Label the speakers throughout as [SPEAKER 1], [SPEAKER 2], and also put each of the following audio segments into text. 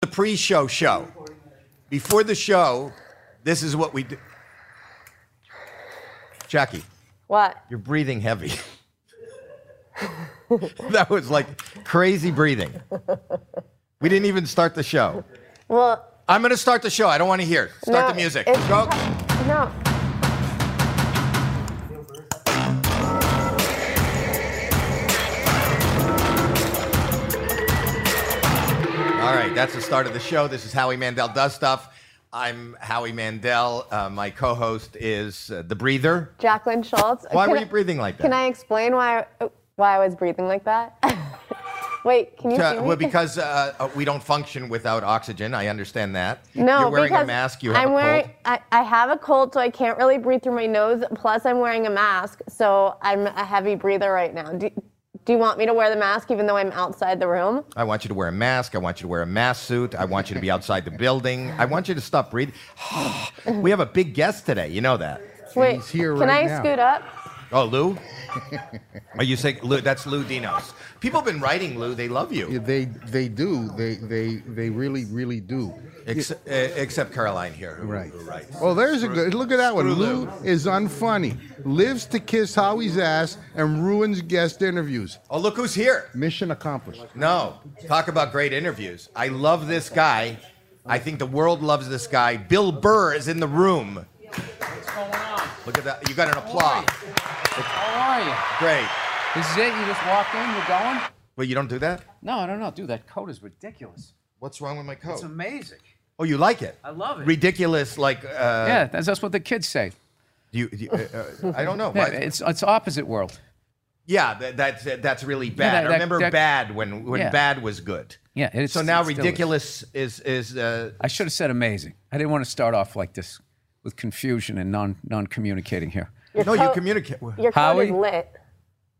[SPEAKER 1] the pre-show show. Before the show, this is what we do. Jackie,
[SPEAKER 2] What?
[SPEAKER 1] you're breathing heavy. that was like crazy breathing. We didn't even start the show.
[SPEAKER 2] Well,
[SPEAKER 1] I'm going to start the show. I don't want to hear. it. Start
[SPEAKER 2] no,
[SPEAKER 1] the music.
[SPEAKER 2] it's-
[SPEAKER 1] Go.
[SPEAKER 2] No.
[SPEAKER 1] All right, that's the start of the show. This is Howie Mandel Does Stuff. I'm Howie Mandel. Uh, my co host is uh, The Breather.
[SPEAKER 2] Jacqueline Schultz.
[SPEAKER 1] Why
[SPEAKER 2] Can
[SPEAKER 1] were
[SPEAKER 2] I-
[SPEAKER 1] you breathing like that?
[SPEAKER 2] Can I explain why why I was breathing like that? Wait, can you
[SPEAKER 1] Uh,
[SPEAKER 2] see me?
[SPEAKER 1] well, because uh, uh, we don't function without oxygen. I understand that.
[SPEAKER 2] no,
[SPEAKER 1] You're wearing
[SPEAKER 2] because
[SPEAKER 1] a mask. You have
[SPEAKER 2] I'm
[SPEAKER 1] a
[SPEAKER 2] wearing,
[SPEAKER 1] cold.
[SPEAKER 2] I, I have a cold, so I can't really breathe through my nose. Plus, I'm wearing a mask, so I'm a heavy breather right now. Do, do you want me to wear the mask even though I'm outside the room?
[SPEAKER 1] I want you to wear a mask. I want you to wear a mask suit. I want you to be outside the building. I want you to stop breathing. we have a big guest today. You know that.
[SPEAKER 2] Wait,
[SPEAKER 3] he's here
[SPEAKER 2] can
[SPEAKER 3] right
[SPEAKER 2] I
[SPEAKER 3] now.
[SPEAKER 2] scoot up?
[SPEAKER 1] Oh, Lou? Are you saying Lou? That's Lou Dinos. People have been writing Lou. They love you.
[SPEAKER 3] They they do. They they they really really do.
[SPEAKER 1] Ex- uh, except Caroline here, who,
[SPEAKER 3] Right.
[SPEAKER 1] who writes.
[SPEAKER 3] Oh, there's a good look at that one.
[SPEAKER 1] Screw
[SPEAKER 3] Lou is unfunny. Lives to kiss Howie's ass and ruins guest interviews.
[SPEAKER 1] Oh, look who's here.
[SPEAKER 3] Mission accomplished.
[SPEAKER 1] No, talk about great interviews. I love this guy. I think the world loves this guy. Bill Burr is in the room. Look at that. You got an applause.
[SPEAKER 4] How are you?
[SPEAKER 1] Great.
[SPEAKER 4] This is it? You just walked in? You're going?
[SPEAKER 1] Well, you don't do that?
[SPEAKER 4] No, no, no, dude. That coat is ridiculous.
[SPEAKER 1] What's wrong with my
[SPEAKER 4] It's
[SPEAKER 1] coat?
[SPEAKER 4] amazing.
[SPEAKER 1] Oh, you like it?
[SPEAKER 4] I love it.
[SPEAKER 1] Ridiculous, like, uh,
[SPEAKER 4] yeah, that's, that's what the kids say.
[SPEAKER 1] do you, do you- uh, uh, I don't know.
[SPEAKER 4] Yeah,
[SPEAKER 1] Why-
[SPEAKER 4] it's it's opposite world.
[SPEAKER 1] Yeah, that, that's uh, that's really bad.
[SPEAKER 4] that-
[SPEAKER 1] I
[SPEAKER 4] that-
[SPEAKER 1] remember
[SPEAKER 4] that-
[SPEAKER 1] bad when when
[SPEAKER 4] Yeah.
[SPEAKER 1] bad was good.
[SPEAKER 4] Yeah, it's-
[SPEAKER 1] so now
[SPEAKER 4] it still is.
[SPEAKER 1] ridiculous is is, uh,
[SPEAKER 4] I should have said amazing. I didn't want to start off like this with confusion and non non communicating here.
[SPEAKER 2] Your
[SPEAKER 1] no. You
[SPEAKER 2] coat-
[SPEAKER 1] communicate.
[SPEAKER 2] Your coat
[SPEAKER 4] Howie?
[SPEAKER 2] is lit.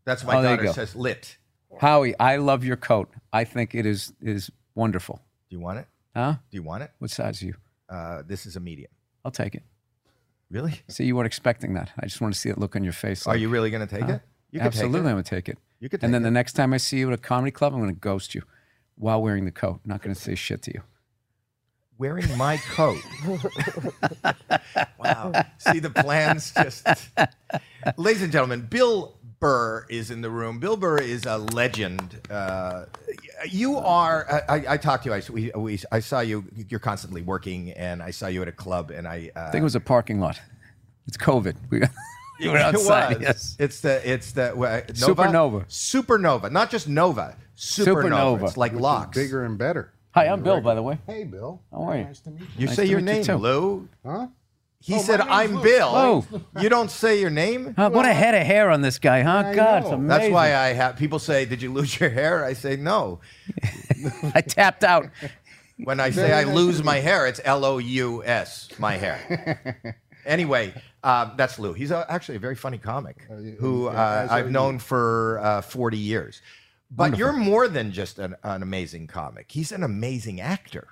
[SPEAKER 1] That's my
[SPEAKER 4] Oh, there you
[SPEAKER 1] daughter
[SPEAKER 4] go.
[SPEAKER 1] says lit.
[SPEAKER 4] Howie, I love your coat. I think it is is wonderful.
[SPEAKER 1] Do you want it?
[SPEAKER 4] Huh?
[SPEAKER 1] Do you want it?
[SPEAKER 4] What size are you?
[SPEAKER 1] Uh, this is a medium.
[SPEAKER 4] I'll take it.
[SPEAKER 1] Really?
[SPEAKER 4] See, you weren't expecting that. I just want to see that look on your face.
[SPEAKER 1] Are
[SPEAKER 4] like,
[SPEAKER 1] you really going to take it? You could take it.
[SPEAKER 4] Absolutely, I'm gonna take it.
[SPEAKER 1] You could
[SPEAKER 4] and
[SPEAKER 1] take
[SPEAKER 4] then
[SPEAKER 1] it.
[SPEAKER 4] the next time I see you at a comedy club, I'm gonna ghost you while wearing the coat. not gonna say shit to you.
[SPEAKER 1] Wearing my coat. wow. See the plans just. Ladies and gentlemen, Bill Burr is in the room. Bill Burr is a legend. Uh, you are. I, I, I talked to you. I, s- we, we, I saw you. You're constantly working, and I saw you at a club, and I. Uh,
[SPEAKER 4] I think it was a parking lot. It's COVID. We, you were
[SPEAKER 1] It
[SPEAKER 4] outside.
[SPEAKER 1] was.
[SPEAKER 4] Yes.
[SPEAKER 1] It's the it's the uh,
[SPEAKER 4] Supernova.
[SPEAKER 1] Supernova, not just Nova. Supernova.
[SPEAKER 4] Supernova.
[SPEAKER 1] It's like
[SPEAKER 3] Which is
[SPEAKER 1] locks.
[SPEAKER 3] Bigger and better.
[SPEAKER 4] Hi, I'm Bill, by the way.
[SPEAKER 3] Hey, Bill.
[SPEAKER 4] How are you?
[SPEAKER 3] Nice to meet you.
[SPEAKER 1] You
[SPEAKER 4] Nice
[SPEAKER 1] say
[SPEAKER 4] to
[SPEAKER 1] your
[SPEAKER 4] meet you,
[SPEAKER 1] name,
[SPEAKER 4] too. Oh.
[SPEAKER 1] Lou.
[SPEAKER 3] Huh?
[SPEAKER 1] He
[SPEAKER 3] Oh,
[SPEAKER 1] said,
[SPEAKER 3] my name's
[SPEAKER 1] "I'm
[SPEAKER 3] Lou."
[SPEAKER 1] Bill."
[SPEAKER 4] Lou.
[SPEAKER 1] You don't say your name.
[SPEAKER 4] Uh, what a head of hair on this guy, huh?
[SPEAKER 3] I
[SPEAKER 4] God, it's
[SPEAKER 3] know.
[SPEAKER 4] amazing.
[SPEAKER 1] That's why I have people say, "Did you lose your hair?" I say, "No."
[SPEAKER 4] I, tapped out.
[SPEAKER 1] When I say I lose my hair, it's L O U S, my hair. anyway, um, that's Lou. He's a, actually a very funny comic who uh,
[SPEAKER 3] as are
[SPEAKER 1] I've
[SPEAKER 3] you.
[SPEAKER 1] known for uh, 40 years. But you're more than just an, an amazing comic. He's an amazing actor.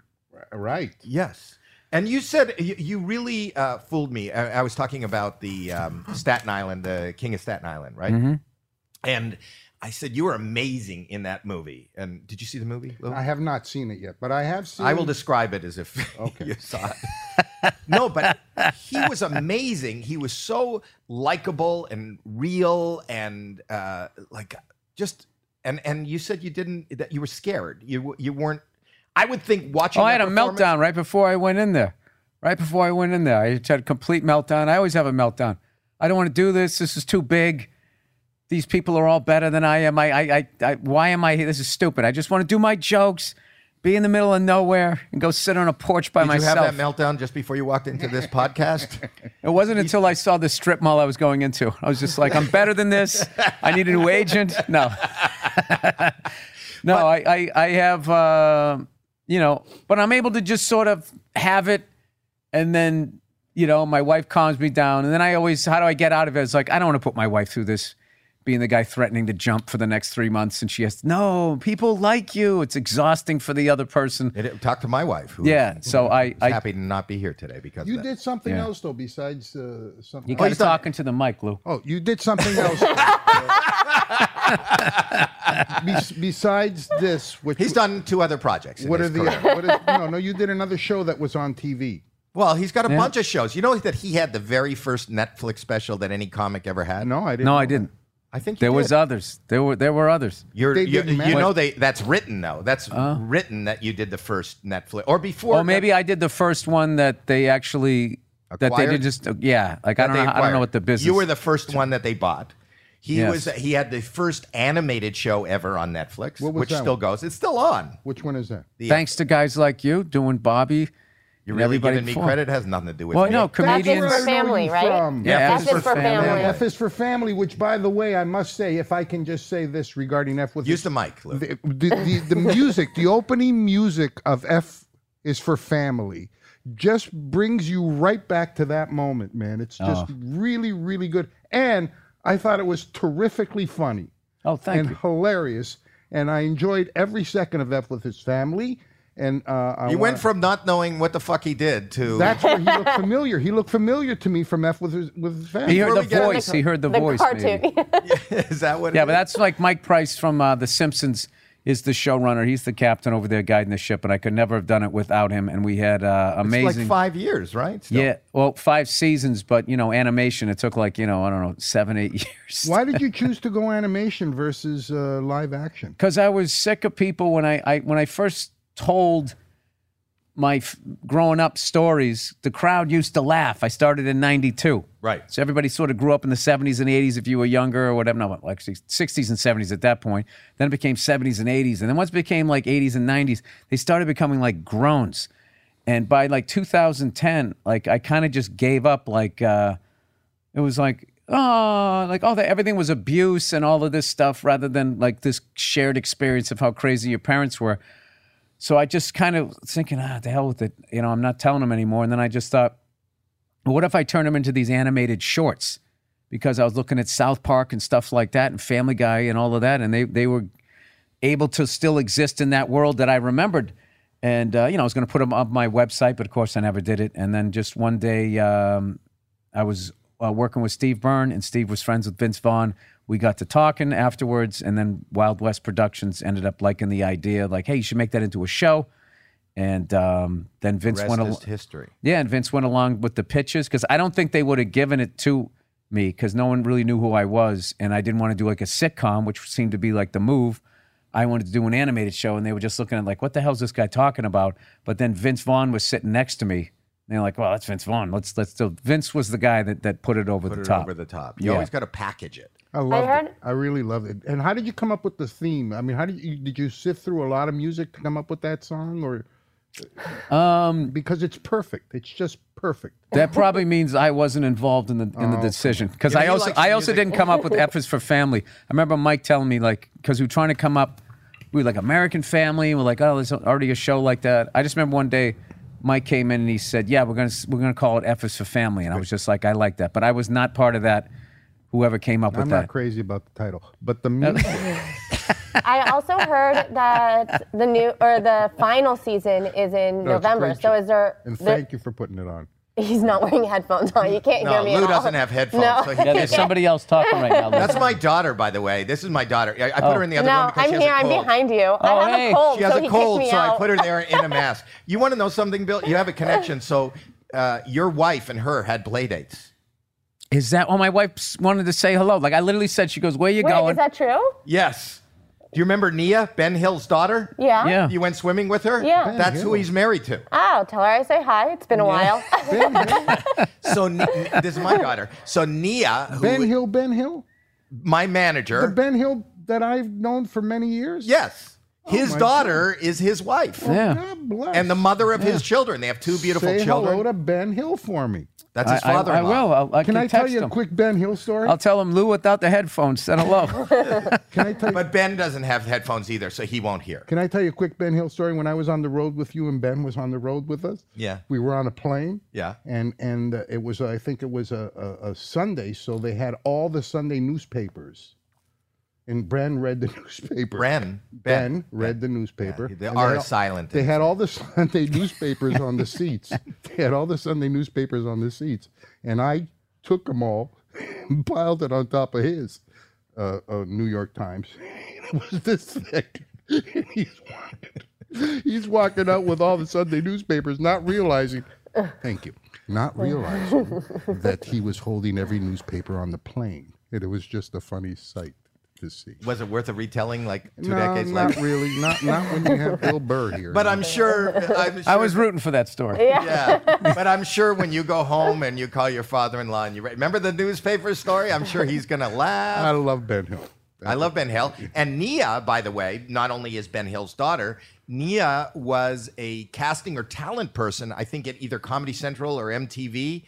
[SPEAKER 3] Right.
[SPEAKER 1] Yes. And you said you, you really uh, fooled me. I, I was talking about the um, Staten Island, the King of Staten Island, right?
[SPEAKER 4] Mm-hmm.
[SPEAKER 1] And I said you were amazing in that movie. And did you see the movie? Lou?
[SPEAKER 3] I have not seen it yet, but I have seen.
[SPEAKER 1] I will describe it as if
[SPEAKER 3] Okay.
[SPEAKER 1] you saw it. no, but he was amazing. He was so likable and real and uh, like just and and you said you didn't that you were scared. You you weren't. I would think watching.
[SPEAKER 4] Oh, I had
[SPEAKER 1] that
[SPEAKER 4] a
[SPEAKER 1] performance-
[SPEAKER 4] meltdown right before I went in there. Right before I went in there, I just had a complete meltdown. I always have a meltdown. I don't want to do this. This is too big. These people are all better than I am. I, I, I, I why am I here? This is stupid. I just want to do my jokes, be in the middle of nowhere, and go sit on a porch by
[SPEAKER 1] Did
[SPEAKER 4] myself.
[SPEAKER 1] you have that meltdown just before you walked into this podcast?
[SPEAKER 4] It wasn't until I saw the strip mall I was going into. I was just like, I'm better than this. I need a new agent. No. no, I, I, I have, uh, you know, but I'm able to just sort of have it. And then, you know, my wife calms me down. And then I always, how do I get out of it? It's like, I don't want to put my wife through this, being the guy threatening to jump for the next three months. And she has, no, people like you. It's exhausting for the other person.
[SPEAKER 1] It- talk to my wife. Who
[SPEAKER 4] Yeah. So I,
[SPEAKER 1] is
[SPEAKER 4] I,
[SPEAKER 1] happy to not be here today because
[SPEAKER 3] You
[SPEAKER 1] of that.
[SPEAKER 3] did something
[SPEAKER 4] Yeah.
[SPEAKER 3] else though besides uh, something.
[SPEAKER 4] you
[SPEAKER 3] Oh,
[SPEAKER 4] got
[SPEAKER 3] you-
[SPEAKER 4] to talking to the mic, Lou.
[SPEAKER 3] oh, you did something else. Bes- besides this, which
[SPEAKER 1] He's done two other projects. in
[SPEAKER 3] what are
[SPEAKER 1] his
[SPEAKER 3] the
[SPEAKER 1] career.
[SPEAKER 3] what is, no no you did another show that was on TV.
[SPEAKER 1] Well, he's got a bunch of shows. You know that he had the very first Netflix special that any comic ever had.
[SPEAKER 3] No, I didn't.
[SPEAKER 4] No,
[SPEAKER 3] know
[SPEAKER 4] I
[SPEAKER 3] that.
[SPEAKER 4] didn't.
[SPEAKER 1] I think you
[SPEAKER 4] There was
[SPEAKER 1] did.
[SPEAKER 4] others. There were there were others.
[SPEAKER 1] You're,
[SPEAKER 3] They
[SPEAKER 1] you
[SPEAKER 3] didn't
[SPEAKER 1] you
[SPEAKER 3] match.
[SPEAKER 1] know they that's written though. That's written that you did the first Netflix or before.
[SPEAKER 4] Or Uh. Oh, maybe I did the first one that they actually that they
[SPEAKER 1] Acquired?
[SPEAKER 4] did just uh, yeah. Like
[SPEAKER 1] that
[SPEAKER 4] I don't
[SPEAKER 1] they
[SPEAKER 4] know, I don't
[SPEAKER 1] acquired.
[SPEAKER 4] know what the business.
[SPEAKER 1] You were the first one that they bought. He
[SPEAKER 4] Yes.
[SPEAKER 1] was he had the first animated show ever on Netflix,
[SPEAKER 3] What was
[SPEAKER 1] which
[SPEAKER 3] that
[SPEAKER 1] still
[SPEAKER 3] one?
[SPEAKER 1] goes. It's still on.
[SPEAKER 3] Which one is that?
[SPEAKER 4] thanks to guys like you doing Bobby.
[SPEAKER 1] You're
[SPEAKER 4] and
[SPEAKER 1] really
[SPEAKER 4] everybody
[SPEAKER 1] giving me
[SPEAKER 4] before.
[SPEAKER 1] credit. It has nothing to do with
[SPEAKER 4] Well,
[SPEAKER 1] me.
[SPEAKER 4] no,
[SPEAKER 2] That's it
[SPEAKER 4] comedians.
[SPEAKER 2] for family,
[SPEAKER 3] you
[SPEAKER 2] right?
[SPEAKER 3] from.
[SPEAKER 4] Yeah,
[SPEAKER 2] That's it for
[SPEAKER 3] And
[SPEAKER 2] family.
[SPEAKER 3] F is for family, which, by the way, I must say, if I can just say this regarding F with
[SPEAKER 1] use the mic. Lou.
[SPEAKER 3] the, the, the, the music, the opening music of F is for family, just brings you right back to that moment, man. It's just
[SPEAKER 4] Oh.
[SPEAKER 3] really, really good. And I thought it was terrifically funny
[SPEAKER 4] Oh, thank
[SPEAKER 3] and
[SPEAKER 4] you.
[SPEAKER 3] hilarious. And I enjoyed every second of F with his family. And uh, I
[SPEAKER 1] He
[SPEAKER 3] wanna-
[SPEAKER 1] went from not knowing what the fuck he did to
[SPEAKER 3] That's where he looked familiar. He looked familiar to me from F with his, with his family.
[SPEAKER 4] He heard
[SPEAKER 1] Before
[SPEAKER 4] the
[SPEAKER 1] we get-
[SPEAKER 4] voice. He heard the,
[SPEAKER 2] The
[SPEAKER 4] voice.
[SPEAKER 2] cartoon.
[SPEAKER 4] Maybe.
[SPEAKER 1] is that what?
[SPEAKER 4] Yeah,
[SPEAKER 1] it
[SPEAKER 4] but
[SPEAKER 1] is?
[SPEAKER 4] that's like Mike Price from uh, The Simpsons is the showrunner. He's the captain over there guiding the ship, and I could never have done it without him. And we had uh,
[SPEAKER 1] It's
[SPEAKER 4] amazing.
[SPEAKER 1] like five years, right? Still.
[SPEAKER 4] Yeah, well, five seasons, but you know, animation. It took like you know, I don't know, seven, eight years.
[SPEAKER 3] Why did you choose to go animation versus uh, live action?
[SPEAKER 4] because I was sick of people when I, I when I first told my f- growing up stories, the crowd used to laugh. I started in '92,
[SPEAKER 1] Right.
[SPEAKER 4] So everybody sort of grew up in the '70s and '80s if you were younger or whatever. No, well, actually '60s and '70s at that point. Then it became '70s and '80s, and then once it became like '80s and '90s, they started becoming like groans. And by like 2010, like I kind of just gave up. Like uh, it was like oh like oh that everything was abuse and all of this stuff rather than like this shared experience of how crazy your parents were so i just kind of thinking ah the hell with it you know i'm not telling them anymore and then i just thought well, what if i turn them into these animated shorts because i was looking at south park and stuff like that and family guy and all of that and they they were able to still exist in that world that I remembered. And, uh, you know, I was going to put them up my website, but of course I never did it. And then just one day, um, I was uh, working with Steve Byrne, and Steve was friends with Vince Vaughn. We got to talking afterwards, and then Wild West Productions ended up liking the idea, like, hey, you should make that into a show. And um, then Vince
[SPEAKER 1] Rest
[SPEAKER 4] went al-
[SPEAKER 1] is history.
[SPEAKER 4] yeah, and Vince went along with the pitches because I don't think they would have given it to me because no one really knew who I was, and I didn't want to do like a sitcom, which seemed to be like the move. I wanted to do an animated show, and they were just looking at like, what the hell's this guy talking about? But then Vince Vaughn was sitting next to me. And they're like, well, that's Vince Vaughn. Let's let's do. Vince was the guy that that put it over
[SPEAKER 1] Put
[SPEAKER 4] the
[SPEAKER 1] it
[SPEAKER 4] top.
[SPEAKER 1] over the top. You
[SPEAKER 4] Yeah.
[SPEAKER 1] always got to package it.
[SPEAKER 3] I loved
[SPEAKER 2] heard-
[SPEAKER 3] it. I really loved it. And how did you come up with the theme? I mean, how did you did you sift through a lot of music to come up with that song, or um, because it's perfect. It's just perfect.
[SPEAKER 4] That probably means I wasn't involved in the in the decision because
[SPEAKER 1] Yeah,
[SPEAKER 4] I
[SPEAKER 1] he
[SPEAKER 4] also
[SPEAKER 1] likes
[SPEAKER 4] I also
[SPEAKER 1] music.
[SPEAKER 4] didn't come up with F is for family. I remember Mike telling me like because we were trying to come up, we were like American Family. We're like oh there's already a show like that. I just remember one day Mike came in and he said yeah we're gonna s- we're gonna call it F is for family and I was just like I like that but I was not part of that. Whoever came up with
[SPEAKER 3] I'm
[SPEAKER 4] that.
[SPEAKER 3] not crazy about the title, but the music.
[SPEAKER 2] I also heard that the new or the final season is in
[SPEAKER 3] No, it's
[SPEAKER 2] November.
[SPEAKER 3] great
[SPEAKER 2] So
[SPEAKER 3] show.
[SPEAKER 2] is there?
[SPEAKER 3] and
[SPEAKER 2] there-
[SPEAKER 3] thank you for putting it on.
[SPEAKER 2] he's not wearing headphones. No, you can't
[SPEAKER 1] No,
[SPEAKER 2] hear me.
[SPEAKER 1] Lou
[SPEAKER 2] at all.
[SPEAKER 1] doesn't have headphones,
[SPEAKER 2] No.
[SPEAKER 1] so he
[SPEAKER 4] yeah, there's somebody else talking right now.
[SPEAKER 1] That's my daughter, by the way. This is my daughter. I, I put her in the other room
[SPEAKER 2] no,
[SPEAKER 1] because
[SPEAKER 2] I'm
[SPEAKER 1] she has
[SPEAKER 2] here.
[SPEAKER 1] a
[SPEAKER 2] I'm
[SPEAKER 1] cold.
[SPEAKER 2] behind you.
[SPEAKER 4] Oh,
[SPEAKER 2] I have
[SPEAKER 4] hey.
[SPEAKER 2] a cold.
[SPEAKER 1] She has
[SPEAKER 2] so
[SPEAKER 1] a
[SPEAKER 2] he
[SPEAKER 1] cold,
[SPEAKER 2] kicked me
[SPEAKER 1] so
[SPEAKER 2] out.
[SPEAKER 1] I put her there in a mask. You want to know something, Bill? You have a connection. So uh, your wife and her had play dates.
[SPEAKER 4] Is that? Oh, my wife s- wanted to say hello. Like I literally said, she goes, "Where you
[SPEAKER 2] Wait,
[SPEAKER 4] going?"
[SPEAKER 2] is that true?
[SPEAKER 1] Yes. Do you remember Nia, Ben Hill's daughter?
[SPEAKER 2] Yeah.
[SPEAKER 4] Yeah.
[SPEAKER 1] You went swimming with her?
[SPEAKER 2] Yeah. Ben
[SPEAKER 1] That's who
[SPEAKER 3] Hill.
[SPEAKER 1] he's married to.
[SPEAKER 2] Oh, tell her I say hi. It's been a while.
[SPEAKER 3] Ben Hill,
[SPEAKER 1] So N- N- this is my daughter. So Nia, who
[SPEAKER 3] Oh. Ben Hill, Ben Hill,
[SPEAKER 1] my manager.
[SPEAKER 3] the Ben Hill that I've known for many years.
[SPEAKER 1] yes. His
[SPEAKER 3] Oh my
[SPEAKER 1] daughter is his wife.
[SPEAKER 4] yeah.
[SPEAKER 3] God bless.
[SPEAKER 1] And the mother of his children. They have two beautiful
[SPEAKER 3] Say
[SPEAKER 1] children.
[SPEAKER 3] hello to Ben Hill for me.
[SPEAKER 1] That's
[SPEAKER 4] I,
[SPEAKER 1] his
[SPEAKER 4] I,
[SPEAKER 1] father.
[SPEAKER 4] I will. I'll, I
[SPEAKER 3] Can I tell
[SPEAKER 4] text
[SPEAKER 3] you a
[SPEAKER 4] him.
[SPEAKER 3] quick Ben Hill story?
[SPEAKER 4] I'll tell him Lou without the headphones said hello.
[SPEAKER 3] Can I tell you?
[SPEAKER 1] But Ben doesn't have headphones either, so he won't hear.
[SPEAKER 3] Can I tell you a quick Ben Hill story? When I was on the road with you, and Ben was on the road with us.
[SPEAKER 1] Yeah.
[SPEAKER 3] we were on a plane.
[SPEAKER 1] Yeah.
[SPEAKER 3] and and uh, it was I think it was a, a, a Sunday, so they had all the Sunday newspapers, and Bren read the newspaper.
[SPEAKER 1] Bren.
[SPEAKER 3] Ben, read the newspaper.
[SPEAKER 1] Yeah, the
[SPEAKER 3] and
[SPEAKER 1] R
[SPEAKER 3] they
[SPEAKER 1] is
[SPEAKER 3] had-
[SPEAKER 1] silent
[SPEAKER 3] They
[SPEAKER 1] in
[SPEAKER 3] had all the Sunday newspapers on the seats. They had all the Sunday newspapers on the seats, and I took them all, and piled it on top of his uh, uh, New York Times. it was this thick. He's walking, he's walking out with all the Sunday newspapers, not realizing, thank you, not realizing that he was holding every newspaper on the plane. And it was just a funny sight to see.
[SPEAKER 1] Was it worth a retelling like two
[SPEAKER 3] no,
[SPEAKER 1] decades
[SPEAKER 3] not
[SPEAKER 1] later?
[SPEAKER 3] really. Not not when you have Bill Burr here.
[SPEAKER 1] But I'm sure, I'm sure
[SPEAKER 4] I was rooting for that story.
[SPEAKER 2] Yeah.
[SPEAKER 1] Yeah, but I'm sure when you go home and you call your father-in-law and you re- remember the newspaper story, I'm sure he's gonna
[SPEAKER 3] I
[SPEAKER 1] laugh.
[SPEAKER 3] love Ben Hill.
[SPEAKER 1] I love Ben Hill and Nia. By the way, not only is Ben Hill's daughter, Nia was a casting or talent person. I think at either Comedy Central or MTV.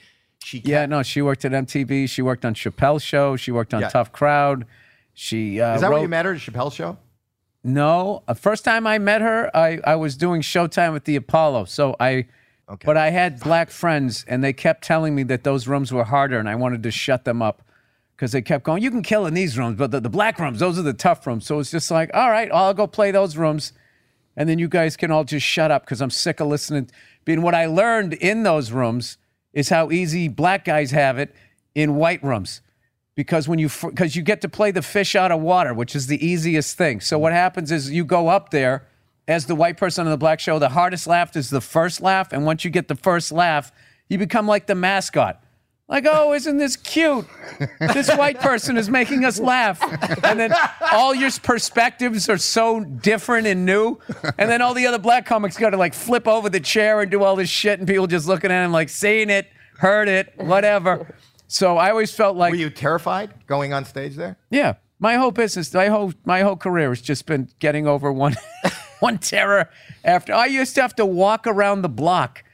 [SPEAKER 1] She kept,
[SPEAKER 4] Yeah, no, she worked at MTV. She worked on Chappelle's show. She worked on
[SPEAKER 1] Yeah.
[SPEAKER 4] Tough Crowd. She uh,
[SPEAKER 1] is that
[SPEAKER 4] wrote,
[SPEAKER 1] where you met her? at Chappelle show?
[SPEAKER 4] No, uh, first time I met her, I, I was doing Showtime at the Apollo. So I,
[SPEAKER 1] Okay.
[SPEAKER 4] but I had black friends, and they kept telling me that those rooms were harder, and I wanted to shut them up because they kept going. You can kill in these rooms, but the, the black rooms, those are the tough rooms. So it's just like, all right, I'll go play those rooms, and then you guys can all just shut up because I'm sick of listening. Being what I learned in those rooms is how easy black guys have it in white rooms because when you because you get to play the fish out of water, which is the easiest thing. So what happens is you go up there as the white person on the black show. The hardest laugh is the first laugh, and once you get the first laugh, you become like the mascot. Like, oh, isn't this cute? This white person is making us laugh. And then all your perspectives are so different and new. And then all the other black comics got to like flip over the chair and do all this shit. And people just looking at him like, seen it, heard it, whatever. So I always felt like.
[SPEAKER 1] Were you terrified going on stage there?
[SPEAKER 4] Yeah, my whole business, my whole my whole career has just been getting over one one terror after. I used to have to walk around the block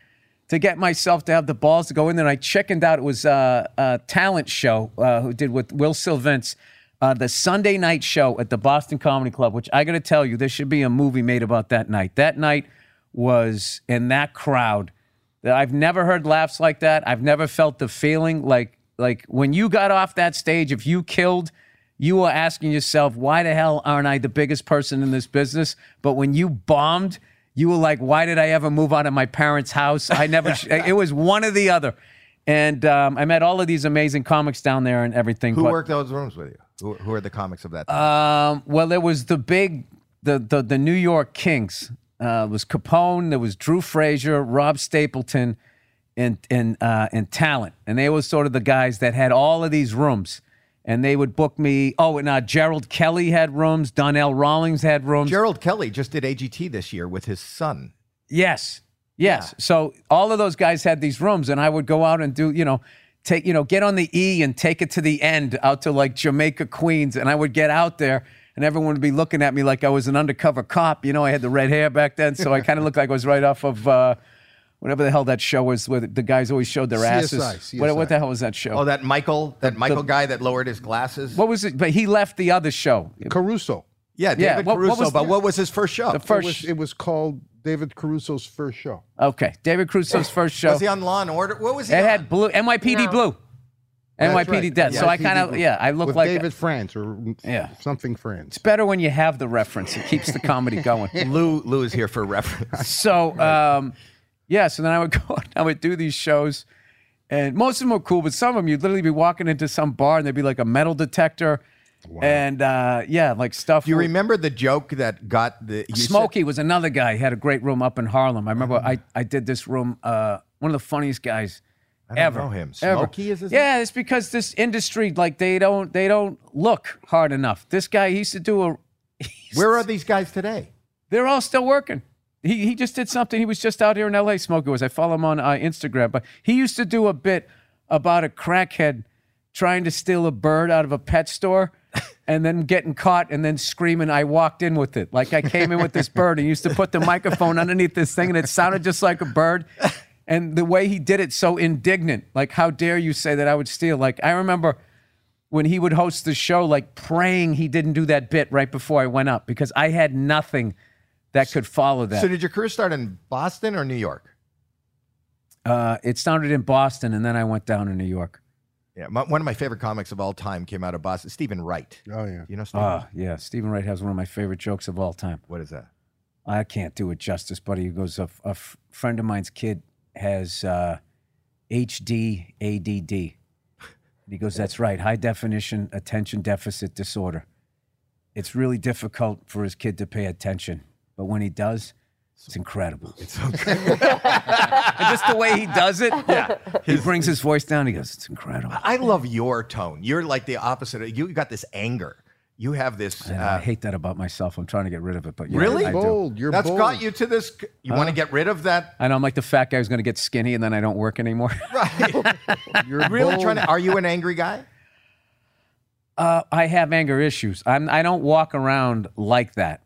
[SPEAKER 4] to get myself to have the balls to go in there. And I chickened out. It was uh, a talent show uh, who did with Will Sylvance. Uh, the Sunday night show at the Boston Comedy Club, which I got to tell you, there should be a movie made about that night. That night was in that crowd. that I've never heard laughs like that. I've never felt the feeling like like when you got off that stage. If you killed, you were asking yourself, why the hell aren't I the biggest person in this business? But when you bombed, you were like, why did I ever move out of my parents' house? I never. sh- it was one or the other. And um, I met all of these amazing comics down there and everything.
[SPEAKER 1] Who
[SPEAKER 4] but-
[SPEAKER 1] worked those rooms with you? Who, who are the comics of that? time?
[SPEAKER 4] um, well, there was the big, the the, the New York Kings. Uh, it was Capone. There was Drew Frazier, Rob Stapleton, and and uh, and talent. And they were sort of the guys that had all of these rooms. And they would book me. Oh, and uh, Gerald Kelly had rooms. Donnell Rawlings had rooms.
[SPEAKER 1] Gerald Kelly just did AGT this year with his son.
[SPEAKER 4] Yes. Yes. So all of those guys had these rooms, and I would go out and do, you know, take, you know, get on the E and take it to the end out to like Jamaica, Queens. And I would get out there, and everyone would be looking at me like I was an undercover cop. You know, I had the red hair back then, so I kind of looked like I was right off of uh, whatever the hell that show was where the guys always showed their asses.
[SPEAKER 3] CSI.
[SPEAKER 4] What, what the hell was that show?
[SPEAKER 1] Oh, that Michael, that Michael guy that lowered his glasses.
[SPEAKER 4] what was it? But he left the other show.
[SPEAKER 3] Caruso.
[SPEAKER 1] Yeah,
[SPEAKER 4] Yeah,
[SPEAKER 1] David
[SPEAKER 4] what- what
[SPEAKER 1] Caruso.
[SPEAKER 4] was-
[SPEAKER 1] but what was his first show?
[SPEAKER 4] The first.
[SPEAKER 3] It was, it was called David Caruso's first show.
[SPEAKER 4] okay, David Crusoe's first show.
[SPEAKER 1] was he on Law and Order? What was he?
[SPEAKER 4] It
[SPEAKER 1] on?
[SPEAKER 4] had blue NYPD
[SPEAKER 2] No.
[SPEAKER 4] blue.
[SPEAKER 3] That's
[SPEAKER 4] NYPD
[SPEAKER 3] right.
[SPEAKER 4] dead. So I
[SPEAKER 3] NYPD
[SPEAKER 4] kind of
[SPEAKER 3] blue.
[SPEAKER 4] yeah, I look
[SPEAKER 3] With
[SPEAKER 4] like
[SPEAKER 3] David France or
[SPEAKER 4] Yeah.
[SPEAKER 3] something France.
[SPEAKER 4] It's better when you have the reference. It keeps the comedy going.
[SPEAKER 1] Lou. Lou is here for reference.
[SPEAKER 4] so um, yeah, so then I would go and I would do these shows, and most of them were cool, but some of them you'd literally be walking into some bar and there'd be like a metal detector, and uh, yeah, like stuff.
[SPEAKER 1] Do you remember the joke that got the you said-
[SPEAKER 4] Smokey was another guy. He had a great room up in Harlem. I remember I, I did this room. Uh, one of the funniest guys
[SPEAKER 1] I don't
[SPEAKER 4] ever.
[SPEAKER 1] know him.
[SPEAKER 4] ever.
[SPEAKER 1] Smokey is his
[SPEAKER 4] Yeah, it's because this industry like they don't they don't look hard enough. This guy he used to do a.
[SPEAKER 1] Where are these guys today?
[SPEAKER 4] They're all still working. He, he just did something. He was just out here in L.A. smoking. Was I follow him on uh, Instagram? But he used to do a bit about a crackhead trying to steal a bird out of a pet store, and then getting caught, and then screaming, "I walked in with it!" Like I came in with this bird, and he used to put the microphone underneath this thing, and it sounded just like a bird. And the way he did it, so indignant, like how dare you say that I would steal? Like I remember when he would host the show, like praying he didn't do that bit right before I went up because I had nothing that could follow that.
[SPEAKER 1] So did your career start in Boston or New York?
[SPEAKER 4] uh, it started in Boston and then I went down to New York.
[SPEAKER 1] Yeah, my, one of my favorite comics of all time came out of Boston. Stephen Wright.
[SPEAKER 3] Oh yeah.
[SPEAKER 1] You know Stephen?
[SPEAKER 4] Ah, yeah. Stephen Wright has one of my favorite jokes of all time.
[SPEAKER 1] what is that?
[SPEAKER 4] I can't do it justice, but he goes, a, a f- friend of mine's kid has uh, HD ADD. And he goes, that's right, high definition attention deficit disorder. it's really difficult for his kid to pay attention. But when he does, it's incredible. It's just the way he does it. Yeah. He brings his Ah. voice down. He goes, it's incredible.
[SPEAKER 1] I love your tone. You're like the opposite. You got this anger. You have this.
[SPEAKER 4] And I
[SPEAKER 1] uh,
[SPEAKER 4] hate that about myself. I'm trying to get rid of it, but yeah,
[SPEAKER 1] Really?
[SPEAKER 4] I, do.
[SPEAKER 3] bold. You're
[SPEAKER 1] that's
[SPEAKER 3] bold.
[SPEAKER 1] got you to this. You want to get rid of that?
[SPEAKER 4] I know I'm like the fat guy who's going to get skinny and then I don't work anymore.
[SPEAKER 1] Right.
[SPEAKER 3] You're
[SPEAKER 1] really
[SPEAKER 3] bold.
[SPEAKER 1] trying to. Are you an angry guy?
[SPEAKER 4] Uh, I have anger issues. I'm, I don't walk around like that.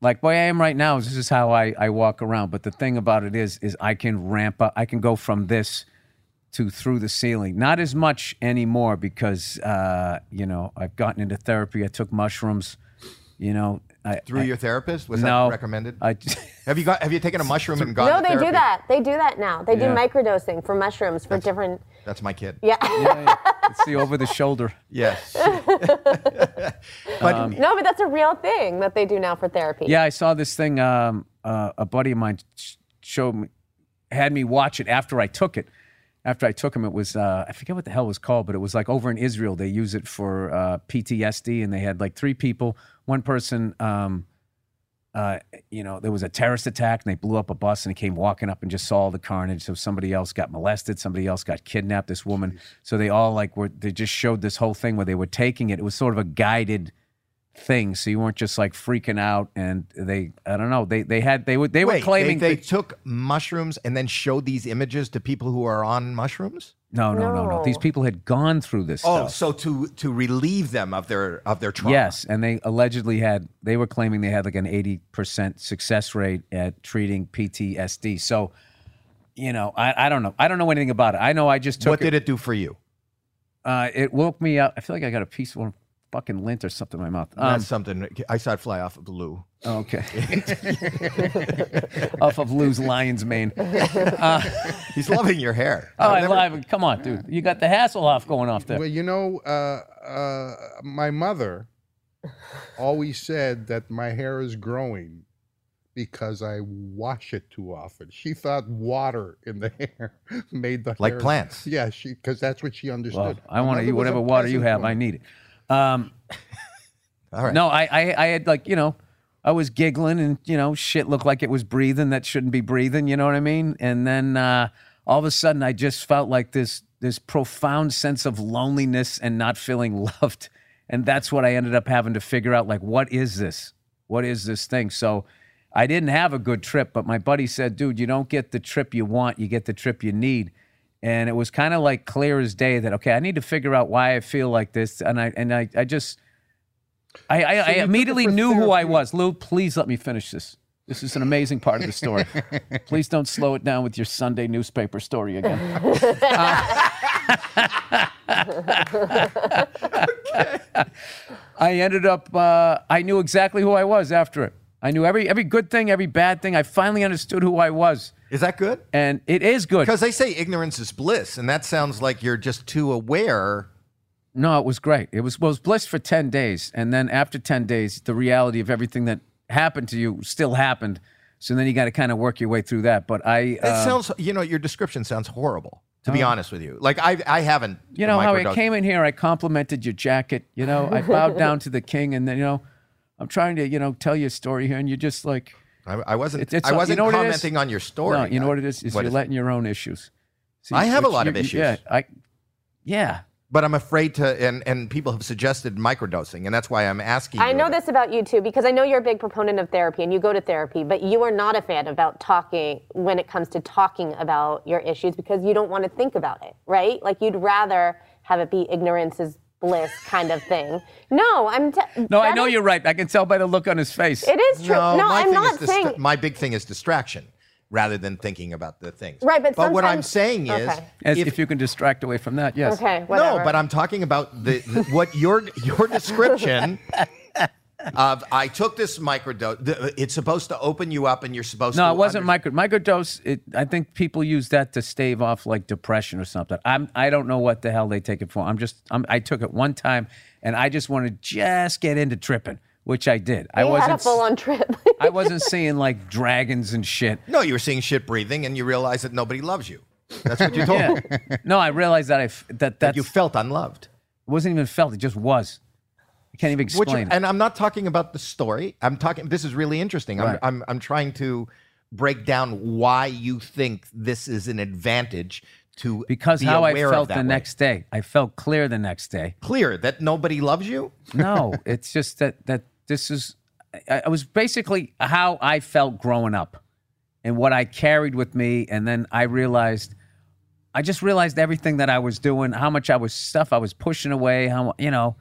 [SPEAKER 4] Like boy, I am right now. This is how I, I walk around. But the thing about it is, is I can ramp up. I can go from this to through the ceiling. Not as much anymore because uh, you know I've gotten into therapy. I took mushrooms. You know, I,
[SPEAKER 1] Through
[SPEAKER 4] I-
[SPEAKER 1] your therapist? Was
[SPEAKER 4] no
[SPEAKER 1] that recommended?
[SPEAKER 4] I
[SPEAKER 1] have you got? Have you taken a mushroom and gone?
[SPEAKER 2] No,
[SPEAKER 1] to
[SPEAKER 2] they do
[SPEAKER 1] therapy?
[SPEAKER 2] that. They do that now. They
[SPEAKER 4] Yeah.
[SPEAKER 2] do microdosing for mushrooms for different.
[SPEAKER 1] That's my kid.
[SPEAKER 2] Yeah.
[SPEAKER 4] it's the over the shoulder.
[SPEAKER 1] Yes. but
[SPEAKER 4] Um,
[SPEAKER 2] no, but that's a real thing that they do now for therapy.
[SPEAKER 4] Yeah, I saw this thing. Um, uh, a buddy of mine sh- showed me, had me watch it after I took it. After I took him, it was uh, I forget what the hell it was called, but it was like over in Israel they use it for uh, PTSD, and they had like three people. One person, um, uh, you know, there was a terrorist attack, and they blew up a bus, and he came walking up and just saw all the carnage. So somebody else got molested, somebody else got kidnapped. This woman, so they all like were they just showed this whole thing where they were taking it. It was sort of a guided thing, so you weren't just like freaking out. And they, I don't know, they they had they were they
[SPEAKER 1] wait,
[SPEAKER 4] were claiming
[SPEAKER 1] they, they
[SPEAKER 4] that-
[SPEAKER 1] took mushrooms and then showed these images to people who are on mushrooms.
[SPEAKER 4] no, no, no, no,
[SPEAKER 2] No.
[SPEAKER 4] These people had gone through this
[SPEAKER 1] Oh,
[SPEAKER 4] stuff.
[SPEAKER 1] so to to relieve them of their of their trauma.
[SPEAKER 4] Yes, and they allegedly had they were claiming they had like an 80% success rate at treating PTSD. So, you know, I, I don't know. I don't know anything about it. I know I just took
[SPEAKER 1] What
[SPEAKER 4] it.
[SPEAKER 1] did it do for you?
[SPEAKER 4] uh, it woke me up. I feel like I got a piece of fucking lint or something in my mouth. Um, oh,
[SPEAKER 1] That's something I saw it fly off of the loo.
[SPEAKER 4] okay. Off of Lou's lion's mane.
[SPEAKER 1] Oh, He's loving your hair.
[SPEAKER 4] Oh, I live. Come on, dude. You got the Hasselhoff going off there.
[SPEAKER 3] Well, you know, uh, uh, my mother always said that my hair is growing because I wash it too often. She thought water in the hair made the
[SPEAKER 1] Like
[SPEAKER 3] hair-
[SPEAKER 1] plants.
[SPEAKER 3] Yeah, she because that's what she understood.
[SPEAKER 4] Well, I
[SPEAKER 3] My
[SPEAKER 4] want to
[SPEAKER 3] mother
[SPEAKER 4] eat
[SPEAKER 3] was a
[SPEAKER 4] whatever water you
[SPEAKER 3] peasant
[SPEAKER 4] have. I
[SPEAKER 3] woman.
[SPEAKER 4] need it. Um,
[SPEAKER 1] All right.
[SPEAKER 4] No, I, I, I had like, you know, I was giggling and, you know, shit looked like it was breathing that shouldn't be breathing. You know what I mean? And then uh, all of a sudden I just felt like this, this profound sense of loneliness and not feeling loved. And that's what I ended up having to figure out. Like, what is this? What is this thing? So I didn't have a good trip, but my buddy said, dude, you don't get the trip you want. You get the trip you need and it was kind of like clear as day that okay, I need to figure out why I feel like this, and I and I, I just I I, I
[SPEAKER 3] took it
[SPEAKER 4] immediately
[SPEAKER 3] for
[SPEAKER 4] knew who I
[SPEAKER 3] therapy.
[SPEAKER 4] was. Lou, please let me finish this. This is an amazing part of the story. please don't slow it down with your Sunday newspaper story again. Uh, I ended up. Uh, I knew exactly who I was after it. I knew every every good thing, every bad thing. I finally understood who I was,
[SPEAKER 1] Is that good?
[SPEAKER 4] and it is good.
[SPEAKER 1] Because they say ignorance is bliss, and that sounds like you're just too aware.
[SPEAKER 4] No, it was great. It was well, it was bliss for ten days, and then after ten days, the reality of everything that happened to you still happened. So then you got to kind of work your way through that. But I,
[SPEAKER 1] It
[SPEAKER 4] uh,
[SPEAKER 1] sounds, you know, your description sounds horrible. To be honest with you, like I, I haven't.
[SPEAKER 4] Um, you know how I
[SPEAKER 1] microdosed.
[SPEAKER 4] came in here. I complimented your jacket. You know, I bowed down to the king, and then you know, I'm trying to you know tell you a story here, and you're just like,
[SPEAKER 1] I, I wasn't.
[SPEAKER 4] It's- it's-
[SPEAKER 1] I
[SPEAKER 4] you
[SPEAKER 1] wasn't
[SPEAKER 4] know what it is?
[SPEAKER 1] commenting on your story.
[SPEAKER 4] no, you know what it is? Is
[SPEAKER 1] uh, What
[SPEAKER 4] you're
[SPEAKER 1] is it?
[SPEAKER 4] letting your own issues. See,
[SPEAKER 1] I have a
[SPEAKER 4] which
[SPEAKER 1] lot
[SPEAKER 4] you-
[SPEAKER 1] of
[SPEAKER 4] you-
[SPEAKER 1] issues.
[SPEAKER 4] Yeah, I, yeah.
[SPEAKER 1] but I'm afraid to. And and people have suggested microdosing, and that's why I'm asking.
[SPEAKER 2] I
[SPEAKER 1] you
[SPEAKER 2] know
[SPEAKER 1] about-
[SPEAKER 2] this about you too because I know you're a big proponent of therapy and you go to therapy, but you are not a fan about talking when it comes to talking about your issues because you don't want to think about it, right? Like you'd rather have it be ignorance is bliss kind of thing. No, I'm. T-
[SPEAKER 4] No, I
[SPEAKER 2] that
[SPEAKER 4] know
[SPEAKER 2] is-
[SPEAKER 4] you're right. I can tell by the look on his face.
[SPEAKER 2] It is true. No,
[SPEAKER 1] my
[SPEAKER 2] I'm
[SPEAKER 1] thing
[SPEAKER 2] not
[SPEAKER 1] is dist-
[SPEAKER 2] saying.
[SPEAKER 1] my big thing is distraction rather than thinking about the things.
[SPEAKER 2] Right, but
[SPEAKER 1] what I'm
[SPEAKER 2] sometimes-
[SPEAKER 1] saying is,
[SPEAKER 2] Okay.
[SPEAKER 4] As if, you can distract away from that, yes.
[SPEAKER 2] okay, whatever.
[SPEAKER 1] no, but I'm talking about the, the- what your your description of. I took this microdose. the- It's supposed to open you up, and you're supposed to.
[SPEAKER 4] No, it wasn't
[SPEAKER 1] under-
[SPEAKER 4] micro microdose. It, I think people use that to stave off like depression or something. I'm I don't know what the hell they take it for. I'm just I'm, I took it one time and I just wanted to just get into tripping, which I did. I
[SPEAKER 2] you had a
[SPEAKER 4] wasn't
[SPEAKER 2] full on trip.
[SPEAKER 4] I wasn't seeing like dragons and shit.
[SPEAKER 1] No, you were seeing shit breathing, and you realized that nobody loves you. That's what you told
[SPEAKER 4] Yeah.
[SPEAKER 1] me.
[SPEAKER 4] no, I realized that I f- that that
[SPEAKER 1] You felt unloved.
[SPEAKER 4] wasn't even felt. It just was. I Can't even
[SPEAKER 1] Which,
[SPEAKER 4] explain. it.
[SPEAKER 1] and I'm not talking about the story. I'm talking. This is really interesting.
[SPEAKER 4] Right.
[SPEAKER 1] I'm, I'm I'm trying to break down why you think this is an advantage to
[SPEAKER 4] because
[SPEAKER 1] be
[SPEAKER 4] how I
[SPEAKER 1] aware of
[SPEAKER 4] felt the
[SPEAKER 1] that way.
[SPEAKER 4] next day, I felt clear the next day.
[SPEAKER 1] clear that nobody loves you.
[SPEAKER 4] No, it's just that that this is. I, I was basically how I felt growing up, and what I carried with me, and then I realized. I just realized everything that I was doing, how much I was stuff I was pushing away, how you know,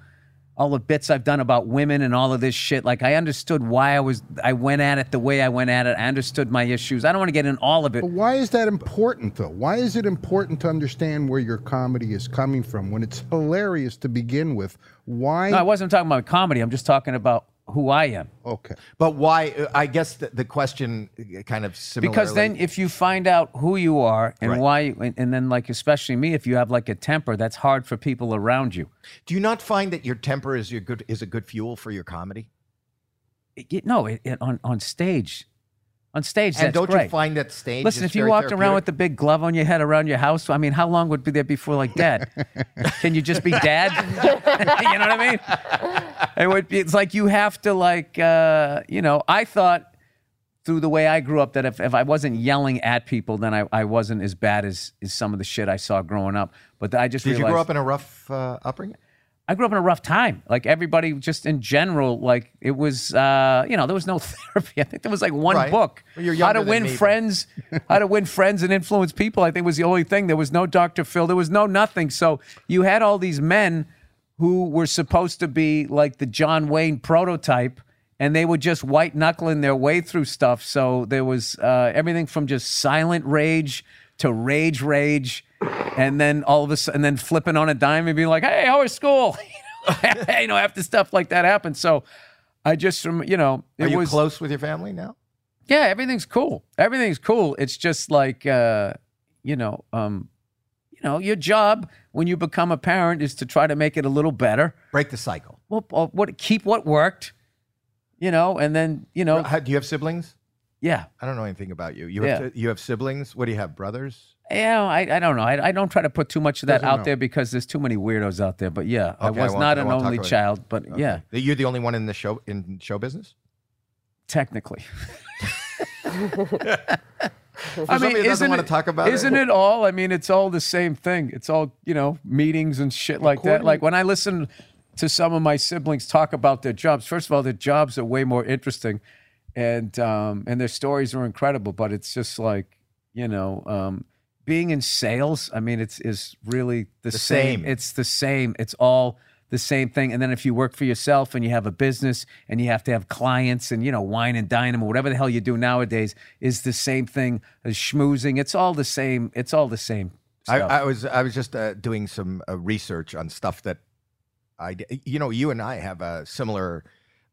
[SPEAKER 4] all the bits I've done about women and all of this shit. Like I understood why I was I went at it the way I went at it. I understood my issues. I don't want to get in all of it.
[SPEAKER 3] But why is that important, though? Why is it important to understand where your comedy is coming from when it's hilarious to begin with? Why?
[SPEAKER 4] No, I wasn't talking about comedy. I'm just talking about who I am.
[SPEAKER 3] okay.
[SPEAKER 1] But why? I guess the, the question uh, kind of similarly.
[SPEAKER 4] Because then, if you find out who you are and
[SPEAKER 1] Right.
[SPEAKER 4] why, and, and then like especially me, if you have like a temper, that's hard for people around you.
[SPEAKER 1] do you not find that your temper is your good is a good fuel for your comedy?
[SPEAKER 4] It- it- no, it, it, on on stage, on stage,
[SPEAKER 1] and
[SPEAKER 4] that's
[SPEAKER 1] don't
[SPEAKER 4] great.
[SPEAKER 1] you find that stage?
[SPEAKER 4] Listen,
[SPEAKER 1] is
[SPEAKER 4] if you
[SPEAKER 1] very
[SPEAKER 4] walked around
[SPEAKER 1] therapeutic?
[SPEAKER 4] with the big glove on your head around your house, I mean, how long would be there before like dad? Can you just be dad? you know what I mean? It would be, it's like you have to like uh, you know, I thought through the way I grew up that if, if I wasn't yelling at people, then I, I wasn't as bad as, as some of the shit I saw growing up. But I just
[SPEAKER 1] Did
[SPEAKER 4] realized
[SPEAKER 1] you grow up in a rough uh, upbringing?
[SPEAKER 4] I grew up in a rough time. Like everybody, just in general, like it was, uh, you know, there was no therapy. I think there was like one
[SPEAKER 1] Right.
[SPEAKER 4] book,
[SPEAKER 1] Well, you're
[SPEAKER 4] How
[SPEAKER 1] younger
[SPEAKER 4] to
[SPEAKER 1] than
[SPEAKER 4] Win
[SPEAKER 1] me, but-
[SPEAKER 4] Friends, How to Win Friends and Influence People. I think was the only thing. There was no Dr. Phil. There was no nothing. So you had all these men who were supposed to be like the John Wayne prototype, and they were just white knuckling their way through stuff. So there was uh, everything from just silent rage to rage, rage. And then all of a sudden, and then flipping on a dime and being like, "Hey, how was school?" you know, after stuff like that happened. So I just, rem- you know, it
[SPEAKER 1] Are you
[SPEAKER 4] was,
[SPEAKER 1] close with your family now?
[SPEAKER 4] yeah, everything's cool. Everything's cool. It's just like, uh, you know, um, you know, your job when you become a parent is to try to make it a little better.
[SPEAKER 1] Break the cycle.
[SPEAKER 4] Well, uh, what keep what worked, you know, and then you know,
[SPEAKER 1] How- do you have siblings?
[SPEAKER 4] yeah,
[SPEAKER 1] I don't know anything about you. You
[SPEAKER 4] Yeah.
[SPEAKER 1] have you have siblings. What do you have? Brothers?
[SPEAKER 4] yeah. I, I don't know. I, I don't try to put too much of that
[SPEAKER 3] Doesn't
[SPEAKER 4] out
[SPEAKER 3] know.
[SPEAKER 4] there because there's too many weirdos out there. But yeah, I
[SPEAKER 1] Okay, I
[SPEAKER 4] was
[SPEAKER 1] won't-
[SPEAKER 4] not
[SPEAKER 1] I
[SPEAKER 4] an
[SPEAKER 1] won't talk
[SPEAKER 4] only
[SPEAKER 1] about it.
[SPEAKER 4] child, but yeah,
[SPEAKER 1] You're the only one in the show in show business.
[SPEAKER 4] technically.
[SPEAKER 1] For somebody that doesn't
[SPEAKER 4] isn't
[SPEAKER 1] want
[SPEAKER 4] it-
[SPEAKER 1] to talk about
[SPEAKER 4] isn't it all? I mean, it's all the same thing. It's all you know, meetings and shit like that. Like when I listen to some of my siblings talk about their jobs. First of all, their jobs are way more interesting, and um, and their stories are incredible. But it's just like you know, um, being in sales. I mean, it's is really the,
[SPEAKER 1] same.
[SPEAKER 4] It's the same. It's all. The same thing, and then if you work for yourself and you have a business and you have to have clients and you know wine and dine them or whatever the hell you do nowadays is the same thing as schmoozing. It's all the same. It's all the same.
[SPEAKER 1] I,
[SPEAKER 4] stuff.
[SPEAKER 1] I was I was just uh, doing some uh, research on stuff that I d- you know you and I have a similar.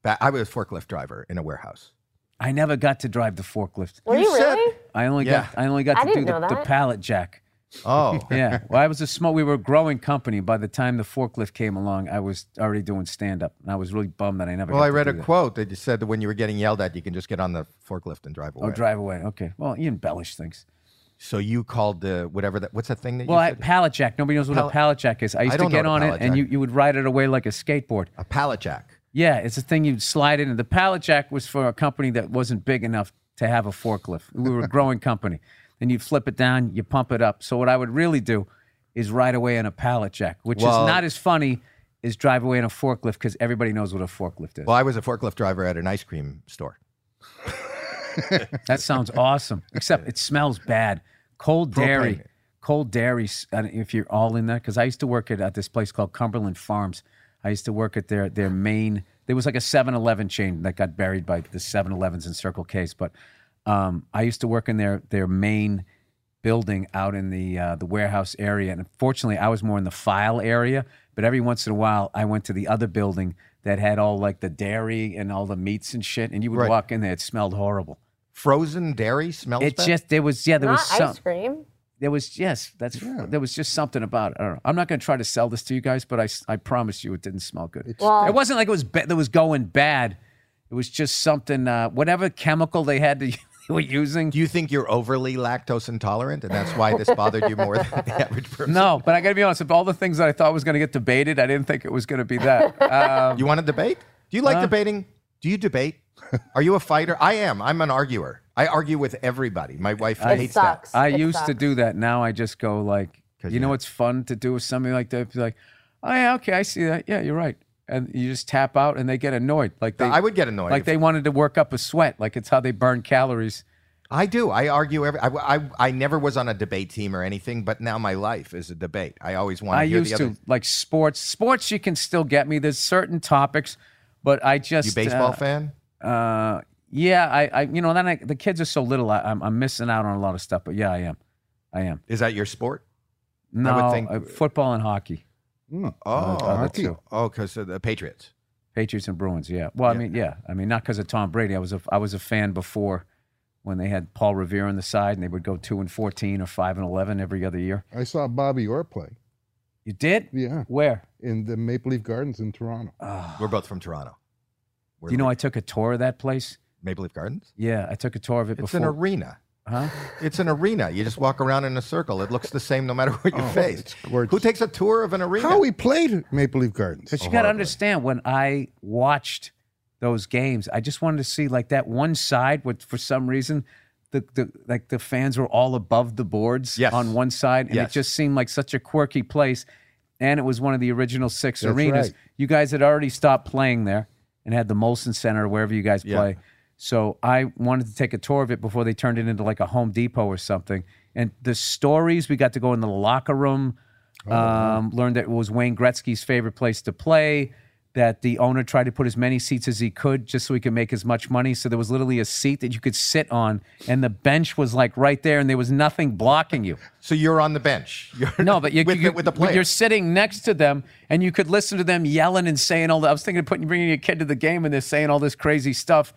[SPEAKER 1] Ba- I was a forklift driver in a warehouse.
[SPEAKER 4] I never got to drive the forklift.
[SPEAKER 2] Were you,
[SPEAKER 1] You said-
[SPEAKER 2] really?
[SPEAKER 4] I only
[SPEAKER 1] Yeah.
[SPEAKER 4] got I only got
[SPEAKER 2] I
[SPEAKER 4] to do
[SPEAKER 2] didn't
[SPEAKER 4] the,
[SPEAKER 2] know
[SPEAKER 4] the
[SPEAKER 2] that.
[SPEAKER 4] pallet jack.
[SPEAKER 1] Oh,
[SPEAKER 4] Yeah. Well, I was a small. We were a growing company. By the time the forklift came along, I was already doing stand up, and I was really bummed that I never.
[SPEAKER 1] well,
[SPEAKER 4] got
[SPEAKER 1] I
[SPEAKER 4] to
[SPEAKER 1] read
[SPEAKER 4] do
[SPEAKER 1] a
[SPEAKER 4] that.
[SPEAKER 1] quote that you said that when you were getting yelled at, you can just get on the forklift and drive away.
[SPEAKER 4] Oh, drive away. Okay. Well, you embellish things.
[SPEAKER 1] so you called the whatever that what's that thing that
[SPEAKER 4] Well,
[SPEAKER 1] you
[SPEAKER 4] I,
[SPEAKER 1] said?
[SPEAKER 4] pallet jack. Nobody knows what a
[SPEAKER 1] Pallet-
[SPEAKER 4] pallet jack is. I used to
[SPEAKER 1] don't know
[SPEAKER 4] get
[SPEAKER 1] what a
[SPEAKER 4] on it,
[SPEAKER 1] pallet
[SPEAKER 4] and
[SPEAKER 1] jack
[SPEAKER 4] you, you would ride it away like a skateboard.
[SPEAKER 1] a pallet jack.
[SPEAKER 4] Yeah, it's a thing you slide in. The pallet jack was for a company that wasn't big enough to have a forklift. We were a growing company. Then you flip it down, you pump it up. So what I would really do is ride away in a pallet jack, which
[SPEAKER 1] Well-
[SPEAKER 4] is not as funny as drive away in a forklift because everybody knows what a forklift is.
[SPEAKER 1] Well, I was a forklift driver at an ice cream store.
[SPEAKER 4] That sounds awesome. Except it smells bad. Cold dairy. Cold dairy. s- I don't- If you're all in that, because I used to work at, at this place called Cumberland Farms. I used to work at their their main. There was like a 7-Eleven chain that got buried by the 7-Elevens and Circle K's. But um, I used to work in their their main building out in the uh, the warehouse area. And unfortunately, I was more in the file area. But every once in a while, I went to the other building that had all like the dairy and all the meats and shit. And you would
[SPEAKER 1] Right.
[SPEAKER 4] walk in there, it smelled horrible.
[SPEAKER 1] Frozen dairy smells
[SPEAKER 4] It's
[SPEAKER 1] bad?
[SPEAKER 4] just there was yeah there
[SPEAKER 2] Not
[SPEAKER 4] was some
[SPEAKER 2] ice cream.
[SPEAKER 4] there was yes that's there was just something about it. I don't know. I'm not going to try to sell this to you guys, but I s- I promise you it didn't smell good.
[SPEAKER 2] Well-
[SPEAKER 4] it wasn't like it was ba- that was going bad. It was just something uh, whatever chemical they had to were using.
[SPEAKER 1] Do you think you're overly lactose intolerant, and that's why this bothered you more than the average person?
[SPEAKER 4] No, but I got to be honest. Of all the things that I thought was going to get debated, I didn't think it was going to be that. Um,
[SPEAKER 1] You want to debate? Do you like debating? Do you debate? Are you a fighter? I am. I'm an arguer. I argue with everybody. My wife
[SPEAKER 2] It
[SPEAKER 1] hates
[SPEAKER 2] sucks.
[SPEAKER 4] I
[SPEAKER 2] It
[SPEAKER 4] used to
[SPEAKER 2] sucks.
[SPEAKER 4] do that. Now I just go like, you know, what's fun to do with something like that. Be like, oh yeah, okay, I see that. Yeah, you're right. And you just tap out, and they get annoyed. Like they,
[SPEAKER 1] that. I would get annoyed.
[SPEAKER 4] like
[SPEAKER 1] if-
[SPEAKER 4] they wanted to work up a sweat. Like it's how they burn calories.
[SPEAKER 1] I do. I argue every. I, I, I never was on a debate team or anything, but now my life is a debate. I always want to
[SPEAKER 4] I
[SPEAKER 1] hear
[SPEAKER 4] used
[SPEAKER 1] the
[SPEAKER 4] to
[SPEAKER 1] other.
[SPEAKER 4] like sports. Sports, you can still get me. There's certain topics, but I just
[SPEAKER 1] You baseball
[SPEAKER 4] uh,
[SPEAKER 1] fan?
[SPEAKER 4] Uh, yeah, I, I, you know, then I, the kids are so little. I, I'm, I'm missing out on a lot of stuff. But yeah, I am, I am.
[SPEAKER 1] Is that your sport?
[SPEAKER 4] No,
[SPEAKER 1] think-
[SPEAKER 4] uh, football and hockey,
[SPEAKER 3] Hmm.
[SPEAKER 1] Oh,
[SPEAKER 4] uh, that's you.
[SPEAKER 1] oh, because of the Patriots.
[SPEAKER 4] Patriots and Bruins. Yeah. Well,
[SPEAKER 1] Yeah.
[SPEAKER 4] I mean, yeah, I mean, not because of Tom Brady. I was a, I was a fan before when they had Paul Revere on the side, and they would go two and fourteen or five and eleven every other year.
[SPEAKER 3] I saw Bobby Orr play.
[SPEAKER 4] You did?
[SPEAKER 3] Yeah,
[SPEAKER 4] Where?
[SPEAKER 3] in the Maple Leaf Gardens in Toronto.
[SPEAKER 1] We're both from Toronto. We're
[SPEAKER 4] You know, I took a tour of that place.
[SPEAKER 1] Maple Leaf Gardens.
[SPEAKER 4] Yeah, I took a tour of it
[SPEAKER 1] It's
[SPEAKER 4] before.
[SPEAKER 1] an arena.
[SPEAKER 4] huh?
[SPEAKER 1] It's an arena. You just walk around in a circle. It looks the same no matter what you face.
[SPEAKER 3] Oh, it's gorgeous.
[SPEAKER 1] Who takes a tour of an arena?
[SPEAKER 3] How e- he played at Maple Leaf Gardens.
[SPEAKER 4] Because you got to understand, when I watched those games, I just wanted to see like that one side, which for some reason, the, the like the fans were all above the boards
[SPEAKER 1] Yes.
[SPEAKER 4] on one side, and
[SPEAKER 1] Yes.
[SPEAKER 4] it just seemed like such a quirky place. And it was one of the original six
[SPEAKER 3] That's
[SPEAKER 4] arenas.
[SPEAKER 3] right.
[SPEAKER 4] You guys had already stopped playing there and had the Molson Center or wherever you guys
[SPEAKER 1] Yeah.
[SPEAKER 4] play. So I wanted to take a tour of it before they turned it into like a Home Depot or something. And the stories we got to go in the locker room, um, learned that it was Wayne Gretzky's favorite place to play. That the owner tried to put as many seats as he could just so he could make as much money. So there was literally a seat that you could sit on, and the bench was like right there, and there was nothing blocking you.
[SPEAKER 1] So you're on the bench. You're
[SPEAKER 4] No, but you,
[SPEAKER 1] with,
[SPEAKER 4] you,
[SPEAKER 1] the, with the
[SPEAKER 4] but
[SPEAKER 1] players.
[SPEAKER 4] you're sitting next to them, and you could listen to them yelling and saying all that. I was thinking of putting bringing your kid to the game, and they're saying all this crazy stuff.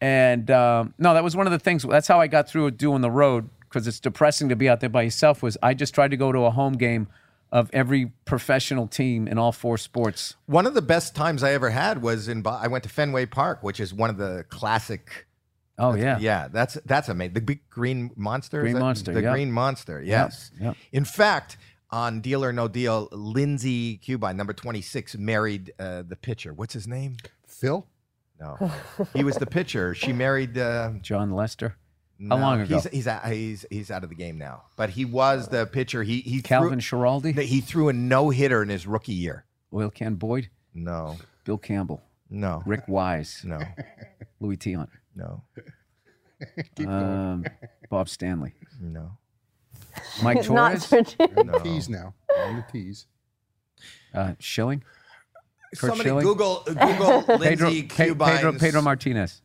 [SPEAKER 4] And um, no, that was one of the things. That's how I got through doing the road because it's depressing to be out there by yourself. Was I just tried to go to a home game of every professional team in all four sports?
[SPEAKER 1] One of the best times I ever had was in. Bo- I went to Fenway Park, which is one of the classic.
[SPEAKER 4] Oh yeah,
[SPEAKER 1] Yeah, that's that's amazing. The big green monster. is
[SPEAKER 4] Green
[SPEAKER 1] that-
[SPEAKER 4] monster,
[SPEAKER 1] The
[SPEAKER 4] yeah.
[SPEAKER 1] green monster. Yes.
[SPEAKER 4] yeah.
[SPEAKER 1] In fact, on Deal or No Deal, Lindsay Cuba, number twenty six, married uh, the pitcher. What's his name?
[SPEAKER 3] Phil,
[SPEAKER 1] No, he was the pitcher. She married. Uh,
[SPEAKER 4] John Lester.
[SPEAKER 1] no,
[SPEAKER 4] How long ago?
[SPEAKER 1] He's he's, out- he's he's out of the game now, but he was the pitcher. He he
[SPEAKER 4] Calvin
[SPEAKER 1] Threw,
[SPEAKER 4] Schiraldi,
[SPEAKER 1] he threw a no hitter in his rookie year.
[SPEAKER 4] Oil Can Boyd,
[SPEAKER 1] No,
[SPEAKER 4] Bill Campbell,
[SPEAKER 1] no,
[SPEAKER 4] Rick Wise,
[SPEAKER 1] no,
[SPEAKER 4] Louis Tion,
[SPEAKER 1] no,
[SPEAKER 4] um, Bob Stanley,
[SPEAKER 1] no.
[SPEAKER 4] Mike
[SPEAKER 2] It's not
[SPEAKER 4] Torres.
[SPEAKER 2] Sergio-
[SPEAKER 3] on the
[SPEAKER 1] No.
[SPEAKER 3] tees now. On the tees.
[SPEAKER 4] Uh, Schilling, Kurt
[SPEAKER 1] Somebody
[SPEAKER 4] Schilling?
[SPEAKER 1] Google Google
[SPEAKER 4] Pedro,
[SPEAKER 1] Lindsay
[SPEAKER 4] Pe- Pedro,
[SPEAKER 1] Cubine's,
[SPEAKER 4] Pedro Martinez.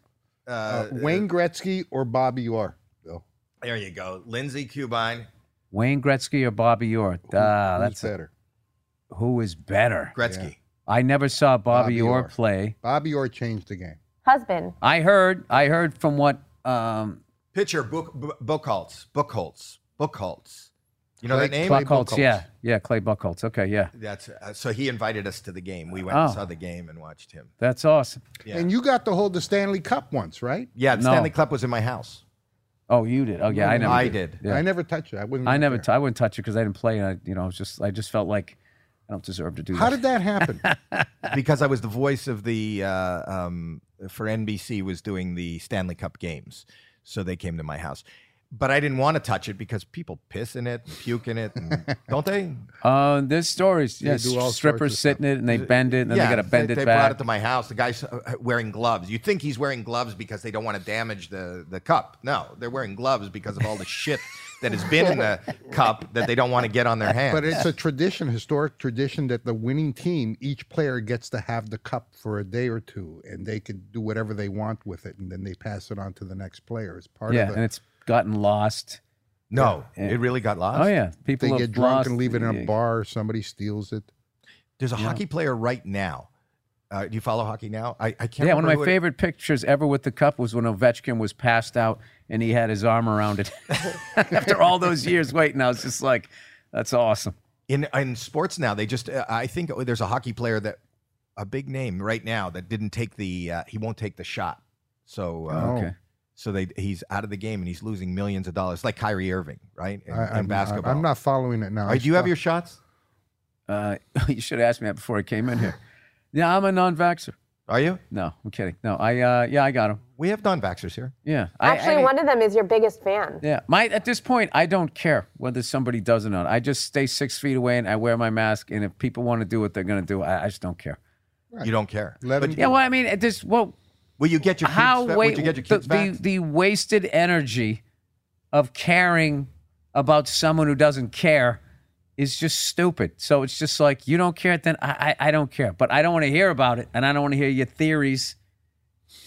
[SPEAKER 1] uh,
[SPEAKER 3] Wayne Gretzky or Bobby Orr. Bill,
[SPEAKER 1] There you go, Lindsay Cubine.
[SPEAKER 4] Wayne Gretzky or Bobby Orr? Ah,
[SPEAKER 3] who's
[SPEAKER 4] that's a-
[SPEAKER 3] better?
[SPEAKER 4] who is better.
[SPEAKER 1] Gretzky.
[SPEAKER 4] I never saw Bobby,
[SPEAKER 3] Bobby
[SPEAKER 4] Orr
[SPEAKER 3] Orr.
[SPEAKER 4] play.
[SPEAKER 3] Bobby Orr changed the game.
[SPEAKER 2] Husband.
[SPEAKER 4] I heard. I heard from what. Um,
[SPEAKER 1] Pitcher Book Bookholtz Bookholtz Bookholtz. You know
[SPEAKER 3] Clay-
[SPEAKER 1] that name?
[SPEAKER 3] Clay
[SPEAKER 4] Buckholtz,
[SPEAKER 3] Buchholz.
[SPEAKER 4] yeah, yeah, Clay Buckholtz. Okay, yeah,
[SPEAKER 1] That's uh, so he invited us to the game. We went and
[SPEAKER 4] Oh.
[SPEAKER 1] saw the game and watched him.
[SPEAKER 4] that's awesome.
[SPEAKER 1] Yeah.
[SPEAKER 3] And you got to hold the Stanley Cup once, right?
[SPEAKER 1] Yeah, the
[SPEAKER 4] No.
[SPEAKER 1] Stanley Cup was in my house.
[SPEAKER 4] Oh, you did. Oh, yeah, I never.
[SPEAKER 1] I
[SPEAKER 4] did.
[SPEAKER 1] did.
[SPEAKER 4] Yeah.
[SPEAKER 3] I never touched it. I wouldn't.
[SPEAKER 4] I never. T- I wouldn't touch it because I didn't play, and I, you know, I was just. I just felt like I don't deserve to do
[SPEAKER 3] How did
[SPEAKER 4] that.
[SPEAKER 3] that happen?
[SPEAKER 1] because I was the voice of the uh, um, for NBC was doing the Stanley Cup games, so they came to my house. But I didn't want to touch it because people piss in it, and puke in it, and, don't they?
[SPEAKER 4] Uh, there's stories. Yeah,
[SPEAKER 3] do all sorts
[SPEAKER 4] strippers
[SPEAKER 3] of
[SPEAKER 4] sit in it and they bend it, and then they got to bend
[SPEAKER 1] they,
[SPEAKER 4] it
[SPEAKER 1] they
[SPEAKER 4] back.
[SPEAKER 1] brought it to my house. The guy's uh, wearing gloves. You think he's wearing gloves because they don't want to damage the the cup? No, they're wearing gloves because of all the shit that has been in the cup that they don't want to get on their hands.
[SPEAKER 3] but it's a tradition, historic tradition, that the winning team, each player gets to have the cup for a day or two, and they can do whatever they want with it, and then they pass it on to the next player. It's part
[SPEAKER 4] yeah,
[SPEAKER 3] of
[SPEAKER 4] and
[SPEAKER 3] it.
[SPEAKER 4] it's gotten lost.
[SPEAKER 1] no, it really got lost.
[SPEAKER 4] Oh yeah, people
[SPEAKER 3] They
[SPEAKER 4] have
[SPEAKER 3] get drunk
[SPEAKER 4] lost-
[SPEAKER 3] and leave it in
[SPEAKER 4] yeah.
[SPEAKER 3] a bar. Somebody steals it.
[SPEAKER 1] There's a hockey player right now. Uh, do you follow hockey now? I, I can't.
[SPEAKER 4] Yeah, one
[SPEAKER 1] remember
[SPEAKER 4] of my
[SPEAKER 1] who it-
[SPEAKER 4] favorite pictures ever with the cup was when Ovechkin was passed out and he had his arm around it. After all those years waiting, I was just like, "That's awesome."
[SPEAKER 1] in in sports now they just uh, i think there's a hockey player that
[SPEAKER 3] Oh.
[SPEAKER 1] a big name right now that didn't take the uh, he won't take the shot so uh,
[SPEAKER 4] Oh, Okay.
[SPEAKER 1] So they he's out of the game and he's losing millions of dollars, like Kyrie Irving, right? In,
[SPEAKER 3] I,
[SPEAKER 1] in
[SPEAKER 3] I'm,
[SPEAKER 1] basketball.
[SPEAKER 3] I'm not following it now.
[SPEAKER 1] All right, do you have your shots?
[SPEAKER 4] Uh, you should have asked me that before I came in here. Yeah, I'm a non-vaxxer.
[SPEAKER 1] Are you?
[SPEAKER 4] No, I'm kidding. No, I uh, yeah, I got him.
[SPEAKER 1] We have non-vaxxers here.
[SPEAKER 4] Yeah, I- I
[SPEAKER 2] Actually,
[SPEAKER 4] mean-
[SPEAKER 2] one of them is your biggest fan.
[SPEAKER 4] Yeah, my at this point, I don't care whether somebody does or not. I just stay six feet away and I wear my mask. And if people want to do what they're going to do, I, I just don't care.
[SPEAKER 1] You don't care.
[SPEAKER 3] Let
[SPEAKER 1] But
[SPEAKER 3] him-
[SPEAKER 4] Yeah, well, I mean, it just well,
[SPEAKER 1] will you get your kids?
[SPEAKER 4] how
[SPEAKER 1] va-
[SPEAKER 4] wait
[SPEAKER 1] would you get your
[SPEAKER 4] the,
[SPEAKER 1] kids back?
[SPEAKER 4] the the wasted energy of caring about someone who doesn't care is just stupid. So it's just like you don't care, then I I, I don't care. But I don't want to hear about it, and I don't want to hear your theories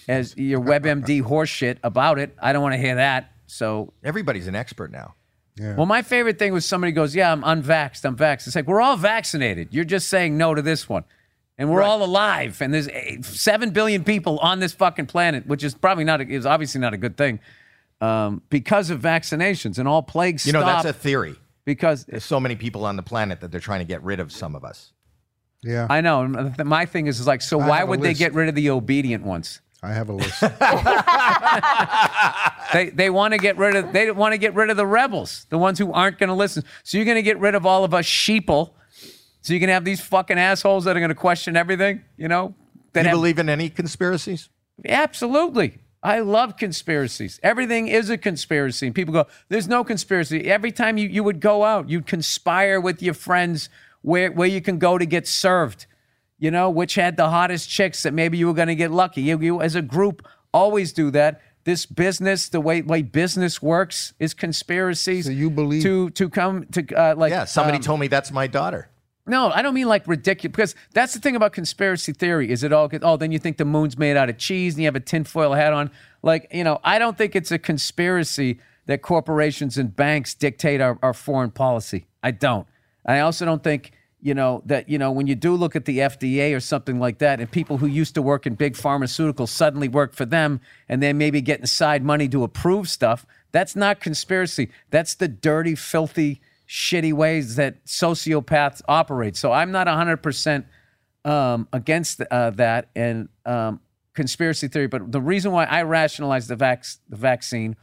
[SPEAKER 4] as your WebMD horseshit about it. I don't want to hear that. So
[SPEAKER 1] Everybody's an expert now.
[SPEAKER 4] Well, my favorite thing was somebody goes, "Yeah, I'm unvaxxed. I'm vaxxed." It's like we're all vaccinated. You're just saying no to this one, and we're all alive. And there's eight, seven billion people on this fucking planet, which is probably not a, is obviously not a good thing um, because of vaccinations and all plagues.
[SPEAKER 1] You know,
[SPEAKER 4] stop
[SPEAKER 1] that's a theory.
[SPEAKER 4] because
[SPEAKER 1] There's so many people on the planet that they're trying to get rid of some of us.
[SPEAKER 3] yeah, I,
[SPEAKER 4] I know. and th- My thing is, is like, so
[SPEAKER 3] I
[SPEAKER 4] why
[SPEAKER 3] have a
[SPEAKER 4] would they
[SPEAKER 3] list.
[SPEAKER 4] get rid of the obedient ones?
[SPEAKER 3] have a list.
[SPEAKER 4] They they want to get rid of they want to get rid of the rebels, the ones who aren't going to listen. So you're going to get rid of all of us sheeple. So you can have these fucking assholes that are going to question everything. You know, that
[SPEAKER 1] Do you
[SPEAKER 4] have-
[SPEAKER 1] believe in any conspiracies?
[SPEAKER 4] absolutely. I love conspiracies. Everything is a conspiracy. And people go, there's no conspiracy. Every time you, you would go out, you'd conspire with your friends where, where you can go to get served, you know, which had the hottest chicks that maybe you were going to get lucky. You, you, as a group, always do that. This business, the way, way business works is conspiracies.
[SPEAKER 3] So you believe-
[SPEAKER 4] to to come to uh, like
[SPEAKER 1] Yeah, somebody
[SPEAKER 4] um,
[SPEAKER 1] told me that's my daughter.
[SPEAKER 4] no, I don't mean like ridiculous because that's the thing about conspiracy theory is it all oh then you think the moon's made out of cheese and you have a tinfoil hat on like you know I don't think it's a conspiracy that corporations and banks dictate our, our foreign policy I don't I also don't think you know that you know when you do look at the FDA or something like that and people who used to work in big pharmaceuticals suddenly work for them and they're maybe getting side money to approve stuff that's not conspiracy that's the dirty filthy shitty ways that sociopaths operate. So I'm not 100% um, against uh, that and um, conspiracy theory. But the reason why I rationalized the, vac- the vaccine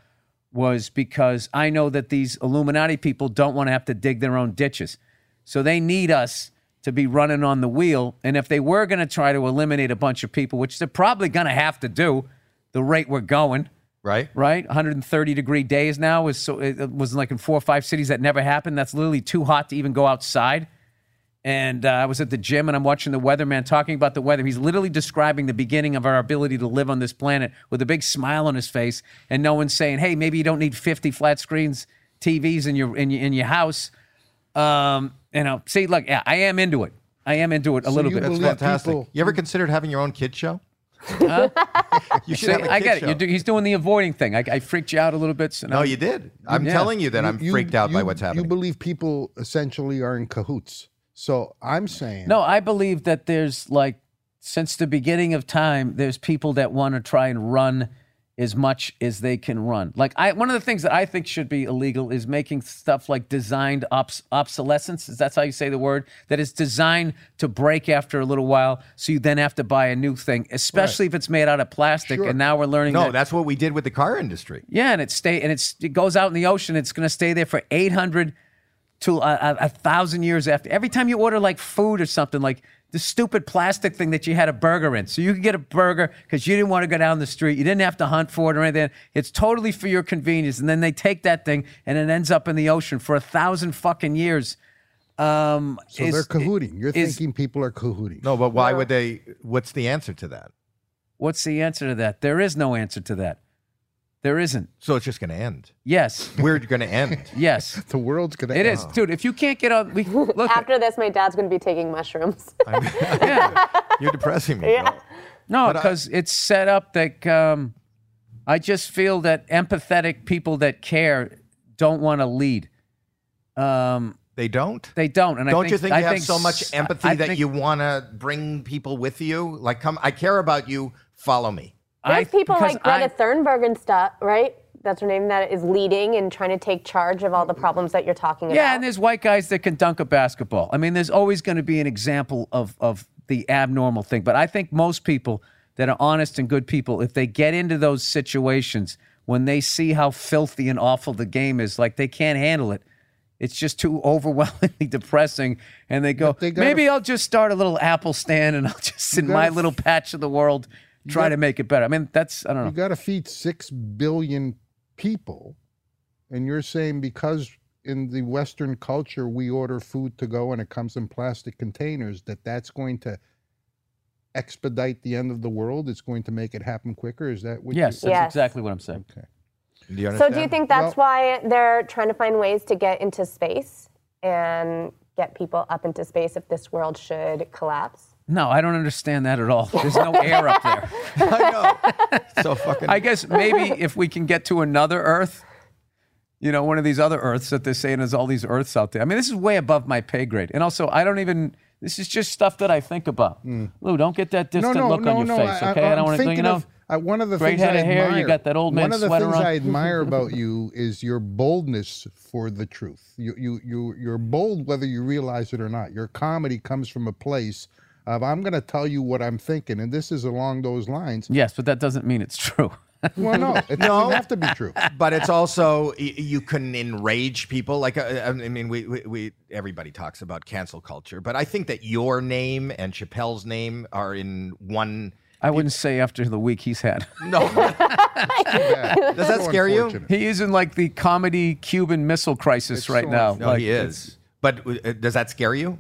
[SPEAKER 4] was because I know that these Illuminati people don't want to have to dig their own ditches. So they need us to be running on the wheel. And if they were going to try to eliminate a bunch of people, which they're probably going to have to do, the rate we're going,
[SPEAKER 1] Right?
[SPEAKER 4] right? 130 degree days now is so it it was like in four or five cities that never happened. That's literally too hot to even go outside. And uh, I was at the gym and I'm watching the weatherman talking about the weather. He's literally describing the beginning of our ability to live on this planet with a big smile on his face, and no one's saying, "Hey, maybe you don't need 50 flat screens TVs in your in your in your house." Um, you know, see, look, yeah, I am into it. I am into it a little
[SPEAKER 3] you
[SPEAKER 4] bit.
[SPEAKER 1] That's
[SPEAKER 3] believe
[SPEAKER 1] fantastic.
[SPEAKER 3] people-
[SPEAKER 1] You ever considered having your own kid show? you should
[SPEAKER 4] See,
[SPEAKER 1] have a
[SPEAKER 4] I
[SPEAKER 1] kid
[SPEAKER 4] get it.
[SPEAKER 1] show.
[SPEAKER 4] You do, he's doing the avoiding thing. I, I freaked you out a little bit. So now
[SPEAKER 1] No, you did. I'm
[SPEAKER 4] Yeah.
[SPEAKER 1] telling you that I'm
[SPEAKER 3] You-
[SPEAKER 1] freaked out by
[SPEAKER 3] you-
[SPEAKER 1] what's happening.
[SPEAKER 3] You believe people essentially are in cahoots. So I'm saying
[SPEAKER 4] No, I believe that there's like since the beginning of time, there's people that want to try and run as much as they can run. Like I, one of the things that I think should be illegal is making stuff like designed obs- obsolescence. Is that's how you say the word that is designed to break after a little while, so you then have to buy a new thing, especially if it's made out of plastic. And now we're learning
[SPEAKER 1] No,
[SPEAKER 4] that
[SPEAKER 1] that's what we did with the car industry.
[SPEAKER 4] yeah, and it stay and it's it goes out in the ocean. It's going to stay there for eight hundred to a, a, a thousand years after. Every time you order like food or something, like the stupid plastic thing that you had a burger in, so you could get a burger because you didn't want to go down the street. You didn't have to hunt for it or anything. It's totally for your convenience, and then they take that thing and it ends up in the ocean for a thousand fucking years. Um,
[SPEAKER 3] so
[SPEAKER 4] is-
[SPEAKER 3] they're cahooting. You're
[SPEAKER 4] is-
[SPEAKER 3] thinking people are cahooting.
[SPEAKER 1] No, but why would they? What's the answer to that?
[SPEAKER 4] What's the answer to that? There is no answer to that. There isn't.
[SPEAKER 1] So it's just going to end.
[SPEAKER 4] Yes.
[SPEAKER 1] We're going to end.
[SPEAKER 4] Yes.
[SPEAKER 3] The world's gonna.
[SPEAKER 4] It
[SPEAKER 3] end.
[SPEAKER 4] is, dude. If you can't get on, we look.
[SPEAKER 2] After this, my dad's going to be taking mushrooms.
[SPEAKER 1] You're depressing me. Bill.
[SPEAKER 4] No,
[SPEAKER 1] I-
[SPEAKER 4] because it's set up that um, I just feel that empathetic people that care don't want to lead. Um,
[SPEAKER 1] They don't.
[SPEAKER 4] they don't, and I
[SPEAKER 1] don't
[SPEAKER 4] think,
[SPEAKER 1] you think
[SPEAKER 4] I
[SPEAKER 1] you have
[SPEAKER 4] think
[SPEAKER 1] so much
[SPEAKER 4] s-
[SPEAKER 1] empathy
[SPEAKER 4] I
[SPEAKER 1] that
[SPEAKER 4] think-
[SPEAKER 1] you want to bring people with you? Like, come, I care about you. Follow me.
[SPEAKER 4] I-
[SPEAKER 2] There's people
[SPEAKER 4] because
[SPEAKER 2] like Greta
[SPEAKER 4] I-
[SPEAKER 2] Thunberg and stuff, right? That's her name. That is leading and trying to take charge of all the problems that you're talking about.
[SPEAKER 4] Yeah, and there's white guys that can dunk a basketball. I mean, there's always going to be an example of of the abnormal thing. But I think most people that are honest and good people, if they get into those situations when they see how filthy and awful the game is, like they can't handle it. It's just too overwhelmingly depressing, and they go,
[SPEAKER 3] they gotta-
[SPEAKER 4] maybe I'll just start a little Apple stand, and I'll just in my
[SPEAKER 3] gotta-
[SPEAKER 4] little patch of the world try
[SPEAKER 3] gotta-
[SPEAKER 4] to make it better. I mean, that's I don't know.
[SPEAKER 3] You got to feed six billion people, and you're saying because in the Western culture we order food to go and it comes in plastic containers that that's going to expedite the end of the world. It's going to make it happen quicker. Is that what?
[SPEAKER 4] Yes,
[SPEAKER 3] You,
[SPEAKER 4] that's
[SPEAKER 2] Yes.
[SPEAKER 4] exactly what I'm saying.
[SPEAKER 3] okay.
[SPEAKER 1] Do you
[SPEAKER 2] So
[SPEAKER 1] understand?
[SPEAKER 2] do you think that's why they're trying to find ways to get into space and get people up into space if this world should collapse?
[SPEAKER 4] No, I don't understand that at all. There's no air up there.
[SPEAKER 1] I know. So fucking.
[SPEAKER 4] I guess maybe if we can get to another Earth, you know, one of these other Earths that they're saying there's all these Earths out there. I mean, this is way above my pay grade. And also, I don't even. This is just stuff that I think about. Lou, don't get that
[SPEAKER 3] No,
[SPEAKER 4] distant
[SPEAKER 3] Hmm. no,
[SPEAKER 4] look
[SPEAKER 3] no,
[SPEAKER 4] on
[SPEAKER 3] no.
[SPEAKER 4] your face,
[SPEAKER 3] I,
[SPEAKER 4] okay? I,
[SPEAKER 3] I'm
[SPEAKER 4] don't want to.
[SPEAKER 3] thinking
[SPEAKER 4] You know,
[SPEAKER 3] of uh, one of the
[SPEAKER 4] great
[SPEAKER 3] things
[SPEAKER 4] head
[SPEAKER 3] I
[SPEAKER 4] of hair,
[SPEAKER 3] admire.
[SPEAKER 4] you got that old
[SPEAKER 3] One
[SPEAKER 4] man
[SPEAKER 3] of the
[SPEAKER 4] sweater
[SPEAKER 3] things
[SPEAKER 4] on.
[SPEAKER 3] I admire about you is your boldness for the truth. You, you, you, you're bold whether you realize it or not. Your comedy comes from a place of I'm going to tell you what I'm thinking, and this is along those lines.
[SPEAKER 4] yes, but that doesn't mean it's true.
[SPEAKER 3] Well, no, it
[SPEAKER 1] No.
[SPEAKER 3] doesn't have to be true.
[SPEAKER 1] but it's also y- you can enrage people. Like uh, I mean, we, we we everybody talks about cancel culture, but I think that your name and Chappelle's name are in one.
[SPEAKER 4] I wouldn't say after the week he's had.
[SPEAKER 1] No,
[SPEAKER 3] Does
[SPEAKER 1] that scare you?
[SPEAKER 4] he is in like the comedy Cuban Missile Crisis
[SPEAKER 3] It's
[SPEAKER 4] right
[SPEAKER 3] so
[SPEAKER 4] now.
[SPEAKER 1] no,
[SPEAKER 4] Like,
[SPEAKER 1] he is. But uh, does that scare you?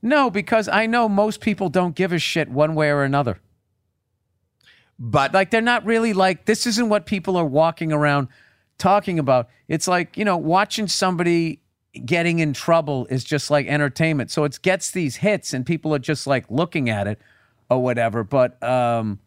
[SPEAKER 4] No, because I know most people don't give a shit one way or another.
[SPEAKER 1] But
[SPEAKER 4] Like they're not really like this isn't what people are walking around talking about. It's like, you know, watching somebody getting in trouble is just like entertainment. So it gets these hits and people are just like looking at it or whatever, but um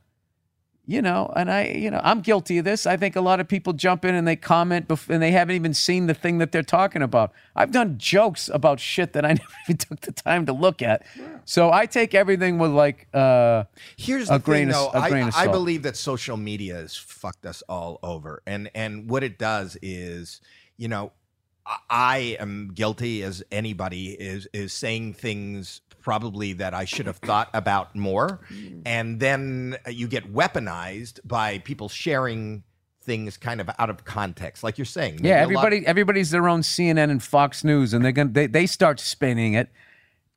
[SPEAKER 4] you know, and I, you know, I'm guilty of this. I think a lot of people jump in and they comment bef- and they haven't even seen the thing that they're talking about. I've done jokes about shit that I never even took the time to look at. So I take everything with like, uh,
[SPEAKER 1] Here's
[SPEAKER 4] A
[SPEAKER 1] the
[SPEAKER 4] grain
[SPEAKER 1] thing,
[SPEAKER 4] of-
[SPEAKER 1] though.
[SPEAKER 4] a grain
[SPEAKER 1] I,
[SPEAKER 4] of
[SPEAKER 1] I
[SPEAKER 4] salt.
[SPEAKER 1] believe that social media has fucked us all over, and and what it does is, you know, I, I am guilty as anybody is is saying things probably that I should have thought about more, and then you get weaponized by people sharing things kind of out of context, like you're saying. Maybe a
[SPEAKER 4] Yeah,
[SPEAKER 1] lot-
[SPEAKER 4] everybody, everybody's their own CNN and Fox News, and they're gonna they, they start spinning it,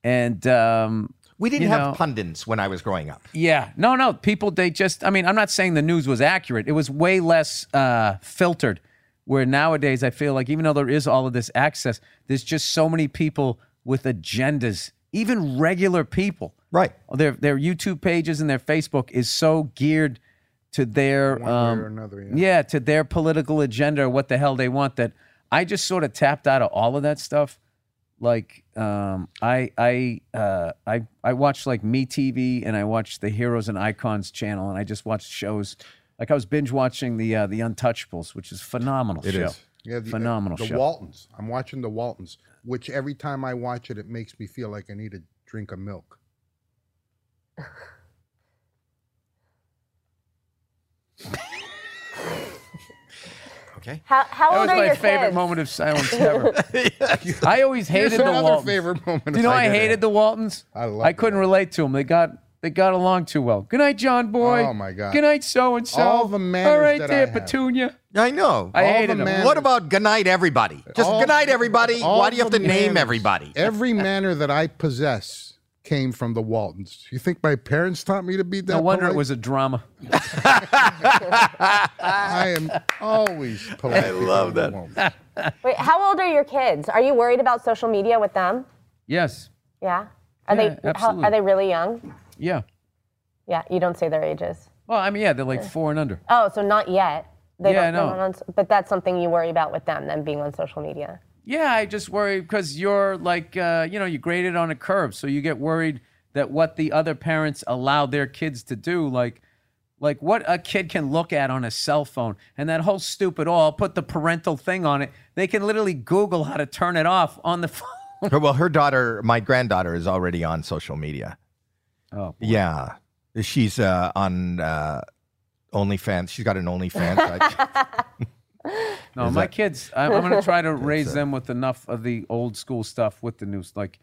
[SPEAKER 4] and um,
[SPEAKER 1] we didn't
[SPEAKER 4] you
[SPEAKER 1] have
[SPEAKER 4] know-
[SPEAKER 1] pundits when I was growing up.
[SPEAKER 4] yeah, no, no, people they just. I mean, I'm not saying the news was accurate. It was way less uh, filtered. Where nowadays, I feel like even though there is all of this access, there's just so many people with agendas, even regular people.
[SPEAKER 1] Right.
[SPEAKER 4] Their their YouTube pages and their Facebook is so geared to their um,
[SPEAKER 3] or another, yeah.
[SPEAKER 4] yeah, to their political agenda or what the hell they want. That I just sort of tapped out of all of that stuff. Like um, I I uh, I I watched like Me TV and I watched the Heroes and Icons channel and I just watched shows. Like I was binge watching the uh, the Untouchables, which is a phenomenal show.
[SPEAKER 1] is.
[SPEAKER 3] Yeah, the, uh,
[SPEAKER 4] phenomenal
[SPEAKER 3] The
[SPEAKER 4] show.
[SPEAKER 3] Waltons. I'm watching the Waltons, which every time I watch it, it makes me feel like I need a drink of milk.
[SPEAKER 1] Okay.
[SPEAKER 2] How, how
[SPEAKER 4] that
[SPEAKER 2] old
[SPEAKER 4] was
[SPEAKER 2] are
[SPEAKER 4] my
[SPEAKER 2] Oh, your
[SPEAKER 4] favorite
[SPEAKER 2] kids?
[SPEAKER 4] moment of silence ever. I always hated
[SPEAKER 3] Here's
[SPEAKER 4] the
[SPEAKER 3] another
[SPEAKER 4] Waltons.
[SPEAKER 3] favorite moment.
[SPEAKER 4] Do you know I,
[SPEAKER 3] did it.
[SPEAKER 4] hated the Waltons?
[SPEAKER 3] I love
[SPEAKER 4] I couldn't
[SPEAKER 3] the
[SPEAKER 4] relate to them. They got they got along too well. Good night, John Boy.
[SPEAKER 3] Oh, my God.
[SPEAKER 4] Good night, so and so.
[SPEAKER 3] All the
[SPEAKER 4] All
[SPEAKER 3] manners
[SPEAKER 4] right,
[SPEAKER 3] that I
[SPEAKER 4] there,
[SPEAKER 3] have.
[SPEAKER 4] Petunia.
[SPEAKER 1] I know.
[SPEAKER 4] I
[SPEAKER 3] All the
[SPEAKER 4] hated 'em.
[SPEAKER 3] manners-
[SPEAKER 1] what about good night, everybody? Just
[SPEAKER 3] All-
[SPEAKER 1] good night, everybody.
[SPEAKER 3] all
[SPEAKER 1] Why do you have to
[SPEAKER 3] the
[SPEAKER 1] name
[SPEAKER 3] manners.
[SPEAKER 1] everybody?
[SPEAKER 3] Every manner that I possess came from the Waltons. You think my parents taught me to be that?
[SPEAKER 4] No wonder
[SPEAKER 3] polite?
[SPEAKER 4] it was a drama.
[SPEAKER 3] I am always polite. I love that.
[SPEAKER 2] Wait, how old are your kids? Are you worried about social media with them?
[SPEAKER 4] Yes.
[SPEAKER 2] Yeah. Are
[SPEAKER 4] Yeah,
[SPEAKER 2] they how,
[SPEAKER 4] absolutely.
[SPEAKER 2] are they really young?
[SPEAKER 4] Yeah.
[SPEAKER 2] Yeah, you don't say their ages.
[SPEAKER 4] Well, I mean, yeah, they're like four and under.
[SPEAKER 2] Oh, so not yet. They
[SPEAKER 4] Yeah,
[SPEAKER 2] don't,
[SPEAKER 4] I know.
[SPEAKER 2] they're not on s- but that's something you worry about with them, them being on social media.
[SPEAKER 4] Yeah, I just worry because you're like, uh, you know, you graded on a curve, so you get worried that what the other parents allow their kids to do, like, like what a kid can look at on a cell phone, and that whole stupid, oh, I'll put the parental thing on it. They can literally Google how to turn it off on the phone.
[SPEAKER 1] Her- well, her daughter, my granddaughter, is already on social media.
[SPEAKER 4] Oh,
[SPEAKER 1] Yeah, she's uh, on uh, OnlyFans. She's got an OnlyFans. right?
[SPEAKER 4] No, my kids. I'm, I'm going to try to raise them with enough of the old school stuff with the news. Like,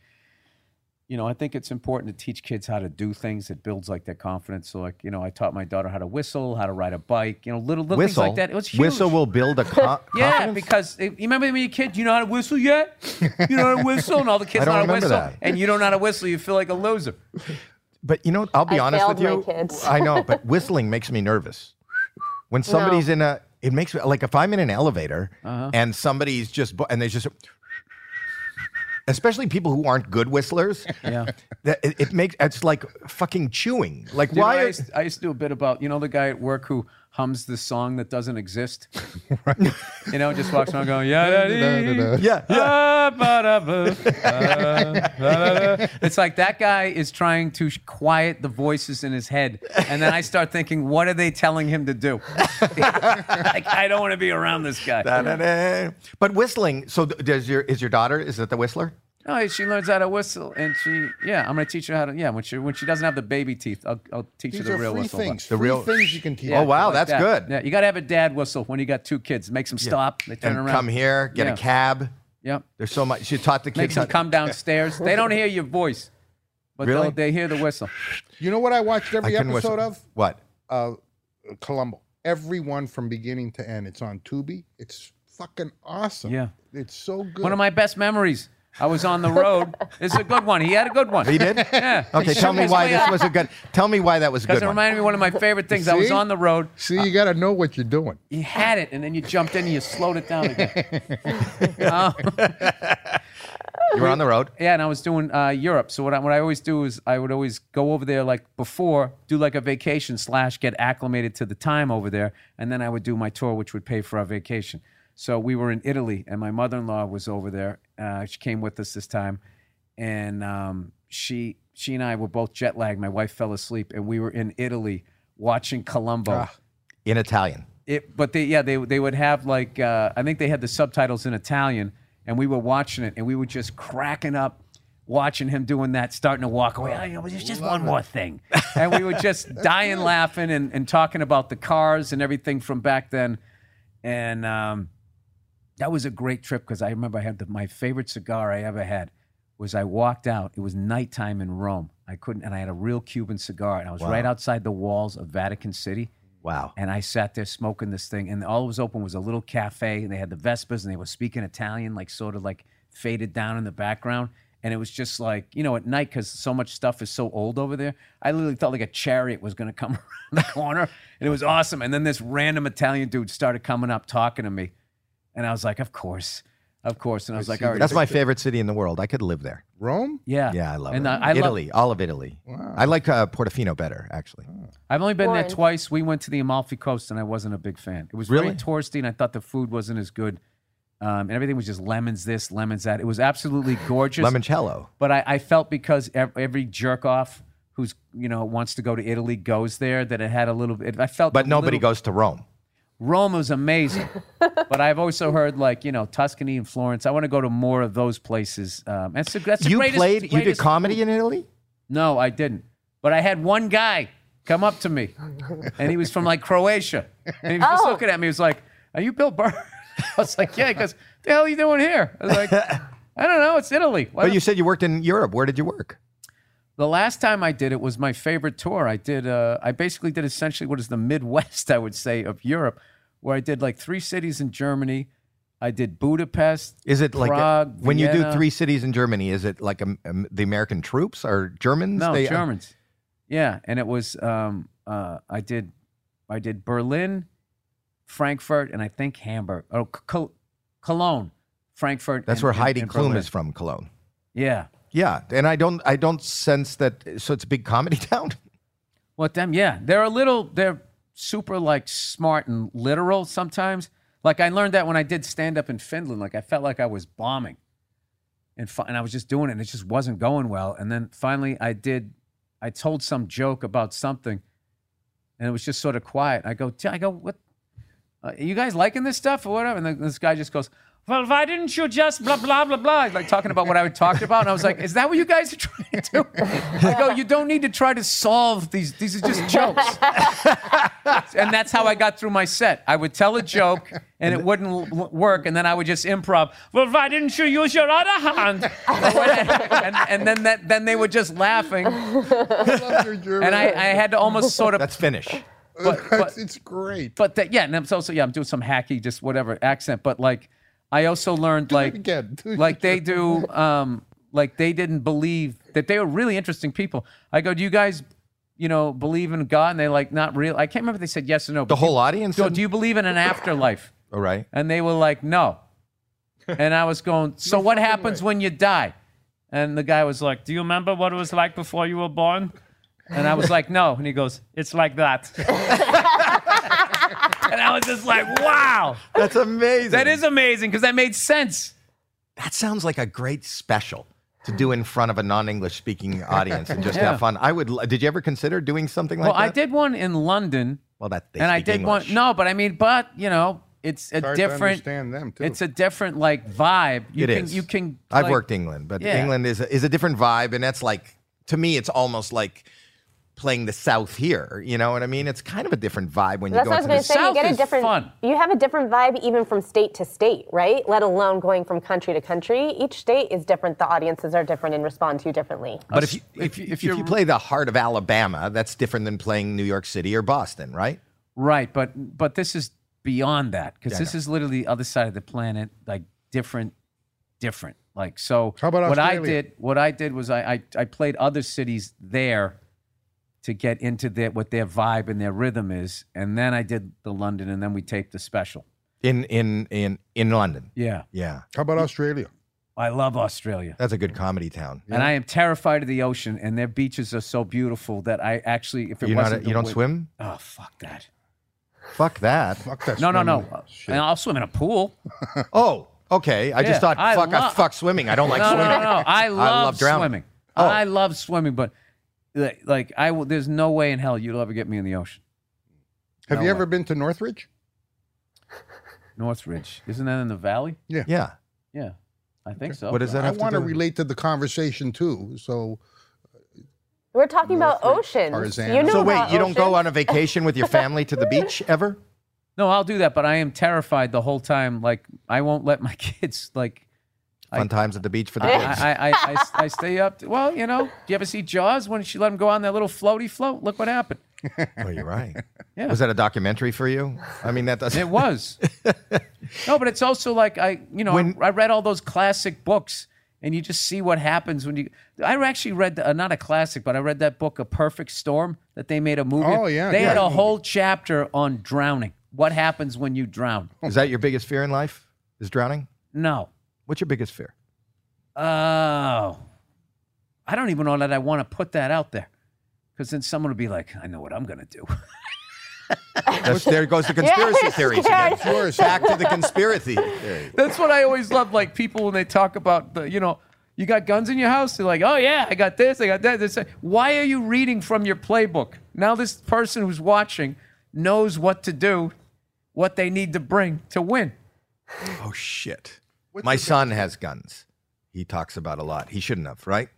[SPEAKER 4] you know, I think it's important to teach kids how to do things that builds like their confidence. So, like, you know, I taught my daughter how to whistle, how to ride a bike, you know, little little
[SPEAKER 1] Whistle.
[SPEAKER 4] things like that. It was huge.
[SPEAKER 1] Whistle will build a co-
[SPEAKER 4] Yeah,
[SPEAKER 1] confidence?
[SPEAKER 4] because it, you remember when you're a kid, you know how to whistle yet? You know how to whistle, and all the kids
[SPEAKER 1] I
[SPEAKER 4] know how
[SPEAKER 1] don't
[SPEAKER 4] to
[SPEAKER 1] remember
[SPEAKER 4] whistle,
[SPEAKER 1] that.
[SPEAKER 4] and you don't know how to whistle, you feel like a loser.
[SPEAKER 1] But you know, I'll be
[SPEAKER 2] I
[SPEAKER 1] honest
[SPEAKER 2] failed
[SPEAKER 1] with you.
[SPEAKER 2] my kids.
[SPEAKER 1] I know, but whistling makes me nervous. When somebody's in a, it makes me like if I'm in an elevator
[SPEAKER 4] Uh-huh.
[SPEAKER 1] and somebody's just bu- and they just, especially people who aren't good whistlers.
[SPEAKER 4] Yeah.
[SPEAKER 1] That it, it makes it's like fucking chewing. Like
[SPEAKER 4] You know,
[SPEAKER 1] why?
[SPEAKER 4] I,
[SPEAKER 1] are-
[SPEAKER 4] used, I used to do a bit about you know the guy at work who hums the song that doesn't exist. You know, just walks around going yeah da, dee,
[SPEAKER 1] Yeah, yeah.
[SPEAKER 4] ah, ba, da, ba, ah, da, da." It's like that guy is trying to sh- quiet the voices in his head, and then I start thinking, what are they telling him to do? like I don't want to be around this guy.
[SPEAKER 1] Da-da-da. But whistling. So th- does your is your daughter? Is that the whistler?
[SPEAKER 4] No, she learns how to whistle, and she yeah, I'm gonna teach her how to yeah. When she when she doesn't have the baby teeth, I'll, I'll teach
[SPEAKER 5] These
[SPEAKER 4] her the
[SPEAKER 5] are
[SPEAKER 4] real
[SPEAKER 5] free
[SPEAKER 4] whistle. but-
[SPEAKER 5] things.
[SPEAKER 1] The
[SPEAKER 5] free
[SPEAKER 1] real-
[SPEAKER 5] things you can teach.
[SPEAKER 1] Oh wow, that's
[SPEAKER 4] like that.
[SPEAKER 1] good.
[SPEAKER 4] Yeah, you got to have a dad whistle when you got two kids. Makes them stop. They turn
[SPEAKER 1] and
[SPEAKER 4] around.
[SPEAKER 1] come here, get
[SPEAKER 4] Yeah.
[SPEAKER 1] a cab.
[SPEAKER 4] Yep.
[SPEAKER 1] There's so much. She taught the kids.
[SPEAKER 4] Makes
[SPEAKER 1] how-
[SPEAKER 4] them come downstairs. they don't hear your voice, but
[SPEAKER 1] Really?
[SPEAKER 4] they'll they hear the whistle.
[SPEAKER 5] You know what I watched
[SPEAKER 1] I
[SPEAKER 5] every
[SPEAKER 1] can
[SPEAKER 5] episode
[SPEAKER 1] whistle.
[SPEAKER 5] of?
[SPEAKER 1] what?
[SPEAKER 5] uh, Columbo. Everyone from beginning to end. It's on Tubi. It's fucking awesome.
[SPEAKER 4] Yeah.
[SPEAKER 5] It's so good.
[SPEAKER 4] One of my best memories. I was on the road. this is a good one. He had a good one.
[SPEAKER 1] He did.
[SPEAKER 4] Yeah.
[SPEAKER 1] Okay, tell me why this was a good. Tell me why that was a
[SPEAKER 4] Because
[SPEAKER 1] good.
[SPEAKER 4] it
[SPEAKER 1] one.
[SPEAKER 4] reminded me of one of my favorite things. I was
[SPEAKER 5] See?
[SPEAKER 4] on the road.
[SPEAKER 5] See, you got to know what you're doing.
[SPEAKER 4] You had it, and then you jumped in and you slowed it down again.
[SPEAKER 1] You were on the road.
[SPEAKER 4] Yeah, and I was doing uh, Europe. So what I, what I always do is I would always go over there like before, do like a vacation slash get acclimated to the time over there, and then I would do my tour, which would pay for our vacation. So we were in Italy, and my mother in law was over there. Uh, she came with us this time, and um, she she and I were both jet lagged. My wife fell asleep, and we were in Italy watching Columbo
[SPEAKER 1] in Italian.
[SPEAKER 4] it but they yeah they they would have like uh, I think they had the subtitles in Italian and we were watching it and we were just cracking up watching him doing that starting to walk away oh, you know, there's just one more thing and we were just dying laughing and, and talking about the cars and everything from back then and um, that was a great trip because I remember I had the, my favorite cigar I ever had was I walked out. It was nighttime in Rome. I couldn't, and I had a real Cuban cigar, and I was right outside the walls of Vatican City.
[SPEAKER 1] Wow.
[SPEAKER 4] And I sat there smoking this thing, and all that was open was a little cafe, and they had the Vespas, and they were speaking Italian, like sort of like faded down in the background. And it was just like, you know, at night, because so much stuff is so old over there, I literally felt like a chariot was going to come around the corner. And it was awesome. And then this random Italian dude started coming up talking to me. And I was like, of course, of course. And I was like, all right.
[SPEAKER 1] That's my favorite city in the world. I could live there.
[SPEAKER 5] Rome?
[SPEAKER 4] Yeah.
[SPEAKER 1] Yeah, I love
[SPEAKER 4] and
[SPEAKER 1] it.
[SPEAKER 4] I, I love-
[SPEAKER 1] Italy, all of Italy. I like uh, Portofino better, actually.
[SPEAKER 4] I've only been there
[SPEAKER 2] Warren.
[SPEAKER 4] twice. We went to the Amalfi Coast, and I wasn't a big fan. It was really
[SPEAKER 1] Really?
[SPEAKER 4] touristy, and I thought the food wasn't as good. Um, and everything was just lemons this, lemons that. It was absolutely gorgeous.
[SPEAKER 1] Limoncello.
[SPEAKER 4] But I, I felt because ev- every jerk off who's you know wants to go to Italy goes there that it had a little bit. I felt
[SPEAKER 1] But
[SPEAKER 4] a
[SPEAKER 1] nobody
[SPEAKER 4] little-
[SPEAKER 1] goes to Rome.
[SPEAKER 4] Rome was amazing, but I've also heard like you know Tuscany and Florence. I want to go to more of those places. Um, that's the, that's the
[SPEAKER 1] You
[SPEAKER 4] greatest-
[SPEAKER 1] played, you did
[SPEAKER 4] greatest
[SPEAKER 1] comedy in Italy?
[SPEAKER 4] no, I didn't. But I had one guy come up to me, and he was from like Croatia, and he was just
[SPEAKER 2] Oh.
[SPEAKER 4] looking at me. He was like, "Are you Bill Burr?" I was like, "Yeah." He goes, "The hell are you doing here?" I was like, "I don't know. It's Italy." Why
[SPEAKER 1] But
[SPEAKER 4] the-
[SPEAKER 1] you said you worked in Europe. Where did you work?
[SPEAKER 4] the last time I did it was my favorite tour. I did. Uh, I basically did essentially what is the Midwest, I would say, of Europe, where I did like three cities in Germany. I did Budapest.
[SPEAKER 1] Is it like uh,
[SPEAKER 4] Prague,
[SPEAKER 1] when you do
[SPEAKER 4] Vienna.
[SPEAKER 1] three cities in Germany? Is it like um, um, the American troops or Germans?
[SPEAKER 4] No,
[SPEAKER 1] They- uh,
[SPEAKER 4] Germans. yeah, and it was um, uh, I did I did Berlin, Frankfurt, and I think Hamburg. Oh, C- Col- Cologne, Frankfurt.
[SPEAKER 1] that's
[SPEAKER 4] and-
[SPEAKER 1] where
[SPEAKER 4] and-
[SPEAKER 1] Heidi
[SPEAKER 4] and
[SPEAKER 1] Klum
[SPEAKER 4] Berlin.
[SPEAKER 1] is from, Cologne.
[SPEAKER 4] Yeah.
[SPEAKER 1] Yeah, and I don't, I don't sense that. So it's a big comedy town.
[SPEAKER 4] Well, them, yeah, they're a little, they're super like smart and literal sometimes. Like I learned that when I did stand up in Finland, like I felt like I was bombing, and fi- and I was just doing it, and it just wasn't going well. And then finally, I did, I told some joke about something, and it was just sort of quiet. I go, "T- I go, what? Uh, you guys liking this stuff or whatever? And then this guy just goes, well, why didn't you just blah blah blah blah? Like talking about what I would talk about, and I was like, "Is that what you guys are trying to do?" I go, "You don't need to try to solve these. These are just jokes." and that's how I got through my set. I would tell a joke, and it wouldn't l- w- work, and then I would just improv. Well, why didn't you use your other hand? and, and then that, then they were just laughing, and
[SPEAKER 5] I love your German.
[SPEAKER 4] I, I had to almost sort of
[SPEAKER 1] That's Finnish.
[SPEAKER 4] but, but,
[SPEAKER 5] it's great.
[SPEAKER 4] but that yeah, and I'm also yeah, I'm doing some hacky, just whatever accent. But like, I also learned like
[SPEAKER 5] again. Do it
[SPEAKER 4] like they do, um, like they didn't believe that they were really interesting people. I go, do you guys, you know, believe in God? And they like not real. I can't remember if they said yes or no.
[SPEAKER 1] The whole audience.
[SPEAKER 4] So
[SPEAKER 1] didn't-
[SPEAKER 4] do you believe in an afterlife?
[SPEAKER 1] All right.
[SPEAKER 4] And they were like, no. And I was going, so what happens when you die? And the guy was like, do you remember what it was like before you were born? And I was like, no. And he goes, it's like that. and I was just like, wow,
[SPEAKER 1] That's amazing.
[SPEAKER 4] that is amazing because that made sense.
[SPEAKER 1] That sounds like a great special to do in front of a non-English speaking audience and just have fun. I would. l- Did you ever consider doing something like
[SPEAKER 4] Well,
[SPEAKER 1] that?
[SPEAKER 4] I did one in London.
[SPEAKER 1] Well, that they
[SPEAKER 4] and I
[SPEAKER 1] speak
[SPEAKER 4] did
[SPEAKER 1] English.
[SPEAKER 4] one. No, but I mean, but you know, it's a
[SPEAKER 5] hard to
[SPEAKER 4] different.
[SPEAKER 5] understand them, too.
[SPEAKER 4] It's a different like vibe. You
[SPEAKER 1] It
[SPEAKER 4] can,
[SPEAKER 1] is.
[SPEAKER 4] You can.
[SPEAKER 1] I've
[SPEAKER 4] like-
[SPEAKER 1] worked England, but
[SPEAKER 4] Yeah.
[SPEAKER 1] England is a, is a different vibe, and that's like to me, it's almost like playing the South here. You know what I mean? It's kind of a different vibe when you go
[SPEAKER 2] That's what I
[SPEAKER 1] into the
[SPEAKER 2] was going to say. You
[SPEAKER 4] South
[SPEAKER 2] get a
[SPEAKER 4] is
[SPEAKER 2] different,
[SPEAKER 4] fun.
[SPEAKER 2] you have a different vibe even from state to state, right? Let alone going from country to country. Each state is different. The audiences are different and respond to you differently.
[SPEAKER 1] But if you
[SPEAKER 4] If
[SPEAKER 1] if,
[SPEAKER 4] you-
[SPEAKER 1] if,
[SPEAKER 4] if
[SPEAKER 1] you
[SPEAKER 4] you're-
[SPEAKER 1] play the heart of Alabama, that's different than playing New York City or Boston, right?
[SPEAKER 4] Right, but but this is beyond that because this is literally the other side of the planet, like different, different. Like so.
[SPEAKER 5] How about
[SPEAKER 4] what I
[SPEAKER 5] Australia?
[SPEAKER 4] did? What I did was I I, I played other cities there. To get into their, what their vibe and their rhythm is, and then I did the London, and then we taped the special.
[SPEAKER 1] In in in in London.
[SPEAKER 4] Yeah,
[SPEAKER 1] Yeah,
[SPEAKER 5] How about Australia?
[SPEAKER 4] I love Australia.
[SPEAKER 1] that's a good comedy town.
[SPEAKER 4] And I am terrified of the ocean, and their beaches are so beautiful that I actually, if it
[SPEAKER 1] You not
[SPEAKER 4] wasn't, the
[SPEAKER 1] you don't
[SPEAKER 4] win-
[SPEAKER 1] swim?
[SPEAKER 4] Oh fuck that!
[SPEAKER 1] Fuck that.
[SPEAKER 5] Fuck that.
[SPEAKER 4] No, no, no.
[SPEAKER 5] swimming shit.
[SPEAKER 4] And I'll swim in a pool.
[SPEAKER 1] Oh, okay. I
[SPEAKER 4] Yeah,
[SPEAKER 1] just thought
[SPEAKER 4] I
[SPEAKER 1] fuck I
[SPEAKER 4] lo-
[SPEAKER 1] fuck swimming. I don't like
[SPEAKER 4] No, no,
[SPEAKER 1] swimming.
[SPEAKER 4] no, no. I love,
[SPEAKER 1] drowning.
[SPEAKER 4] swimming.
[SPEAKER 1] Oh.
[SPEAKER 4] I love swimming, but like- like I will. There's no way in hell you'll ever get me in the ocean.
[SPEAKER 5] Have
[SPEAKER 4] No
[SPEAKER 5] you
[SPEAKER 4] way.
[SPEAKER 5] ever been to Northridge?
[SPEAKER 4] Northridge, isn't that in the valley?
[SPEAKER 1] Yeah.
[SPEAKER 4] Yeah, I think so.
[SPEAKER 1] What does that
[SPEAKER 5] I
[SPEAKER 1] have
[SPEAKER 5] want
[SPEAKER 1] to
[SPEAKER 5] to
[SPEAKER 1] do? with-
[SPEAKER 5] relate to the conversation too. So
[SPEAKER 2] We're talking about
[SPEAKER 5] Northridge,
[SPEAKER 2] oceans.
[SPEAKER 5] Tarzan.
[SPEAKER 2] You know
[SPEAKER 1] so wait,
[SPEAKER 2] about
[SPEAKER 1] you don't go
[SPEAKER 2] oceans.
[SPEAKER 1] on a vacation with your family to the beach ever?
[SPEAKER 4] No, I'll do that, but I am terrified the whole time. Like I won't let my kids like
[SPEAKER 1] Fun times at the beach for the kids.
[SPEAKER 4] I, I, I, I, I stay up. To, well, you know, do you ever see Jaws when she let him go on that little floaty float? Look what happened.
[SPEAKER 1] oh, you're right.
[SPEAKER 4] Yeah.
[SPEAKER 1] Was that a documentary for you? I mean, that doesn't.
[SPEAKER 4] It was. no, but it's also like I, you know,
[SPEAKER 1] When-
[SPEAKER 4] I, I read all those classic books, and you just see what happens when you. I actually read uh, not a classic, but I read that book, A Perfect Storm, that they made a movie.
[SPEAKER 5] Oh, yeah,
[SPEAKER 4] They had
[SPEAKER 5] yeah.
[SPEAKER 4] a whole chapter on drowning. What happens when you drown?
[SPEAKER 1] Is that your biggest fear in life? Is drowning?
[SPEAKER 4] No.
[SPEAKER 1] What's your biggest fear?
[SPEAKER 4] Oh, I don't even know that I want to put that out there, because then someone will be like, "I know what I'm gonna do."
[SPEAKER 1] That's, there goes the conspiracy
[SPEAKER 2] Yeah,
[SPEAKER 1] theories
[SPEAKER 2] yeah.
[SPEAKER 1] again.
[SPEAKER 5] Yours.
[SPEAKER 1] Back to the conspiracy theory.
[SPEAKER 4] That's what I always love. Like people when they talk about the, you know, you got guns in your house. They're like, oh yeah, I got this, I got that. This. that." Why are you reading from your playbook? Now this person who's watching knows what to do, what they need to bring to win.
[SPEAKER 1] Oh shit! My son has guns. He talks about a lot. He shouldn't have, right?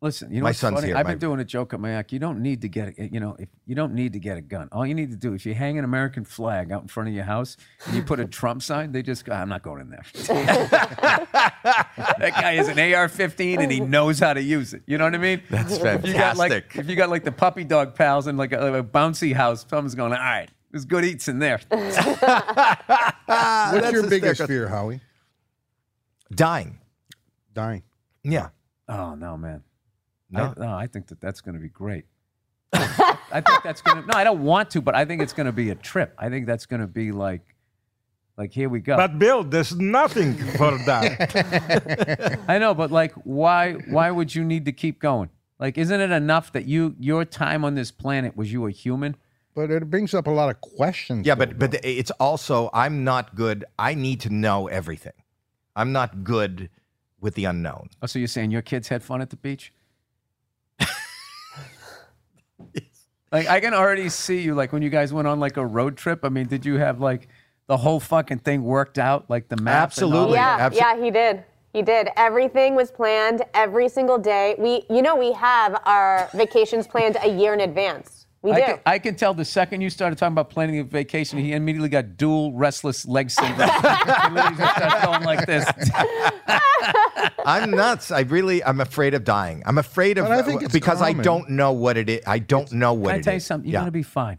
[SPEAKER 4] Listen, you know
[SPEAKER 1] My
[SPEAKER 4] what's
[SPEAKER 1] son's
[SPEAKER 4] funny?
[SPEAKER 1] here,
[SPEAKER 4] I've
[SPEAKER 1] my-
[SPEAKER 4] been doing a joke at my act. You don't need to get, a, you know, if you don't need to get a gun. All you need to do if you hang an American flag out in front of your house and you put a Trump sign, they just go, "I'm not going in there." that guy is an AR-15 and he knows how to use it. You know what I mean?
[SPEAKER 1] That's
[SPEAKER 4] If you got like,
[SPEAKER 1] fantastic.
[SPEAKER 4] if you got like the puppy dog pals and like a, a bouncy house, someone's going, "All right, there's good eats in there."
[SPEAKER 5] what's
[SPEAKER 1] Ah, that's
[SPEAKER 5] your biggest
[SPEAKER 1] hysterical.
[SPEAKER 5] fear, Howie?
[SPEAKER 1] Dying.
[SPEAKER 5] Dying.
[SPEAKER 1] Yeah.
[SPEAKER 4] Oh no, man.
[SPEAKER 1] No.
[SPEAKER 4] I, no, I think that that's going to be great. I think that's going to. No, I don't want to, but I think it's going to be a trip. I think that's going to be like, like here we go.
[SPEAKER 6] But Bill, there's nothing for that.
[SPEAKER 4] I know, but like, why? Why would you need to keep going? Like, isn't it enough that you your time on this planet was you a human?
[SPEAKER 5] But it brings up a lot of questions.
[SPEAKER 1] Yeah, but but it's also I'm not good. I need to know everything. I'm not good with the unknown.
[SPEAKER 4] Oh, so you're saying your kids had fun at the beach? like I can already see you like when you guys went on like a road trip. I mean, did you have like the whole fucking thing worked out, like the map. and all
[SPEAKER 1] Absolutely.
[SPEAKER 4] that?
[SPEAKER 2] Yeah,
[SPEAKER 1] Abso-
[SPEAKER 2] yeah, he did. He did. Everything was planned every single day. We, you know, we have our vacations planned a year in advance. We do.
[SPEAKER 4] I can, I can tell the second you started talking about planning a vacation, he immediately got dual restless leg syndrome. he literally just started going like this.
[SPEAKER 1] I'm nuts. I really, I'm afraid of dying. I'm afraid of
[SPEAKER 5] But I think it's
[SPEAKER 1] because I
[SPEAKER 5] common.
[SPEAKER 1] don't know what it is. I don't know what
[SPEAKER 4] Can
[SPEAKER 1] it
[SPEAKER 4] I
[SPEAKER 1] is.
[SPEAKER 4] tell you something? You're
[SPEAKER 1] Yeah.
[SPEAKER 4] gonna be fine.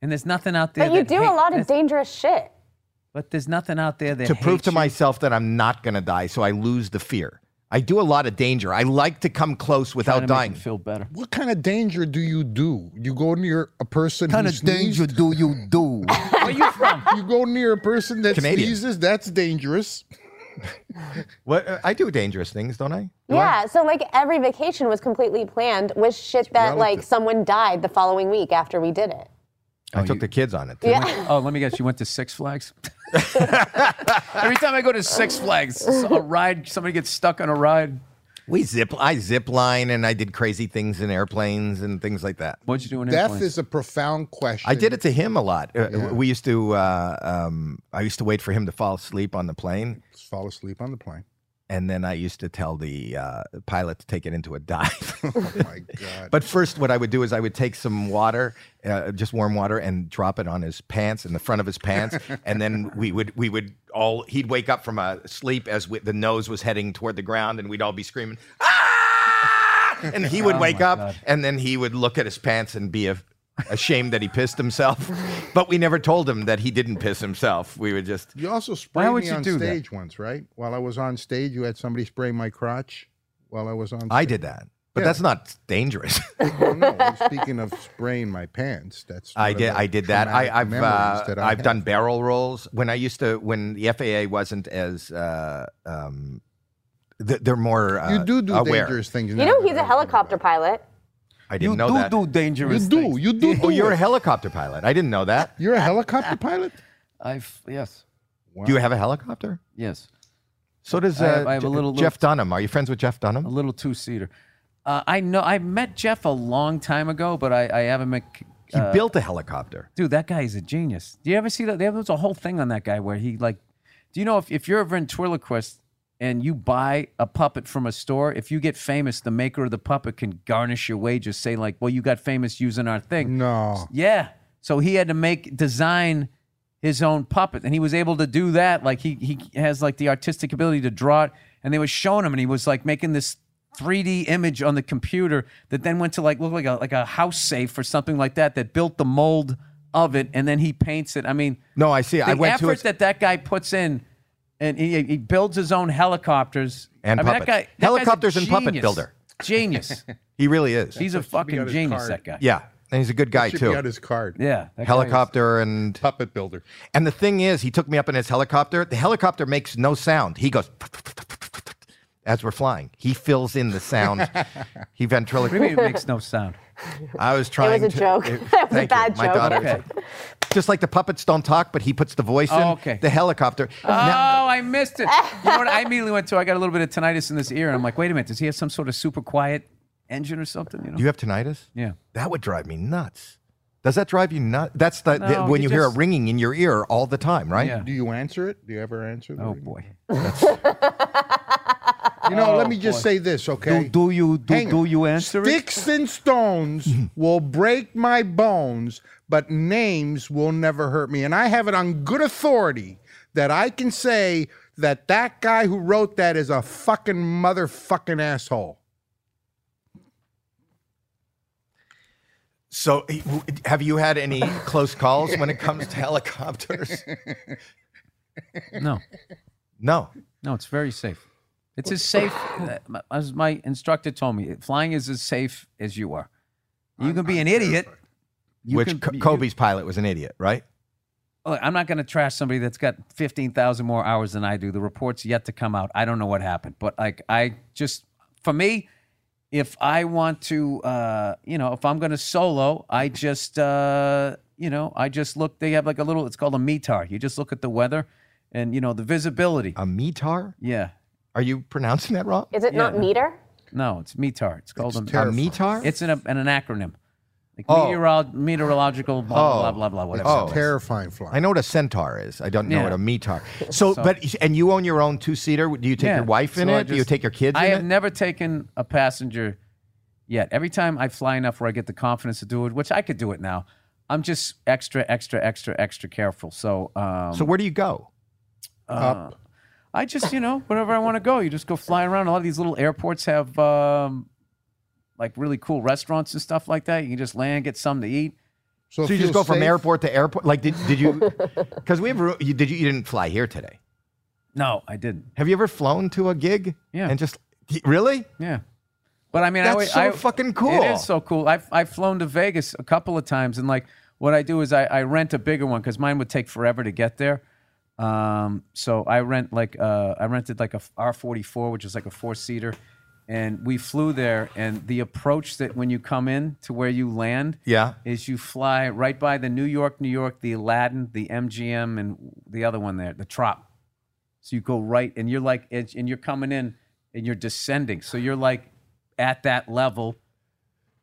[SPEAKER 4] And there's nothing out there.
[SPEAKER 2] but you
[SPEAKER 4] that
[SPEAKER 2] do
[SPEAKER 4] hate-
[SPEAKER 2] a lot of
[SPEAKER 4] that's-
[SPEAKER 2] dangerous shit.
[SPEAKER 4] But there's nothing out there that
[SPEAKER 1] to prove
[SPEAKER 4] hates
[SPEAKER 1] to
[SPEAKER 4] you.
[SPEAKER 1] myself that I'm not going to die, so I lose the fear. I do a lot of danger. I like to come close
[SPEAKER 4] Trying
[SPEAKER 1] without
[SPEAKER 4] to make you
[SPEAKER 1] dying.
[SPEAKER 4] Feel better.
[SPEAKER 5] What kind of danger do you do? You go near a person
[SPEAKER 4] What kind
[SPEAKER 5] who
[SPEAKER 4] of danger
[SPEAKER 5] sneezed?
[SPEAKER 4] do you do? Where you from?
[SPEAKER 5] You go near a person that
[SPEAKER 1] Canadian.
[SPEAKER 5] sneezes, that's dangerous.
[SPEAKER 1] What uh, I do dangerous things, don't I?
[SPEAKER 2] Yeah, so like every vacation was completely planned with shit that like someone died the following week after we did it.
[SPEAKER 1] I took the kids on it. Too.
[SPEAKER 2] Yeah.
[SPEAKER 4] Oh, let me guess. You went to Six Flags? Every time I go to Six Flags, a ride, somebody gets stuck on a ride.
[SPEAKER 1] We zip. I zip line, and I did crazy things in airplanes and things like that.
[SPEAKER 4] What'd you do in
[SPEAKER 5] Death
[SPEAKER 4] airplanes?
[SPEAKER 5] is a profound question.
[SPEAKER 1] I did it to him a lot. Uh, We used to. Uh, um, I used to wait for him to fall asleep on the plane,
[SPEAKER 5] Just fall asleep on the plane.
[SPEAKER 1] and then I used to tell the uh, pilot to take it into a dive.
[SPEAKER 5] Oh my god.
[SPEAKER 1] But first, what I would do is I would take some water, uh, just warm water, and drop it on his pants in the front of his pants, and then we would we would all he'd wake up from a sleep as we, the nose was heading toward the ground, and we'd all be screaming, ah! And he would wake up, and then he would look at his pants and be a, ashamed that he pissed himself. but we never told him that he didn't piss himself. We would just
[SPEAKER 5] you also sprayed
[SPEAKER 4] would
[SPEAKER 5] me
[SPEAKER 4] you
[SPEAKER 5] on
[SPEAKER 4] do that?
[SPEAKER 5] stage once, right? While I was on stage, you had somebody spray my crotch while I was on stage.
[SPEAKER 1] I did that, but
[SPEAKER 5] Yeah.
[SPEAKER 1] that's not dangerous.
[SPEAKER 5] Oh, no, I'm speaking of spraying my pants, that's
[SPEAKER 1] I
[SPEAKER 5] one of
[SPEAKER 1] did.
[SPEAKER 5] the
[SPEAKER 1] I did that. I,
[SPEAKER 5] traumatic
[SPEAKER 1] I've
[SPEAKER 5] memories
[SPEAKER 1] uh,
[SPEAKER 5] that I
[SPEAKER 1] I've
[SPEAKER 5] have.
[SPEAKER 1] done barrel rolls when I used to when the FAA wasn't as uh, um, th- they're more uh,
[SPEAKER 5] You do do
[SPEAKER 1] aware.
[SPEAKER 5] dangerous things.
[SPEAKER 2] You know he's a helicopter pilot.
[SPEAKER 1] I didn't
[SPEAKER 4] you
[SPEAKER 1] know
[SPEAKER 4] do
[SPEAKER 1] that.
[SPEAKER 4] do
[SPEAKER 5] You
[SPEAKER 4] dangerous
[SPEAKER 5] do.
[SPEAKER 4] things.
[SPEAKER 5] You do.
[SPEAKER 1] oh,
[SPEAKER 5] do
[SPEAKER 1] you're a
[SPEAKER 5] it.
[SPEAKER 1] helicopter pilot. I didn't know that.
[SPEAKER 5] You're a helicopter pilot.
[SPEAKER 4] I've yes,
[SPEAKER 1] Do you have a helicopter?
[SPEAKER 4] yes,
[SPEAKER 1] So does
[SPEAKER 4] I
[SPEAKER 1] uh,
[SPEAKER 4] have- I have a
[SPEAKER 1] Je-
[SPEAKER 4] little-
[SPEAKER 1] Jeff Dunham. Are you friends with Jeff
[SPEAKER 4] a
[SPEAKER 1] Dunham?
[SPEAKER 4] little two seater. Uh, I know. I met Jeff a long time ago, but I, I haven't met.
[SPEAKER 1] He
[SPEAKER 4] uh,
[SPEAKER 1] built a helicopter.
[SPEAKER 4] Dude, that guy is a genius. Do you ever see that? There was a whole thing on that guy where he like. Do you know if if you're a ventriloquist and you buy a puppet from a store, if you get famous, the maker of the puppet can garnish your wages, say like, "Well, you got famous using our thing."
[SPEAKER 5] No.
[SPEAKER 4] Yeah. So he had to make design his own puppet, and he was able to do that. Like he he has like the artistic ability to draw it, and they were showing him, and he was like making this 3D image on the computer that then went to like look like a like a house safe or something like that that built the mold of it, and then he paints it. I mean,
[SPEAKER 1] No, I see.
[SPEAKER 4] the
[SPEAKER 1] I went to
[SPEAKER 4] effort
[SPEAKER 1] it.
[SPEAKER 4] that that guy puts in. And he, he builds his own helicopters
[SPEAKER 1] And
[SPEAKER 4] I mean,
[SPEAKER 1] puppets.
[SPEAKER 4] That guy, that guy's a
[SPEAKER 1] Helicopters and puppet
[SPEAKER 4] genius.
[SPEAKER 1] builder.
[SPEAKER 4] Genius.
[SPEAKER 1] he really is.
[SPEAKER 4] He's a fucking
[SPEAKER 5] his
[SPEAKER 4] genius.
[SPEAKER 5] card.
[SPEAKER 4] That guy.
[SPEAKER 1] yeah, and he's a good guy
[SPEAKER 5] Should be
[SPEAKER 1] too.
[SPEAKER 5] on his card.
[SPEAKER 4] Yeah. that guy is-
[SPEAKER 1] Helicopter and
[SPEAKER 5] Puppet builder.
[SPEAKER 1] And the thing is, he took me up in his helicopter. The helicopter makes no sound. He goes as we're flying. He fills in the sound. he
[SPEAKER 4] What do
[SPEAKER 1] ventriloquist.
[SPEAKER 4] you mean it makes no sound?
[SPEAKER 1] I was trying.
[SPEAKER 2] a
[SPEAKER 1] to,
[SPEAKER 2] joke. It was a
[SPEAKER 1] thank you.
[SPEAKER 2] bad
[SPEAKER 1] My
[SPEAKER 2] joke.
[SPEAKER 1] daughter.
[SPEAKER 4] Okay.
[SPEAKER 1] Just like the puppets don't talk, but he puts the voice in.
[SPEAKER 4] Oh, okay.
[SPEAKER 1] The helicopter. Now-
[SPEAKER 4] Oh, I missed it. You know what? I immediately went to. I got a little bit of tinnitus in this ear, and I'm like, wait a minute, does he have some sort of super quiet engine or something? You know?
[SPEAKER 1] do you have tinnitus?
[SPEAKER 4] yeah.
[SPEAKER 1] That would drive me nuts. Does that drive you nuts? That's the, the-
[SPEAKER 4] No,
[SPEAKER 1] when
[SPEAKER 4] you
[SPEAKER 1] you, hear a
[SPEAKER 4] just-
[SPEAKER 1] ringing in your ear all the time, right?
[SPEAKER 4] Yeah.
[SPEAKER 5] Do you answer it? Do you ever answer? the
[SPEAKER 4] Oh
[SPEAKER 5] ring?
[SPEAKER 4] boy.
[SPEAKER 5] You know,
[SPEAKER 4] Oh,
[SPEAKER 5] let me just
[SPEAKER 4] boy.
[SPEAKER 5] say this, okay?
[SPEAKER 4] Do you do,
[SPEAKER 5] Hang
[SPEAKER 4] do
[SPEAKER 5] on.
[SPEAKER 4] you answer it?
[SPEAKER 5] Sticks and stones will break my bones, but names will never hurt me. And I have it on good authority that I can say that that guy who wrote that is a fucking motherfucking asshole.
[SPEAKER 1] So, eh, w- have you had any close calls when it comes to helicopters?
[SPEAKER 4] No,
[SPEAKER 1] No.
[SPEAKER 4] no, it's very safe. It's as safe uh, as my instructor told me. Flying is as safe as you are. You can be an idiot. You
[SPEAKER 1] Which
[SPEAKER 4] can
[SPEAKER 1] Co-
[SPEAKER 4] be- you-
[SPEAKER 1] Kobe's pilot was an idiot, right?
[SPEAKER 4] Look, Oh, I'm not going to trash somebody that's got 15,000 more hours than I do. The report's yet to come out. I don't know what happened, but like I just for me, if I want to, uh, you know, if I'm going to solo, I just, uh, you know, I just look. They have like a little. It's called a METAR. You just look at the weather, and you know the visibility.
[SPEAKER 1] A METAR?
[SPEAKER 4] yeah,
[SPEAKER 1] Are you pronouncing that wrong?
[SPEAKER 2] Is it not
[SPEAKER 4] Yeah.
[SPEAKER 2] meter?
[SPEAKER 4] no, it's METAR. It's called a.
[SPEAKER 1] A METAR?
[SPEAKER 4] It's an, an acronym. Like
[SPEAKER 1] Oh.
[SPEAKER 4] meteorol- meteorological, blah, blah,
[SPEAKER 1] Oh.
[SPEAKER 4] blah, blah, whatever.
[SPEAKER 1] Oh.
[SPEAKER 4] it was.
[SPEAKER 5] Terrifying fly.
[SPEAKER 1] I know what a centaur is. I don't know
[SPEAKER 4] Yeah.
[SPEAKER 1] what a metar. So, but and you own your own two seater. Do you take
[SPEAKER 4] Yeah.
[SPEAKER 1] your wife in
[SPEAKER 4] So I
[SPEAKER 1] it? Do you
[SPEAKER 4] just-
[SPEAKER 1] take your kids
[SPEAKER 4] I
[SPEAKER 1] in
[SPEAKER 4] have
[SPEAKER 1] it?
[SPEAKER 4] never taken a passenger yet. Every time I fly enough where I get the confidence to do it, which I could do it now, I'm just extra, extra, extra, extra careful. So, um,
[SPEAKER 1] so where do you go?
[SPEAKER 4] I just, you know, wherever I want to go, you just go fly around. A lot of these little airports have um, like really cool restaurants and stuff like that. You can just land, get something to eat.
[SPEAKER 5] So,
[SPEAKER 1] So you just go from airport to airport. Like did did you? Because we have ru- you, did you you didn't fly here today?
[SPEAKER 4] No, I didn't.
[SPEAKER 1] Have you ever flown to a gig?
[SPEAKER 4] Yeah.
[SPEAKER 1] And just really?
[SPEAKER 4] Yeah. But I mean, I,
[SPEAKER 1] That's
[SPEAKER 4] always-
[SPEAKER 1] so
[SPEAKER 4] I-
[SPEAKER 1] fucking cool.
[SPEAKER 4] It is so cool. I've, I've flown to Vegas a couple of times, and like what I do is I, I rent a bigger one because mine would take forever to get there. Um, so I rent like uh, I rented like a R forty four, which is like a four seater, and we flew there. And the approach that when you come in to where you land,
[SPEAKER 1] Yeah.
[SPEAKER 4] is you fly right by the New York, New York, the Aladdin, the MGM, and the other one there, the Trop. So you go right, and you're like, and and you're coming in, and you're descending. So you're like at that level.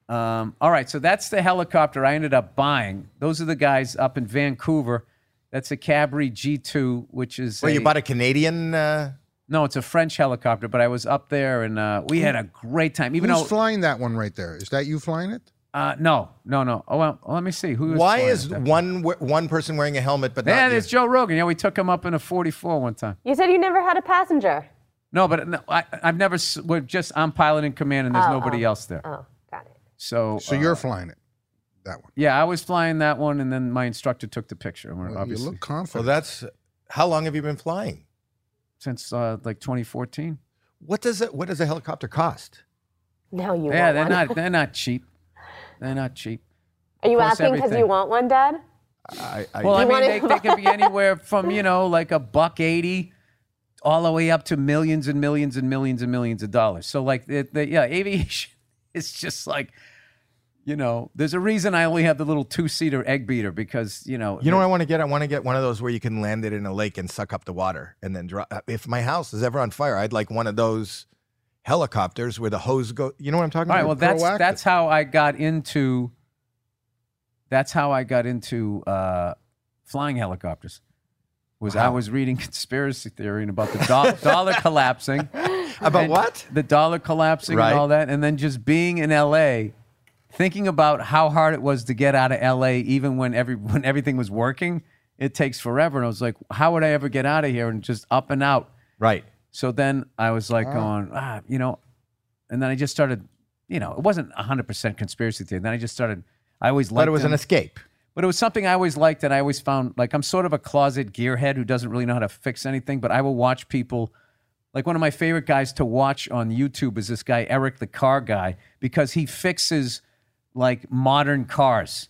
[SPEAKER 4] Um, all right, so that's the helicopter I ended up buying. Those are the guys up in Vancouver. That's a Cabri G2, which is
[SPEAKER 1] Well,
[SPEAKER 4] a,
[SPEAKER 1] you bought a Canadian. Uh,
[SPEAKER 4] no, it's a French helicopter. But I was up there, and uh, we had a great time. Even
[SPEAKER 5] Who's
[SPEAKER 4] though
[SPEAKER 5] flying that one right there? Is that you flying it?
[SPEAKER 4] uh, no, no, no. Oh well, let me see who. was
[SPEAKER 1] why
[SPEAKER 4] flying
[SPEAKER 1] is
[SPEAKER 4] it there?
[SPEAKER 1] one we- one person wearing a helmet but
[SPEAKER 4] Yeah,
[SPEAKER 1] not you?
[SPEAKER 4] there's Joe Rogan. Yeah, we took him up in a 44 one time.
[SPEAKER 2] You said you never had a passenger.
[SPEAKER 4] No, but no, I, I've never. s- We're just I'm pilot in command, and there's nobody else there.
[SPEAKER 2] Oh, got it.
[SPEAKER 4] So,
[SPEAKER 5] So
[SPEAKER 4] uh,
[SPEAKER 5] you're flying it. That one.
[SPEAKER 4] yeah, I was flying that one, and then my instructor took the picture. And we're
[SPEAKER 5] Well, you
[SPEAKER 4] obviously
[SPEAKER 5] look
[SPEAKER 1] Well,
[SPEAKER 5] confident.
[SPEAKER 1] that's how long have you been flying?
[SPEAKER 4] since uh, like 2014.
[SPEAKER 1] What does it? What does a helicopter cost?
[SPEAKER 2] Now you
[SPEAKER 4] Yeah,
[SPEAKER 2] want
[SPEAKER 4] they're
[SPEAKER 2] one.
[SPEAKER 4] not they're not cheap. They're not cheap.
[SPEAKER 2] Are you
[SPEAKER 4] plus
[SPEAKER 2] asking because you
[SPEAKER 4] everything.
[SPEAKER 2] want one, Dad?
[SPEAKER 1] I, I,
[SPEAKER 4] Well, I mean,
[SPEAKER 2] wanna-
[SPEAKER 4] they, they can be anywhere from you know like a buck eighty, all the way up to millions and millions and millions and millions of dollars. So like, it, the, yeah, aviation is just like, you know, there's a reason I only have the little two seater egg beater because you know
[SPEAKER 1] you know what I want to get? I want to get one of those where you can land it in a lake and suck up the water and then drop. If my house is ever on fire, I'd like one of those helicopters where the hose go. You know what I'm talking
[SPEAKER 4] All right.
[SPEAKER 1] about?
[SPEAKER 4] Well, that's
[SPEAKER 5] proactive.
[SPEAKER 4] that's how I got into. That's how I got into uh, flying helicopters. Was I was reading conspiracy theory and about the do- dollar collapsing,
[SPEAKER 1] About
[SPEAKER 4] and
[SPEAKER 1] what?
[SPEAKER 4] the dollar collapsing
[SPEAKER 1] Right.
[SPEAKER 4] and all that, and then just being in L.A. Thinking about how hard it was to get out of L.A. even when every when everything was working, it takes forever. And I was like, how would I ever get out of here? And just up and out.
[SPEAKER 1] Right.
[SPEAKER 4] So then I was like going, ah, you know, and then I just started, you know, it wasn't 100% conspiracy theory. Then I just started, I always liked
[SPEAKER 1] But it was an
[SPEAKER 4] them.
[SPEAKER 1] escape.
[SPEAKER 4] But it was something I always liked and I always found like I'm sort of a closet gearhead who doesn't really know how to fix anything, but I will watch people like one of my favorite guys to watch on YouTube is this guy Eric the car guy because he fixes like modern cars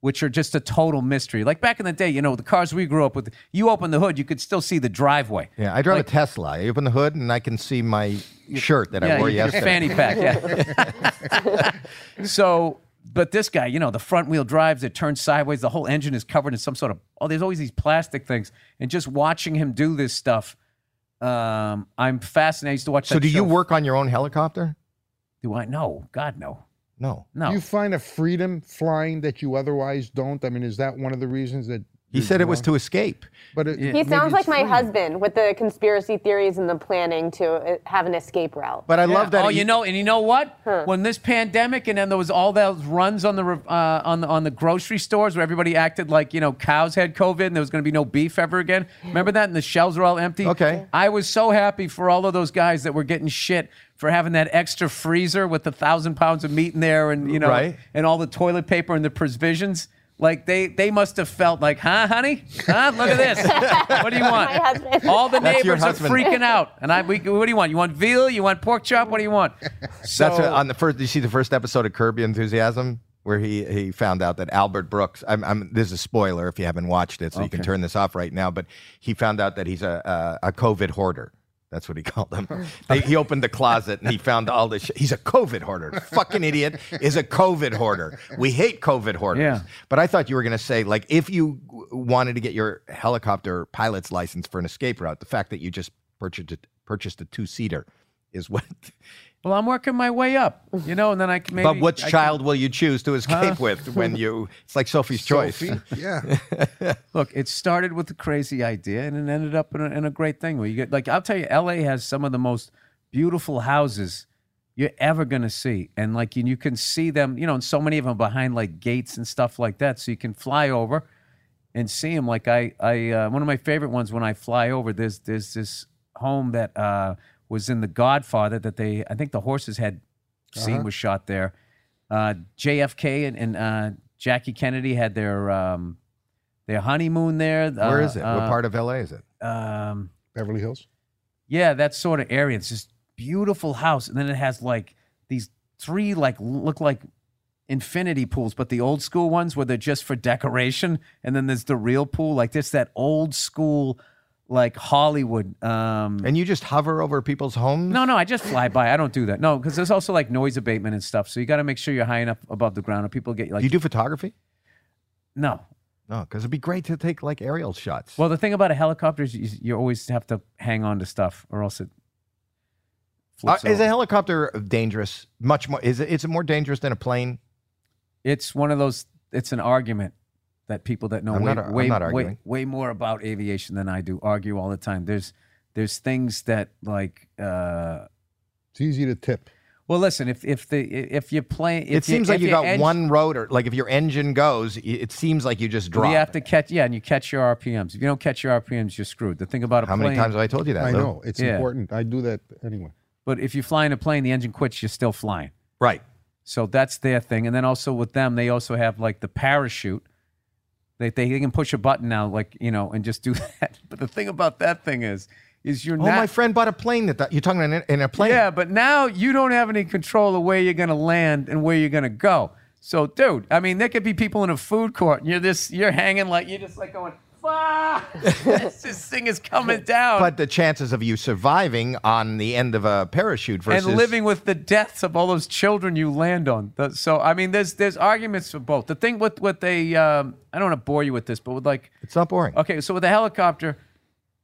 [SPEAKER 4] which are just a total mystery. Like back in the day, you know, the cars we grew up with, you open the hood, you could still see the driveway.
[SPEAKER 1] Yeah, I drive a Tesla. I open the hood and I can see my shirt that I wore
[SPEAKER 4] your
[SPEAKER 1] yesterday.
[SPEAKER 4] fanny pack. Yeah. so, but this guy, you know, the front wheel drives, it turns sideways, the whole engine is covered in some sort of oh, there's always these plastic things, and just watching him do this stuff, um, I'm fascinated. I used to watch.
[SPEAKER 1] so,
[SPEAKER 4] that
[SPEAKER 1] do you
[SPEAKER 4] show.
[SPEAKER 1] work on your own helicopter?
[SPEAKER 4] Do I? No, God, no,
[SPEAKER 1] No.
[SPEAKER 4] no.
[SPEAKER 5] You find a freedom flying that you otherwise don't. I mean, is that one of the reasons that
[SPEAKER 1] He said it was to escape.
[SPEAKER 5] But it,
[SPEAKER 2] He
[SPEAKER 5] maybe
[SPEAKER 2] sounds like
[SPEAKER 5] it's
[SPEAKER 2] my
[SPEAKER 5] freedom.
[SPEAKER 2] husband with the conspiracy theories and the planning to uh, have an escape route.
[SPEAKER 1] But I love that.
[SPEAKER 4] Oh,
[SPEAKER 1] he-
[SPEAKER 4] you know, and you know what? When this pandemic and then there was all those runs on the re- uh, on the on the grocery stores where everybody acted like you know cows had COVID and there was going to be no beef ever again. Remember that? And the shelves were all empty.
[SPEAKER 1] Okay.
[SPEAKER 4] I was so happy for all of those guys that were getting shit for having that extra freezer with the thousand pounds of meat in there, and you know,
[SPEAKER 1] Right.
[SPEAKER 4] and all the toilet paper and the provisions. Like they, they must have felt like, huh, honey? Huh? Look at this. What do you want?
[SPEAKER 2] My husband.
[SPEAKER 4] All the
[SPEAKER 1] That's your
[SPEAKER 4] neighbors are
[SPEAKER 1] husband.
[SPEAKER 4] freaking out. And I, we, what do you want? You want veal? You want pork chop? What do you want? So,
[SPEAKER 1] That's what- on the first. You see the first episode of Curb Your Enthusiasm where he he found out that Albert Brooks. I'm, I'm this is a spoiler if you haven't watched it, so you can turn this off right now. But he found out that he's a a, a COVID hoarder. That's what he called him. They, he opened the closet and he found all this. Shit. He's a COVID hoarder. Fucking idiot is a COVID hoarder. We hate COVID hoarders.
[SPEAKER 4] Yeah.
[SPEAKER 1] But I thought you were going to say like if you w- wanted to get your helicopter pilot's license for an escape route, the fact that you just purchased a, purchased a two seater
[SPEAKER 7] is what.
[SPEAKER 4] Well, I'm working my way up, you know, and then I can maybe.
[SPEAKER 7] but which
[SPEAKER 4] I can-
[SPEAKER 7] child will you choose to escape with when you? It's like Sophie's choice.
[SPEAKER 3] Yeah.
[SPEAKER 4] Look, it started with a crazy idea and it ended up in a, in a great thing where you get, like, I'll tell you, LA has some of the most beautiful houses you're ever going to see. And, like, you, you can see them, you know, and so many of them behind, like, gates and stuff like that. So you can fly over and see them. Like, I, I, uh, one of my favorite ones when I fly over, there's, there's this home that, uh, was in The Godfather that they, I think the horses had scene was shot there. Uh, JFK and, and uh, Jackie Kennedy had their, um, their honeymoon there.
[SPEAKER 1] Where
[SPEAKER 4] uh,
[SPEAKER 1] is it?
[SPEAKER 4] uh,
[SPEAKER 1] what part of LA is it?
[SPEAKER 4] Um,
[SPEAKER 3] Beverly Hills.
[SPEAKER 4] yeah, that sort of area. It's this beautiful house, and then it has like these three like look like infinity pools, but the old school ones where they're just for decoration, and then there's the real pool. Like this, that old school like Hollywood. Um,
[SPEAKER 1] And you just hover over people's homes?
[SPEAKER 4] no, no, I just fly by. I don't do that. No, because there's also like noise abatement and stuff. So you got to make sure you're high enough above the ground, or people get like
[SPEAKER 1] Do you do photography?
[SPEAKER 4] no.
[SPEAKER 1] No, because it'd be great to take like aerial shots.
[SPEAKER 4] Well, the thing about a helicopter is you, you always have to hang on to stuff, or else it.
[SPEAKER 1] Uh,
[SPEAKER 4] flips
[SPEAKER 1] is
[SPEAKER 4] over.
[SPEAKER 1] a helicopter dangerous? Much more. Is it? It's more dangerous than a plane.
[SPEAKER 4] it's one of those it's an argument that people that know
[SPEAKER 1] I'm
[SPEAKER 4] way,
[SPEAKER 1] not ar- I'm
[SPEAKER 4] way,
[SPEAKER 1] not
[SPEAKER 4] way,
[SPEAKER 1] arguing.
[SPEAKER 4] way more about aviation than I do argue all the time. There's there's things that like uh
[SPEAKER 3] It's easy to tip.
[SPEAKER 4] well listen if if the if you play if
[SPEAKER 1] It seems like
[SPEAKER 4] if
[SPEAKER 1] you
[SPEAKER 4] your
[SPEAKER 1] got
[SPEAKER 4] edge-
[SPEAKER 1] one rotor. Like if your engine goes, y- it seems like you just drop.
[SPEAKER 4] you have to catch yeah and you catch your RPMs. If you don't catch your RPMs, you're screwed. The thing about a
[SPEAKER 1] How
[SPEAKER 4] plane
[SPEAKER 1] many times have I told you that?
[SPEAKER 3] I
[SPEAKER 1] Lou?
[SPEAKER 3] know. It's
[SPEAKER 4] Yeah.
[SPEAKER 3] important. I do that anyway.
[SPEAKER 4] but if you fly in a plane, the engine quits, you're still flying.
[SPEAKER 1] Right.
[SPEAKER 4] So that's their thing. And then also with them, they also have like the parachute. They, they, they can push a button now, like, you know, and just do that. But the thing about that thing is, is you're
[SPEAKER 1] Oh,
[SPEAKER 4] not.
[SPEAKER 1] my friend bought a plane that, that you're talking about in a plane.
[SPEAKER 4] yeah, but now you don't have any control of where you're going to land and where you're going to go. So, dude, I mean, there could be people in a food court and you're this, you're hanging like, you're just like going, fuck, this thing is coming down.
[SPEAKER 1] But the chances of you surviving on the end of a parachute versus
[SPEAKER 4] and living with the deaths of all those children you land on. The- So I mean, there's there's arguments for both. The thing with what they um, I don't want to bore you with this, but with like
[SPEAKER 1] It's not boring.
[SPEAKER 4] okay, so with a helicopter,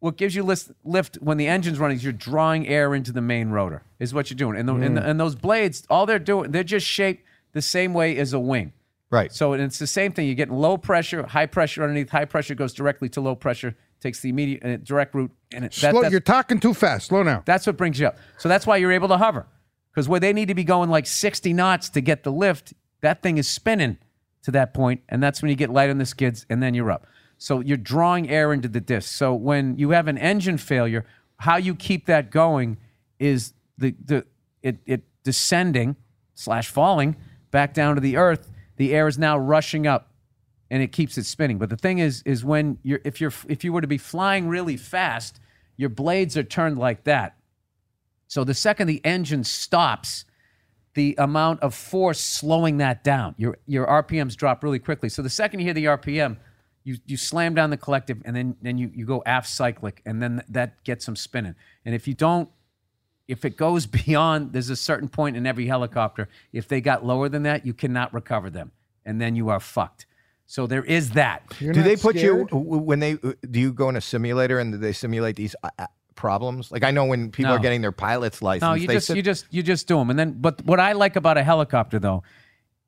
[SPEAKER 4] what gives you list, lift when the engine's running is you're drawing air into the main rotor is what you're doing, and the, and, the, and those blades, all they're doing, they're just shaped the same way as a wing.
[SPEAKER 1] Right.
[SPEAKER 4] So it's the same thing. You're getting low pressure, high pressure underneath. High pressure goes directly to low pressure, takes the immediate uh, direct route, and it, that,
[SPEAKER 3] Slow,
[SPEAKER 4] that's-
[SPEAKER 3] you're talking too fast. Slow down.
[SPEAKER 4] that's what brings you up. So that's why you're able to hover. Because where they need to be going like 60 knots to get the lift, that thing is spinning to that point, and that's when you get light on the skids, and then you're up. So you're drawing air into the disc. So when you have an engine failure, how you keep that going is the the it it descending slash falling back down to the earth. The air is now rushing up and it keeps it spinning. But the thing is, is when you're if you're if you were to be flying really fast, your blades are turned like that. So the second the engine stops, the amount of force slowing that down, your your RPMs drop really quickly. So the second you hear the RPM, you you slam down the collective, and then then you you go aft cyclic, and then that gets them spinning. And if you don't if it goes beyond, there's a certain point in every helicopter. If they got lower than that, you cannot recover them, and then you are fucked. So there is that.
[SPEAKER 3] You're
[SPEAKER 1] do
[SPEAKER 3] not
[SPEAKER 1] they put you
[SPEAKER 3] scared?
[SPEAKER 1] w- when they uh, do you go in a simulator and do they simulate these uh, uh, problems? Like I know when people
[SPEAKER 4] No.
[SPEAKER 1] are getting their pilot's license,
[SPEAKER 4] No, you
[SPEAKER 1] they
[SPEAKER 4] just
[SPEAKER 1] sit-
[SPEAKER 4] you just you just do them, and then. But what I like about a helicopter though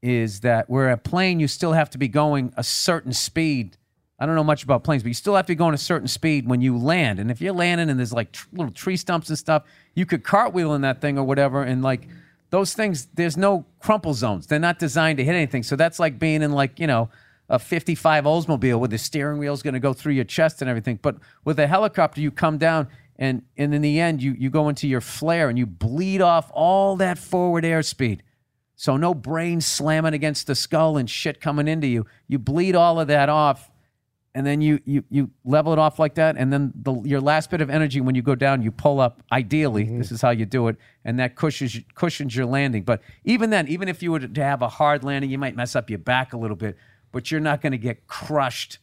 [SPEAKER 4] is that where a plane you still have to be going a certain speed. I don't know much about planes, but you still have to be going a certain speed when you land. And if you're landing and there's like tr- little tree stumps and stuff, you could cartwheel in that thing or whatever, and like. Those things, there's no crumple zones. They're not designed to hit anything. So that's like being in like you know a 55 Oldsmobile where the steering wheel's going to go through your chest and everything. But with a helicopter, you come down and and in the end, you you go into your flare and you bleed off all that forward airspeed. So no brain slamming against the skull and shit coming into you. You bleed all of that off, and then you you you level it off like that, and then the, your last bit of energy when you go down, you pull up. Ideally, this is how you do it, and that cushions cushions your landing. But even then, even if you were to have a hard landing, you might mess up your back a little bit, but you're not going to get crushed.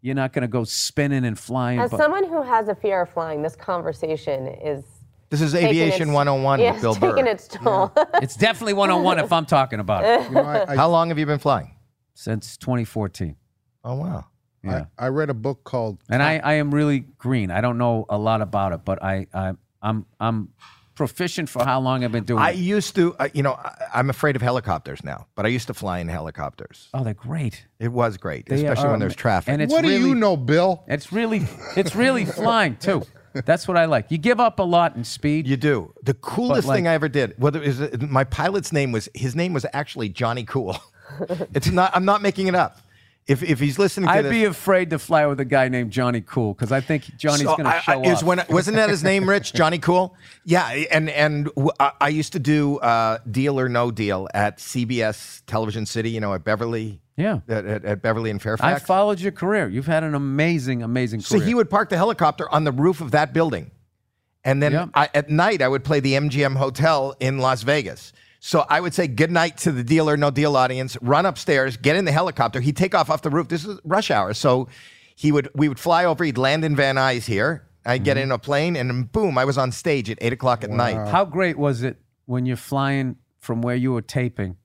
[SPEAKER 4] You're not going to go spinning and flying.
[SPEAKER 2] As
[SPEAKER 4] but-
[SPEAKER 2] someone who has a fear of flying, this conversation is
[SPEAKER 1] this is
[SPEAKER 2] taking
[SPEAKER 1] aviation
[SPEAKER 2] its-
[SPEAKER 1] 101
[SPEAKER 2] yeah,
[SPEAKER 1] with Bill
[SPEAKER 2] it's taking
[SPEAKER 1] Burr.
[SPEAKER 2] its toll.
[SPEAKER 4] It's definitely 101 if I'm talking about it.
[SPEAKER 3] You know, I, I-
[SPEAKER 1] How long have you been flying?
[SPEAKER 4] Since 2014.
[SPEAKER 1] Oh wow.
[SPEAKER 4] Yeah.
[SPEAKER 3] I, I read a book called
[SPEAKER 4] And I, I am really green. I don't know a lot about it, but I, I I'm I'm proficient for how long I've been doing
[SPEAKER 1] I
[SPEAKER 4] it.
[SPEAKER 1] used to, uh, you know, I, I'm afraid of helicopters now, but I used to fly in helicopters.
[SPEAKER 4] Oh, they're great.
[SPEAKER 1] It was great,
[SPEAKER 4] They
[SPEAKER 1] especially
[SPEAKER 4] are
[SPEAKER 1] when there's
[SPEAKER 4] ama-
[SPEAKER 1] traffic.
[SPEAKER 4] And it's
[SPEAKER 3] what
[SPEAKER 4] really,
[SPEAKER 3] do you know, Bill?
[SPEAKER 4] It's really, it's really flying too. That's what I like. You give up a lot in speed.
[SPEAKER 1] You do. The coolest
[SPEAKER 4] like-
[SPEAKER 1] thing I ever did, whether is my pilot's name was his name was actually Johnny Cool. it's not I'm not making it up. If if he's listening to
[SPEAKER 4] I'd
[SPEAKER 1] this
[SPEAKER 4] be afraid to fly with a guy named Johnny Cool because I think Johnny's
[SPEAKER 1] So
[SPEAKER 4] going
[SPEAKER 1] I- I-
[SPEAKER 4] to show
[SPEAKER 1] is
[SPEAKER 4] up.
[SPEAKER 1] when- wasn't that his name, Rich? Johnny Cool? Yeah, and and w- I, I used to do uh, Deal or No Deal at CBS Television City, you know, at Beverly.
[SPEAKER 4] Yeah.
[SPEAKER 1] at, at, at Beverly and
[SPEAKER 4] I
[SPEAKER 1] Fairfax.
[SPEAKER 4] followed your career. You've had an amazing, amazing
[SPEAKER 1] so
[SPEAKER 4] career.
[SPEAKER 1] he would park the helicopter on the roof of that building, and then
[SPEAKER 4] Yeah.
[SPEAKER 1] I, at night I would play the MGM Hotel in Las Vegas. So I would say good night to the Deal or No Deal audience. Run upstairs, get in the helicopter. He'd take off off the roof. This is rush hour, so he would we would fly over. He'd land in Van Nuys here. I'd
[SPEAKER 4] Mm-hmm.
[SPEAKER 1] get in a plane, and then boom, I was on stage at eight o'clock at night.
[SPEAKER 4] Uh, How great was it when you're flying from where you were taping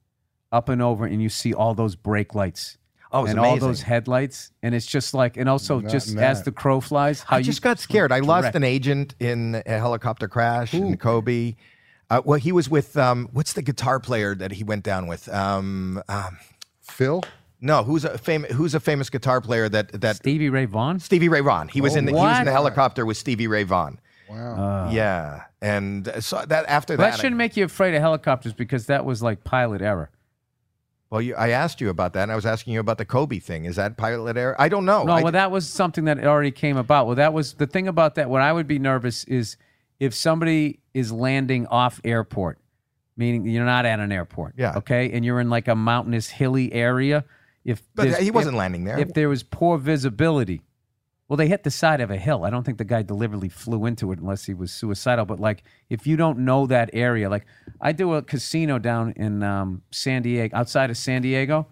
[SPEAKER 4] up and over and you see all those brake lights?
[SPEAKER 1] Oh, it was
[SPEAKER 4] and all
[SPEAKER 1] amazing.
[SPEAKER 4] those headlights, and it's just like, and also just as the crow flies, how
[SPEAKER 1] I just
[SPEAKER 4] you
[SPEAKER 1] got scared. I lost
[SPEAKER 4] direct.
[SPEAKER 1] an agent in a helicopter crash in Kobe. Uh, well, he was with um, what's the guitar player that he went down with? Um, um,
[SPEAKER 3] Phil?
[SPEAKER 1] no, who's a famous who's a famous guitar player that that
[SPEAKER 4] Stevie Ray Vaughan.
[SPEAKER 1] Stevie Ray Vaughan. He was in the, he was in
[SPEAKER 4] Oh, what? Uh.
[SPEAKER 1] the helicopter with Stevie Ray Vaughan. Wow. yeah, and uh, so that after
[SPEAKER 4] That
[SPEAKER 1] that,
[SPEAKER 4] shouldn't make you afraid of helicopters because that was like pilot error.
[SPEAKER 1] well, you, I asked you about that, and I was asking you about the Kobe thing. Is that pilot error? I don't know.
[SPEAKER 4] No,
[SPEAKER 1] I
[SPEAKER 4] well,
[SPEAKER 1] d-
[SPEAKER 4] that was something that already came about. Well, that was the thing about that. What I would be nervous is if somebody is landing off airport, meaning you're not at an airport.
[SPEAKER 1] Yeah.
[SPEAKER 4] Okay. And you're in like a mountainous, hilly area. If
[SPEAKER 1] but uh,
[SPEAKER 4] there's-
[SPEAKER 1] he wasn't
[SPEAKER 4] if-
[SPEAKER 1] landing there.
[SPEAKER 4] If there was poor visibility, well, they hit the side of a hill. I don't think the guy deliberately flew into it unless he was suicidal. But like, if you don't know that area, like I do a casino down in um, San Diego, outside of San Diego,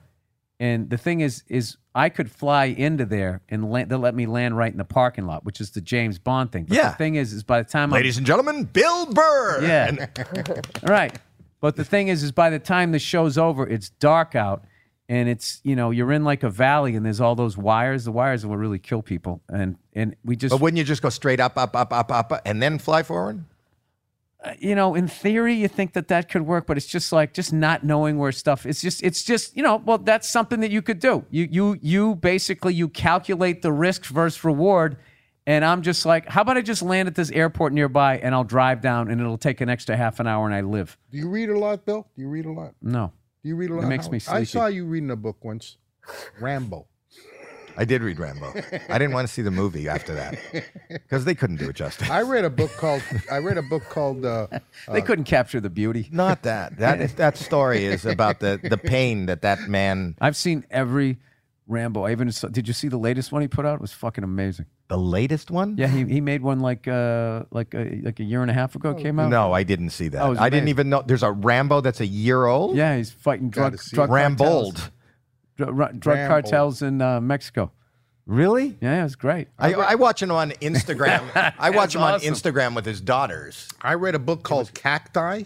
[SPEAKER 4] and the thing is, is I could fly into there and land, they'll let me land right in the parking lot, which is the James Bond thing. But
[SPEAKER 1] Yeah.
[SPEAKER 4] The thing is, is by the time I'm
[SPEAKER 1] Ladies and gentlemen, Bill Burr.
[SPEAKER 4] yeah. All right. But the thing is, is by the time the show's over, it's dark out, and it's you know you're in like a valley, and there's all those wires. The wires will really kill people, and and we just
[SPEAKER 1] But wouldn't you just go straight up, up, up, up, up, up, and then fly forward?
[SPEAKER 4] you know in theory you think that that could work, but it's just like just not knowing where stuff. It's just it's just you know well that's something that you could do. You you you basically you calculate the risk versus reward. And I'm just like, how about I just land at this airport nearby and I'll drive down and it'll take an extra half an hour and I live?
[SPEAKER 3] Do you read a lot, Bill? Do you read a lot?
[SPEAKER 4] No.
[SPEAKER 3] Do you read a lot?
[SPEAKER 4] makes me
[SPEAKER 3] I
[SPEAKER 4] sleepy.
[SPEAKER 3] saw you reading a book once. Rambo.
[SPEAKER 1] I did read Rambo. I didn't want to see the movie after that because they couldn't do it justice.
[SPEAKER 3] I read a book called I read a book called uh,
[SPEAKER 4] They couldn't capture the beauty.
[SPEAKER 1] Not that. That is, that story is about the the pain that that man.
[SPEAKER 4] I've seen every Rambo. I even saw, did you see the latest one he put out? It was fucking amazing.
[SPEAKER 1] The latest one.
[SPEAKER 4] Yeah, he, he made one like uh like a, like a year and a half ago. Came out.
[SPEAKER 1] No, I didn't see that.
[SPEAKER 4] Oh, it was
[SPEAKER 1] I didn't
[SPEAKER 4] amazing.
[SPEAKER 1] even know. There's a Rambo that's a year old.
[SPEAKER 4] Yeah, he's fighting drug drug cartels,
[SPEAKER 1] Rambold.
[SPEAKER 4] dr- ru- drug cartels in uh, Mexico.
[SPEAKER 1] Really?
[SPEAKER 4] Yeah, it was great.
[SPEAKER 1] I, I watch him on Instagram. I watch
[SPEAKER 4] That's
[SPEAKER 1] him on
[SPEAKER 4] awesome.
[SPEAKER 1] Instagram with his daughters.
[SPEAKER 3] I read a book called Cacti.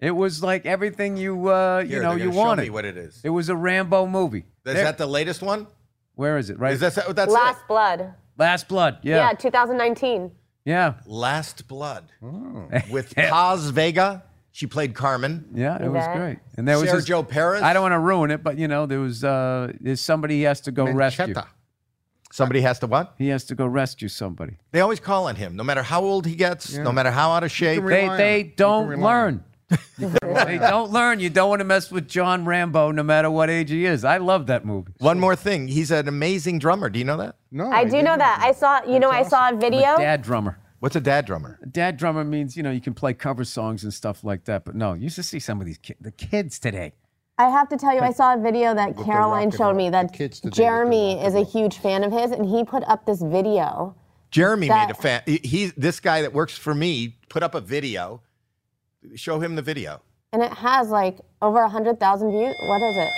[SPEAKER 4] It was like everything you uh you
[SPEAKER 1] Here,
[SPEAKER 4] know
[SPEAKER 1] they're
[SPEAKER 4] you
[SPEAKER 1] gonna show
[SPEAKER 4] wanted.
[SPEAKER 1] me what it is.
[SPEAKER 4] It was a Rambo movie.
[SPEAKER 1] Is
[SPEAKER 4] There-
[SPEAKER 1] that the latest one?
[SPEAKER 4] where is it? Right.
[SPEAKER 1] Is that that's
[SPEAKER 2] Last
[SPEAKER 1] it?
[SPEAKER 2] Blood.
[SPEAKER 4] Last Blood?
[SPEAKER 2] Yeah.
[SPEAKER 4] Yeah.
[SPEAKER 2] 2019.
[SPEAKER 4] Yeah.
[SPEAKER 1] Last Blood
[SPEAKER 4] Oh.
[SPEAKER 1] with Paz Vega. She played Carmen.
[SPEAKER 4] Yeah, it was
[SPEAKER 2] that.
[SPEAKER 4] great. And there was this-
[SPEAKER 1] Sergio Perez.
[SPEAKER 4] I don't want to ruin it, but you know there was uh there's somebody he has to go rescue.
[SPEAKER 3] Manchetta.
[SPEAKER 1] Somebody has to what?
[SPEAKER 4] He has to go rescue somebody.
[SPEAKER 1] They always call on him, no matter how old he gets, no matter how out of shape.
[SPEAKER 3] can
[SPEAKER 4] they
[SPEAKER 3] rely on
[SPEAKER 4] they
[SPEAKER 3] it. You can
[SPEAKER 4] don't
[SPEAKER 3] rely on
[SPEAKER 4] learn. they don't learn. You don't want to mess with John Rambo, no matter what age he is. I love that movie.
[SPEAKER 1] One more thing, he's an amazing drummer. Do you know that?
[SPEAKER 3] No,
[SPEAKER 2] I do
[SPEAKER 3] Oh, didn't
[SPEAKER 2] know that. I saw, you know, I saw a video.
[SPEAKER 4] Dad drummer.
[SPEAKER 1] What's a dad drummer?
[SPEAKER 4] Dad drummer means you know you can play cover songs and stuff like that. But no, you used to see some of these ki- the kids today.
[SPEAKER 2] I have to tell you, I saw a video that Caroline showed me that
[SPEAKER 3] kids today with the
[SPEAKER 2] Jeremy
[SPEAKER 3] rock and
[SPEAKER 2] is a huge fan of his, and he put up this video.
[SPEAKER 1] Jeremy
[SPEAKER 2] That-
[SPEAKER 1] made a fan. he- He, this guy that works for me, put up a video. Show him the video.
[SPEAKER 2] And it has like over 100,000 views. What is it?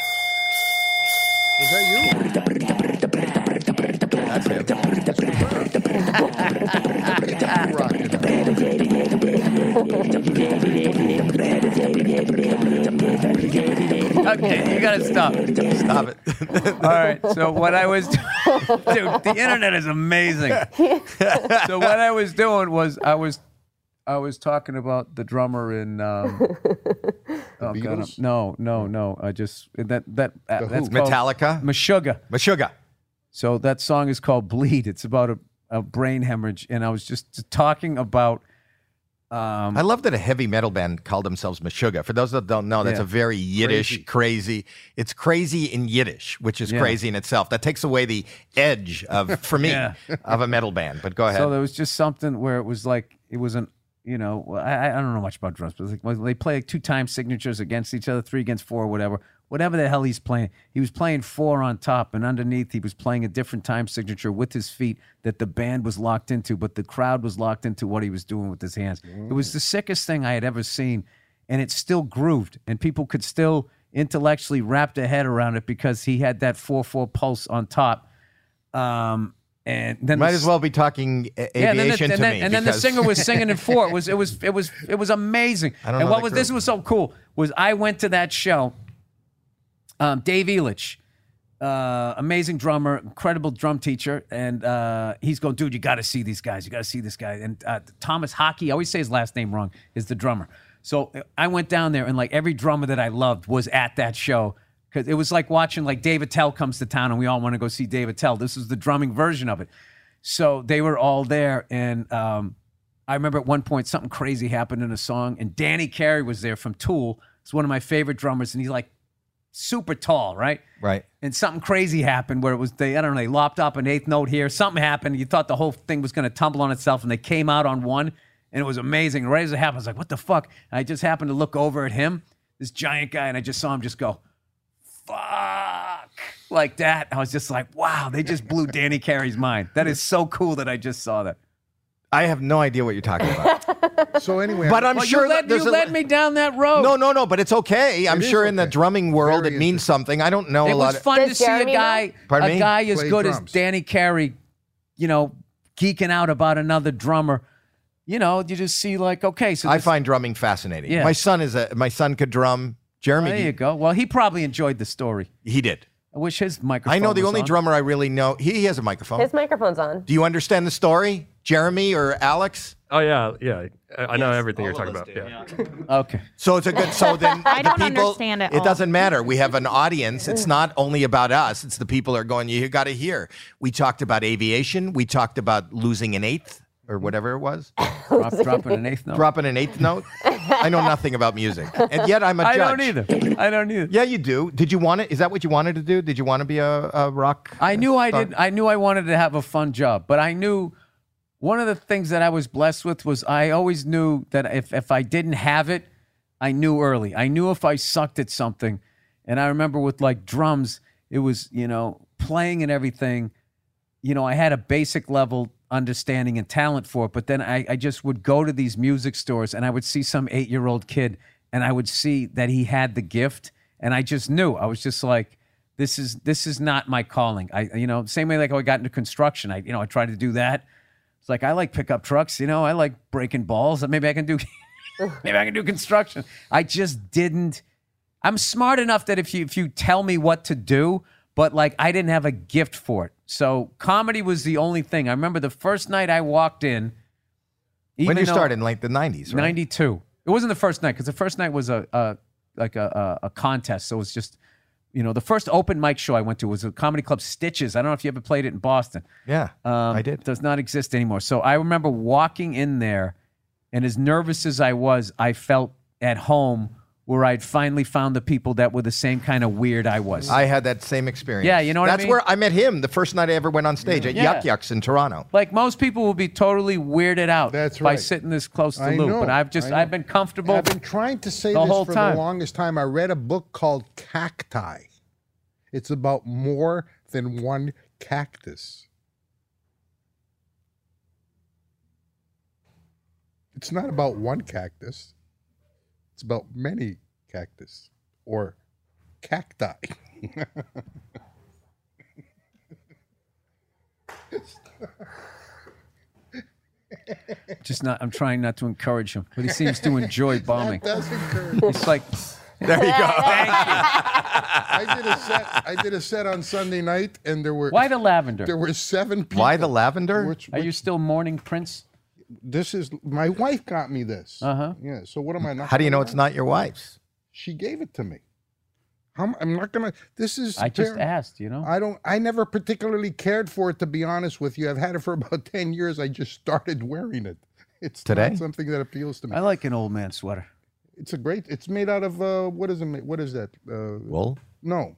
[SPEAKER 3] Is that you?
[SPEAKER 1] That's him.
[SPEAKER 4] Okay, Uh, you gotta stop.
[SPEAKER 1] Stop it.
[SPEAKER 4] All right. So what I was, dude, the internet is amazing. so what I was doing was I was I was talking about the drummer in. Um, oh, God,
[SPEAKER 3] Beatles?
[SPEAKER 4] no, no, no. I just that that uh, that's called
[SPEAKER 1] Metallica?
[SPEAKER 4] Meshuggah.
[SPEAKER 1] Meshuggah.
[SPEAKER 4] So that song is called "Bleed." It's about a, a brain hemorrhage, and I was just talking about. Um,
[SPEAKER 1] I love that a heavy metal band called themselves Meshuggah. For those that don't know, that's
[SPEAKER 4] Yeah.
[SPEAKER 1] a very Yiddish, crazy. It's crazy in Yiddish, which is
[SPEAKER 4] Yeah.
[SPEAKER 1] crazy in itself. That takes away the edge of, for me,
[SPEAKER 4] Yeah.
[SPEAKER 1] of a metal band. But go ahead.
[SPEAKER 4] So there was just something where it was like it was an you know well, I, I don't know much about drums, but it's like when they play like two time signatures against each other, three against four, whatever, whatever the hell he's playing. He was playing four on top, and underneath he was playing a different time signature with his feet that the band was locked into, but the crowd was locked into what he was doing with his hands. It was the sickest thing I had ever seen, and it still grooved, and people could still intellectually wrap their head around it because he had that four four pulse on top. Um, and then
[SPEAKER 1] Might
[SPEAKER 4] the
[SPEAKER 1] as well be talking a- aviation
[SPEAKER 4] and then, the, and,
[SPEAKER 1] to
[SPEAKER 4] then,
[SPEAKER 1] me.
[SPEAKER 4] and then the
[SPEAKER 1] because-
[SPEAKER 4] singer was singing in four. It was it was it was it was amazing.
[SPEAKER 1] I don't
[SPEAKER 4] and
[SPEAKER 1] know
[SPEAKER 4] what
[SPEAKER 1] the
[SPEAKER 4] was this
[SPEAKER 1] group.
[SPEAKER 4] was so cool was I went to that show. Um, Dave Elitch, uh, amazing drummer, incredible drum teacher, and uh, he's going, dude, you got to see these guys. You got to see this guy. And uh, Thomas Hockey, I always say his last name wrong, is the drummer. So uh, I went down there, and like every drummer that I loved was at that show because it was like watching like Dave Attell comes to town, and we all want to go see Dave Attell. This is the drumming version of it. So they were all there, and um, I remember at one point something crazy happened in a song, and Danny Carey was there from Tool. He's one of my favorite drummers, and he's like super tall, right?
[SPEAKER 1] Right.
[SPEAKER 4] and something crazy happened where it was they I don't know they lopped up an eighth note here. Something happened. You thought the whole thing was going to tumble on itself, and they came out on one, and it was amazing. Right as it happened, I was like, "What the fuck?" I just happened to look over at him, this giant guy, and I just saw him just go, "Fuck!" like that. I was just like, "Wow!" They just blew Danny Carey's mind. That is so cool that I just saw that.
[SPEAKER 1] I have no idea what you're talking about.
[SPEAKER 3] So anyway,
[SPEAKER 1] but I'm
[SPEAKER 4] Well,
[SPEAKER 1] sure
[SPEAKER 4] you
[SPEAKER 1] that
[SPEAKER 4] led,
[SPEAKER 1] there's
[SPEAKER 4] you
[SPEAKER 1] a-
[SPEAKER 4] led me down that road.
[SPEAKER 1] No, no, no, but it's okay. I'm
[SPEAKER 3] is
[SPEAKER 1] sure in the
[SPEAKER 3] okay.
[SPEAKER 1] drumming world
[SPEAKER 3] Very
[SPEAKER 1] it means something. I don't know a
[SPEAKER 4] It
[SPEAKER 1] lot
[SPEAKER 4] was
[SPEAKER 1] of
[SPEAKER 4] fun
[SPEAKER 2] Does
[SPEAKER 4] to see a
[SPEAKER 2] Jeremy
[SPEAKER 4] guy,
[SPEAKER 2] know?
[SPEAKER 1] Pardon
[SPEAKER 4] a
[SPEAKER 1] me?
[SPEAKER 4] guy as
[SPEAKER 3] Play
[SPEAKER 4] good as
[SPEAKER 3] drums.
[SPEAKER 4] Danny Carey, you know, geeking out about another drummer. You know, you just see like, okay, so
[SPEAKER 1] I
[SPEAKER 4] this-
[SPEAKER 1] find drumming fascinating.
[SPEAKER 4] Yeah.
[SPEAKER 1] My son is a my son could drum. Jeremy
[SPEAKER 4] there you go. Well, he probably enjoyed the story.
[SPEAKER 1] he, he did.
[SPEAKER 4] I wish his microphone.
[SPEAKER 1] I know the
[SPEAKER 4] was
[SPEAKER 1] only
[SPEAKER 4] on.
[SPEAKER 1] drummer I really know. He, he has a microphone.
[SPEAKER 2] His microphone's on.
[SPEAKER 1] Do you understand the story, Jeremy or Alex?
[SPEAKER 8] Oh yeah, yeah. I, I know everything you're talking about. yeah.
[SPEAKER 4] Okay,
[SPEAKER 1] So it's a good. So then
[SPEAKER 9] I
[SPEAKER 1] the
[SPEAKER 9] don't
[SPEAKER 1] people.
[SPEAKER 9] understand at
[SPEAKER 1] it
[SPEAKER 9] all.
[SPEAKER 1] doesn't matter. We have an audience. It's not only about us. It's the people that are going. You got to hear. We talked about aviation. We talked about losing an eighth or whatever it was.
[SPEAKER 4] Drop, dropping an eighth note.
[SPEAKER 1] Dropping an eighth note. I know nothing about music, and yet I'm a
[SPEAKER 4] I
[SPEAKER 1] judge.
[SPEAKER 4] don't either. I don't either.
[SPEAKER 1] Yeah, you do. Did you want it? Is that what you wanted to do? Did you want to be a, a rock?
[SPEAKER 4] I knew I
[SPEAKER 1] star?
[SPEAKER 4] did. I knew I wanted to have a fun job, but I knew one of the things that I was blessed with was I always knew that if if I didn't have it, I knew early. I knew if I sucked at something, and I remember with like drums, it was you know playing and everything. You know, I had a basic level understanding and talent for it, but then I, I just would go to these music stores and I would see some eight year old kid and I would see that he had the gift, and I just knew. I was just like this is this is not my calling. I you know same way like how I got into construction. I you know I tried to do that. It's like I like pickup trucks. You know I like breaking balls. Maybe I can do maybe I can do construction. I just didn't. I'm smart enough that if you if you tell me what to do, but like I didn't have a gift for it. So comedy was the only thing. I remember the first night I walked in.
[SPEAKER 1] When
[SPEAKER 4] even
[SPEAKER 1] you
[SPEAKER 4] though-
[SPEAKER 1] started in like the nineties, right?
[SPEAKER 4] 92. It wasn't the first night because the first night was a, a like a, a, a contest. So it was just, you know, the first open mic show I went to was a comedy club Stitches. I don't know if you ever played it in Boston.
[SPEAKER 1] Yeah,
[SPEAKER 4] Um,
[SPEAKER 1] I did.
[SPEAKER 4] Does not exist anymore. So I remember walking in there, and as nervous as I was, I felt at home where I'd finally found the people that were the same kind of weird I was.
[SPEAKER 1] I had that same experience.
[SPEAKER 4] Yeah, you know what I
[SPEAKER 1] That's
[SPEAKER 4] mean?
[SPEAKER 1] where I met him the first night I ever went on stage at
[SPEAKER 4] Yeah.
[SPEAKER 1] Yuck Yucks in Toronto.
[SPEAKER 4] like most people will be totally weirded out
[SPEAKER 3] That's
[SPEAKER 4] by
[SPEAKER 3] right.
[SPEAKER 4] sitting this close to
[SPEAKER 3] I
[SPEAKER 4] Lou,
[SPEAKER 3] know,
[SPEAKER 4] but I've just
[SPEAKER 3] I know.
[SPEAKER 4] I've been comfortable.
[SPEAKER 3] I've been trying to say
[SPEAKER 4] the
[SPEAKER 3] this
[SPEAKER 4] whole
[SPEAKER 3] for
[SPEAKER 4] time.
[SPEAKER 3] the longest time. I read a book called Cacti. It's about more than one cactus. It's not about one cactus. It's about many cactus or cacti.
[SPEAKER 4] just not I'm trying not to encourage him, but he seems to enjoy bombing.
[SPEAKER 3] That's encouraging.
[SPEAKER 4] It's like
[SPEAKER 1] There you go.
[SPEAKER 3] I did a set. I did a set on Sunday night, and there were
[SPEAKER 4] why the lavender?
[SPEAKER 3] there were seven people.
[SPEAKER 1] Why the lavender?
[SPEAKER 3] Which,
[SPEAKER 4] Are you
[SPEAKER 3] which-
[SPEAKER 4] still mourning Prince?
[SPEAKER 3] this is my wife got me this. Uh
[SPEAKER 4] Uh-huh.
[SPEAKER 3] huh. Yeah. So what am I not?
[SPEAKER 1] How do you
[SPEAKER 3] gonna
[SPEAKER 1] know it's not your wife's?
[SPEAKER 3] She gave it to me. How, am- I'm not gonna. This is.
[SPEAKER 4] I just
[SPEAKER 3] par-
[SPEAKER 4] asked, you know.
[SPEAKER 3] I don't. I never particularly cared for it, to be honest with you. I've had it for about ten years. I just started wearing it. It's not
[SPEAKER 1] Today?
[SPEAKER 3] something that appeals to me.
[SPEAKER 4] I like an old man sweater.
[SPEAKER 3] It's a great. It's made out of uh, what is it? ma- What is that? Uh,
[SPEAKER 1] Wool?
[SPEAKER 3] no,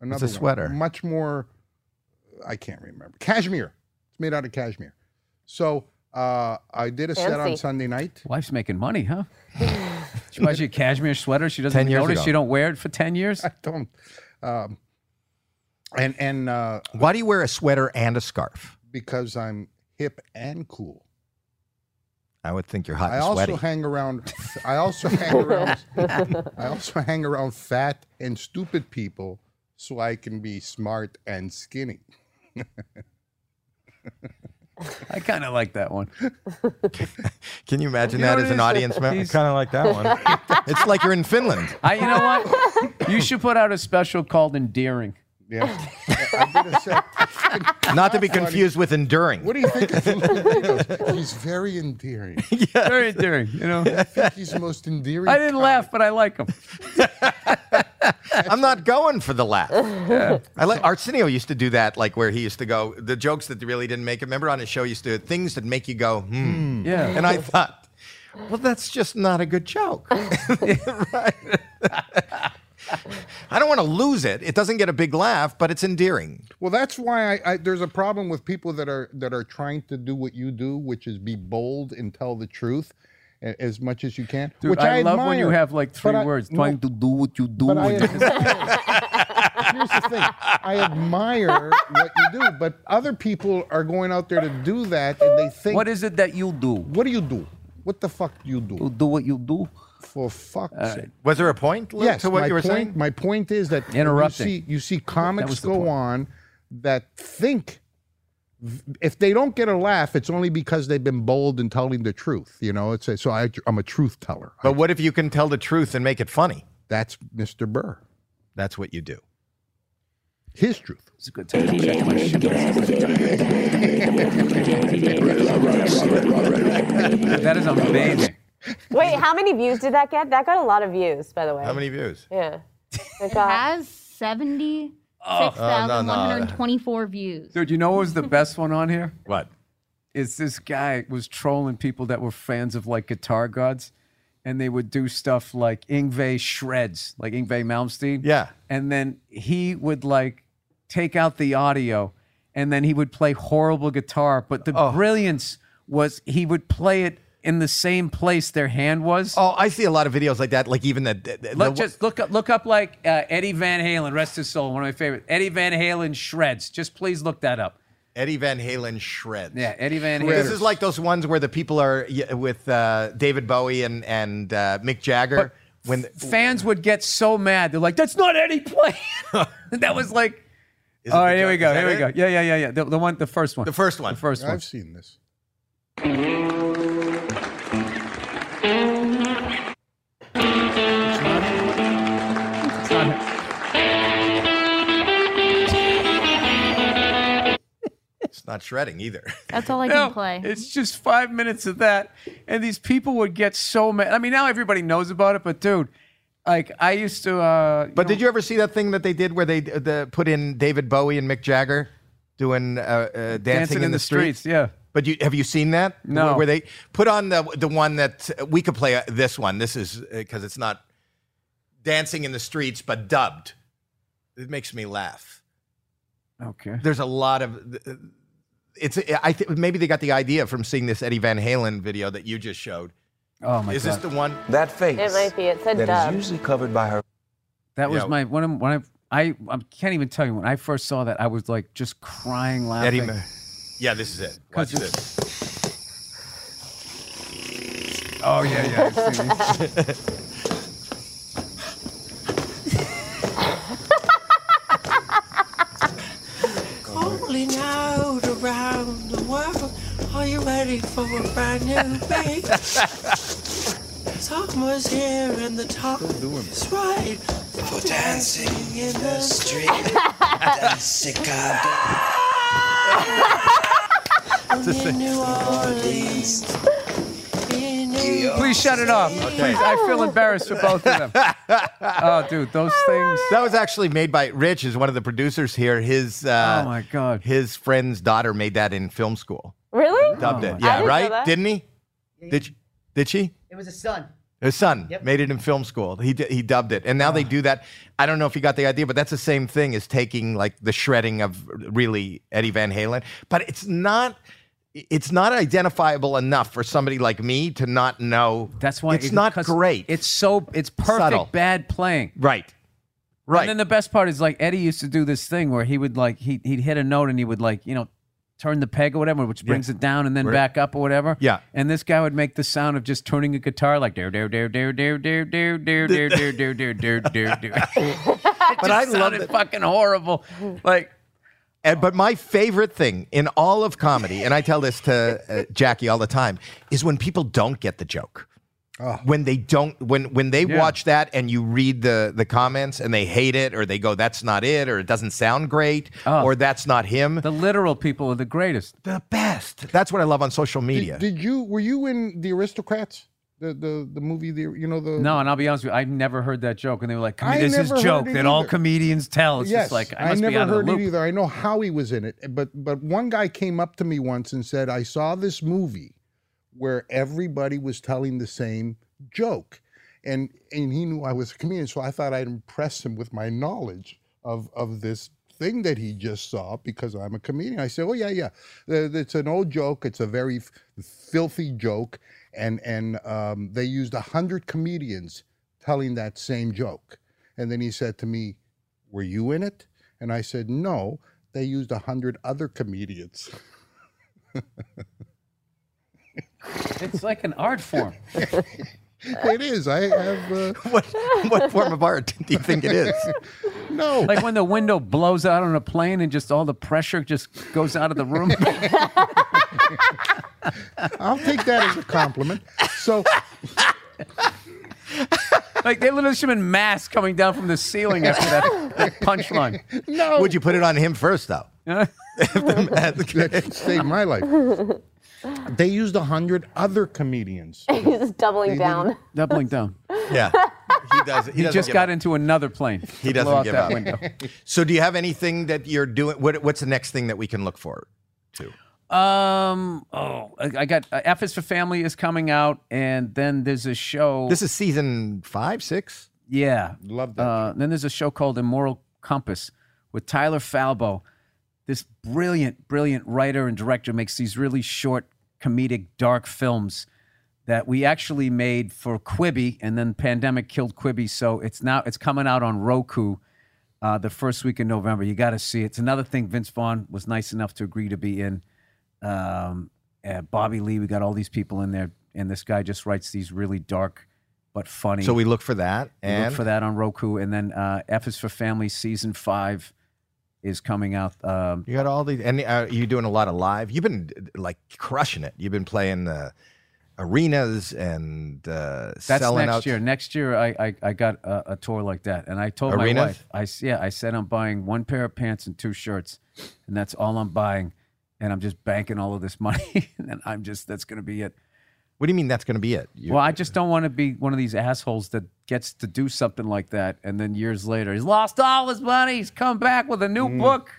[SPEAKER 3] another one.
[SPEAKER 1] sweater.
[SPEAKER 3] Much more. I can't remember. Cashmere. It's made out of cashmere. So uh, I did a set on
[SPEAKER 2] Fancy.
[SPEAKER 3] Sunday night.
[SPEAKER 4] Wife's making money, huh? she buys you a cashmere sweater. She doesn't
[SPEAKER 1] 10 years
[SPEAKER 4] notice
[SPEAKER 1] ago.
[SPEAKER 4] you don't wear it for ten years.
[SPEAKER 3] I don't. Um, and and uh,
[SPEAKER 1] Why do you wear a sweater and a scarf?
[SPEAKER 3] because I'm hip and cool.
[SPEAKER 1] I would think you're hot
[SPEAKER 3] I
[SPEAKER 1] and
[SPEAKER 3] also
[SPEAKER 1] sweaty.
[SPEAKER 3] hang around. I also hang around. I also hang around fat and stupid people, so I can be smart and skinny.
[SPEAKER 4] I kind of like that one.
[SPEAKER 1] Can you imagine
[SPEAKER 4] You know
[SPEAKER 1] that
[SPEAKER 4] what
[SPEAKER 1] as
[SPEAKER 4] it
[SPEAKER 1] an
[SPEAKER 4] is?
[SPEAKER 1] audience member?
[SPEAKER 10] kind of like that one.
[SPEAKER 1] It's like you're in Finland.
[SPEAKER 4] I, you know what? you should put out a special called "Endearing."
[SPEAKER 3] Yeah. I did a set.
[SPEAKER 1] Not to be confused with enduring.
[SPEAKER 3] What do you think of Filipinos? He's very endearing. I
[SPEAKER 4] Very endearing, you know.
[SPEAKER 3] think he's the most endearing.
[SPEAKER 4] I didn't laugh, but I like him.
[SPEAKER 1] I'm not going for the laugh. I like Arsenio used to do that, like where he used to go the jokes that really didn't make him. Remember on his show, he used to do things that make you go hmm.
[SPEAKER 4] Yeah.
[SPEAKER 1] And I thought, well, that's just not a good joke. right? I don't want to lose it. It doesn't get a big laugh, but it's endearing.
[SPEAKER 3] Well, that's why I, I there's a problem with people that are that are trying to do what you do, which is be bold and tell the truth a- as much as you can.
[SPEAKER 4] Dude,
[SPEAKER 3] which I,
[SPEAKER 4] I, love when you
[SPEAKER 3] admire.
[SPEAKER 4] have like three
[SPEAKER 3] But I-
[SPEAKER 4] words
[SPEAKER 3] no,
[SPEAKER 4] trying to do what you do.
[SPEAKER 3] But I
[SPEAKER 4] and-
[SPEAKER 3] admire- here's the thing. I admire what you do, but other people are going out there to do that, and they think,
[SPEAKER 4] what is it that you do?
[SPEAKER 3] what do you do? What the fuck do you do?
[SPEAKER 4] You do what you do.
[SPEAKER 3] For fuck's
[SPEAKER 4] Uh,
[SPEAKER 3] sake.
[SPEAKER 1] Was there a point Lou,
[SPEAKER 3] Yes,
[SPEAKER 1] to what
[SPEAKER 3] my
[SPEAKER 1] you were
[SPEAKER 3] point,
[SPEAKER 1] saying?
[SPEAKER 3] My point is that you
[SPEAKER 4] Interrupting.
[SPEAKER 3] see- You see, comics
[SPEAKER 4] was the
[SPEAKER 3] go on
[SPEAKER 4] point.
[SPEAKER 3] that think if they don't get a laugh, it's only because they've been bold in telling the truth. You know, it's a, so I, I'm a truth teller.
[SPEAKER 1] But what if you can tell the truth and make it funny?
[SPEAKER 3] That's Mr. Burr.
[SPEAKER 1] That's what you do.
[SPEAKER 3] His truth.
[SPEAKER 4] It's a good time. to check my shit. that is amazing.
[SPEAKER 2] Wait, how many views did that get? That got a lot of views, by the way.
[SPEAKER 1] How many views?
[SPEAKER 2] Yeah. It
[SPEAKER 11] It
[SPEAKER 2] got-
[SPEAKER 11] has
[SPEAKER 4] Oh.
[SPEAKER 11] 76,124 views.
[SPEAKER 4] Dude, you know what was the best one on here?
[SPEAKER 1] What?
[SPEAKER 4] is this guy was trolling people that were fans of like guitar gods and they would do stuff like Ingve shreds, like Ingve Malmsteen.
[SPEAKER 1] Yeah.
[SPEAKER 4] And then he would like take out the audio and then he would play horrible guitar. But the
[SPEAKER 1] Oh.
[SPEAKER 4] brilliance was he would play it in the same place their hand was.
[SPEAKER 1] Oh, I see a lot of videos like that. Like even the, the, the-
[SPEAKER 4] Look, just look up, look up like uh, Eddie Van Halen, rest his soul, one of my favorite. Eddie Van Halen shreds. Just please look that up.
[SPEAKER 1] Eddie Van Halen shreds.
[SPEAKER 4] Yeah, Eddie Van Halen.
[SPEAKER 1] This is like those ones where the people are y- with uh, David Bowie and and uh, Mick Jagger. when the,
[SPEAKER 4] fans would get so mad. They're like, "That's not Eddie playing." that was like,
[SPEAKER 1] Is it
[SPEAKER 4] "All right,
[SPEAKER 1] the
[SPEAKER 4] here we
[SPEAKER 1] Jagger- is
[SPEAKER 4] go, here
[SPEAKER 1] that
[SPEAKER 4] we go."
[SPEAKER 1] it?
[SPEAKER 4] Yeah, yeah, yeah, yeah. The, the one, the first one,
[SPEAKER 1] The first one.
[SPEAKER 4] the first one.
[SPEAKER 3] I've seen this.
[SPEAKER 4] It's not-
[SPEAKER 1] It's not shredding either.
[SPEAKER 11] That's all I
[SPEAKER 4] No,
[SPEAKER 11] can play.
[SPEAKER 4] it's just five minutes of that, and these people would get so mad. I mean, now everybody knows about it, but dude, like I used to. Uh,
[SPEAKER 1] But did you ever see that thing that they did where they uh, the, put in David Bowie and Mick Jagger doing uh, uh, dancing,
[SPEAKER 4] dancing
[SPEAKER 1] in, the, streets?
[SPEAKER 4] Yeah.
[SPEAKER 1] But you, have you seen that? The
[SPEAKER 4] No.
[SPEAKER 1] one Where they put on the the one that we could play uh, this one. This is because it's not dancing in the streets, but dubbed. It makes me laugh.
[SPEAKER 4] Okay.
[SPEAKER 1] there's a lot of it's i think maybe they got the idea from seeing this eddie van halen video that you just showed
[SPEAKER 4] Oh my
[SPEAKER 1] is
[SPEAKER 4] god.
[SPEAKER 1] this the one
[SPEAKER 12] That face
[SPEAKER 2] It might be. It said
[SPEAKER 12] that is
[SPEAKER 2] dub.
[SPEAKER 12] usually covered by her
[SPEAKER 4] that was
[SPEAKER 1] Yeah.
[SPEAKER 4] my one. of- When I, I, I can't even tell you when I first saw that, I was like just crying
[SPEAKER 1] eddie
[SPEAKER 4] laughing.
[SPEAKER 1] Ma- yeah this is it watch
[SPEAKER 4] Cause it's-
[SPEAKER 1] this
[SPEAKER 4] Oh yeah, yeah. I've seen it.
[SPEAKER 9] Calling out around the world. Are you ready for a brand new beat? Summer's here and the time is right for dancing in the street. Dancing, I'm in New Orleans. In New
[SPEAKER 4] Please shut it off. Please, I feel embarrassed for both of them. Oh, dude, those things.
[SPEAKER 1] That was actually made by Rich, is one of the producers here. His uh,
[SPEAKER 4] Oh my God.
[SPEAKER 1] his friend's daughter made that in film school.
[SPEAKER 2] Really?
[SPEAKER 1] Dubbed
[SPEAKER 4] my
[SPEAKER 1] it, yeah,
[SPEAKER 2] didn't know
[SPEAKER 1] right?
[SPEAKER 2] that.
[SPEAKER 1] Didn't he? Did she? Did she?
[SPEAKER 13] It was a son.
[SPEAKER 1] His son
[SPEAKER 13] Yep. Ah.
[SPEAKER 1] made it in film school. He d- he dubbed it, and now they do that. I don't know if you got the idea, but that's the same thing as taking like the shredding of really Eddie Van Halen. But it's not it's not identifiable enough for somebody like me to not know.
[SPEAKER 4] That's why
[SPEAKER 1] it's not
[SPEAKER 4] because
[SPEAKER 1] great.
[SPEAKER 4] It's so it's perfect
[SPEAKER 1] Subtle.
[SPEAKER 4] bad playing.
[SPEAKER 1] right, right.
[SPEAKER 4] And then the best part is like Eddie used to do this thing where he would like he he'd hit a note and he would like you know turn the peg or whatever, which brings it down and then back up or whatever.
[SPEAKER 1] Yeah.
[SPEAKER 4] And this guy would make the sound of just turning a guitar like dare dare dare dare dare dare dare dare dare dare dare dare dare dare dare. But
[SPEAKER 1] I
[SPEAKER 4] I
[SPEAKER 1] love
[SPEAKER 4] love it.
[SPEAKER 1] that-
[SPEAKER 4] Fucking horrible. Like
[SPEAKER 1] And, but my favorite thing in all of comedy, and I tell this to uh, Jackie all the time, is when people don't get the joke. When they don't, when when they watch that and you read the the comments and they hate it or they go, "That's not it," or "It doesn't sound great," or "That's not him."
[SPEAKER 4] the literal people are the greatest.
[SPEAKER 1] The best. That's what I love on social media.
[SPEAKER 3] Did, did you were you in the Aristocrats? The the the movie the you know the
[SPEAKER 4] No, and I'll be honest with you, I've never heard that joke. And they were like,
[SPEAKER 3] I
[SPEAKER 4] "This is
[SPEAKER 3] never heard
[SPEAKER 4] joke
[SPEAKER 3] it
[SPEAKER 4] that all
[SPEAKER 3] either.
[SPEAKER 4] comedians tell." It's
[SPEAKER 3] yes,
[SPEAKER 4] just like I must
[SPEAKER 3] never
[SPEAKER 4] be out of
[SPEAKER 3] heard
[SPEAKER 4] the loop.
[SPEAKER 3] it either. I know Howie was in it, but but one guy came up to me once and said, "I saw this movie where everybody was telling the same joke, and and he knew I was a comedian, so I thought I'd impress him with my knowledge of of this." Thing that he just saw because I'm a comedian. I said, "Oh yeah, yeah, Uh, it's an old joke. It's a very f- filthy joke, and and um, they used a hundred comedians telling that same joke." And then he said to me, were you in it? And I said, no, they used a hundred other comedians.
[SPEAKER 4] It's like an art form.
[SPEAKER 3] it is. I have uh,
[SPEAKER 1] what what form of art do you think it is?
[SPEAKER 3] no.
[SPEAKER 4] Like when the window blows out on a plane and just all the pressure just goes out of the room.
[SPEAKER 3] I'll take that as a compliment. So
[SPEAKER 4] like they literally should have been mass coming down from the ceiling after that, that punchline.
[SPEAKER 3] no,
[SPEAKER 1] Would you put it on him first, though?
[SPEAKER 3] that saved my life. They used a hundred other comedians.
[SPEAKER 2] He's just doubling down.
[SPEAKER 4] Doubling down.
[SPEAKER 1] Yeah, he does. He,
[SPEAKER 4] He
[SPEAKER 1] doesn't
[SPEAKER 4] just
[SPEAKER 1] give
[SPEAKER 4] got
[SPEAKER 1] up.
[SPEAKER 4] into another plane.
[SPEAKER 1] He
[SPEAKER 4] to
[SPEAKER 1] doesn't
[SPEAKER 4] blow out
[SPEAKER 1] give
[SPEAKER 4] that
[SPEAKER 1] up.
[SPEAKER 4] window.
[SPEAKER 1] So, do you have anything that you're doing? What, what's the next thing that we can look for to?
[SPEAKER 4] Um. Oh, I, I got uh, F is for Family is coming out, and then there's a show.
[SPEAKER 1] This is season five, six.
[SPEAKER 4] Yeah.
[SPEAKER 3] Love that
[SPEAKER 4] Uh, then there's a show called Immoral Compass with Tyler Falbo. This brilliant, brilliant writer and director makes these really short, comedic, dark films that we actually made for Quibi, and then pandemic killed Quibi, so it's now it's coming out on Roku. Uh, the first week in November, you got to see it. It's another thing Vince Vaughn was nice enough to agree to be in. Um, uh, Bobby Lee, we got all these people in there, and this guy just writes these really dark but funny.
[SPEAKER 1] So we look for that,
[SPEAKER 4] You
[SPEAKER 1] and
[SPEAKER 4] Look for that on Roku, and then uh, F is for Family season five is coming out. Um,
[SPEAKER 1] you got all these. And uh, you're doing a lot of live. You've been like crushing it. You've been playing the arenas and uh,
[SPEAKER 4] that's
[SPEAKER 1] selling
[SPEAKER 4] next
[SPEAKER 1] out.
[SPEAKER 4] year. Next year, I I, I got a, a tour like that, and I told
[SPEAKER 1] Arenas?
[SPEAKER 4] my wife, I s- yeah, I said I'm buying one pair of pants and two shirts, and that's all I'm buying, and I'm just banking all of this money, and then I'm just that's gonna be it.
[SPEAKER 1] What do you mean that's going to be it? You-
[SPEAKER 4] Well, I just don't want to be one of these assholes that gets to do something like that, and then years later he's lost all his money, he's come back with a new
[SPEAKER 1] Hmm.
[SPEAKER 4] book.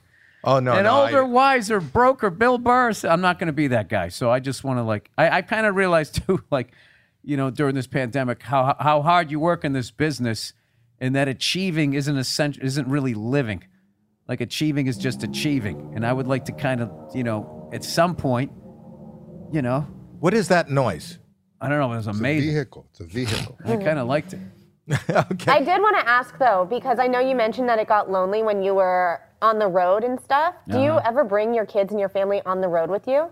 [SPEAKER 1] oh no,
[SPEAKER 4] an
[SPEAKER 1] no, I-
[SPEAKER 4] older, wiser broker, Bill Burr. said, I'm not going to be that guy. So I just want to like, I, I kind of realized too, like, you know, during this pandemic, how how hard you work in this business, and that achieving isn't essential, isn't really living. Like achieving is just achieving, and I would like to kind of, you know, at some point, you know,
[SPEAKER 1] what is that noise?
[SPEAKER 4] I don't know, it was amazing.
[SPEAKER 3] vehicle. It's a vehicle.
[SPEAKER 4] I kind of liked it.
[SPEAKER 2] I did want to ask though, because I know you mentioned that it got lonely when you were on the road and stuff. Do you ever bring your kids and your family on the road with you?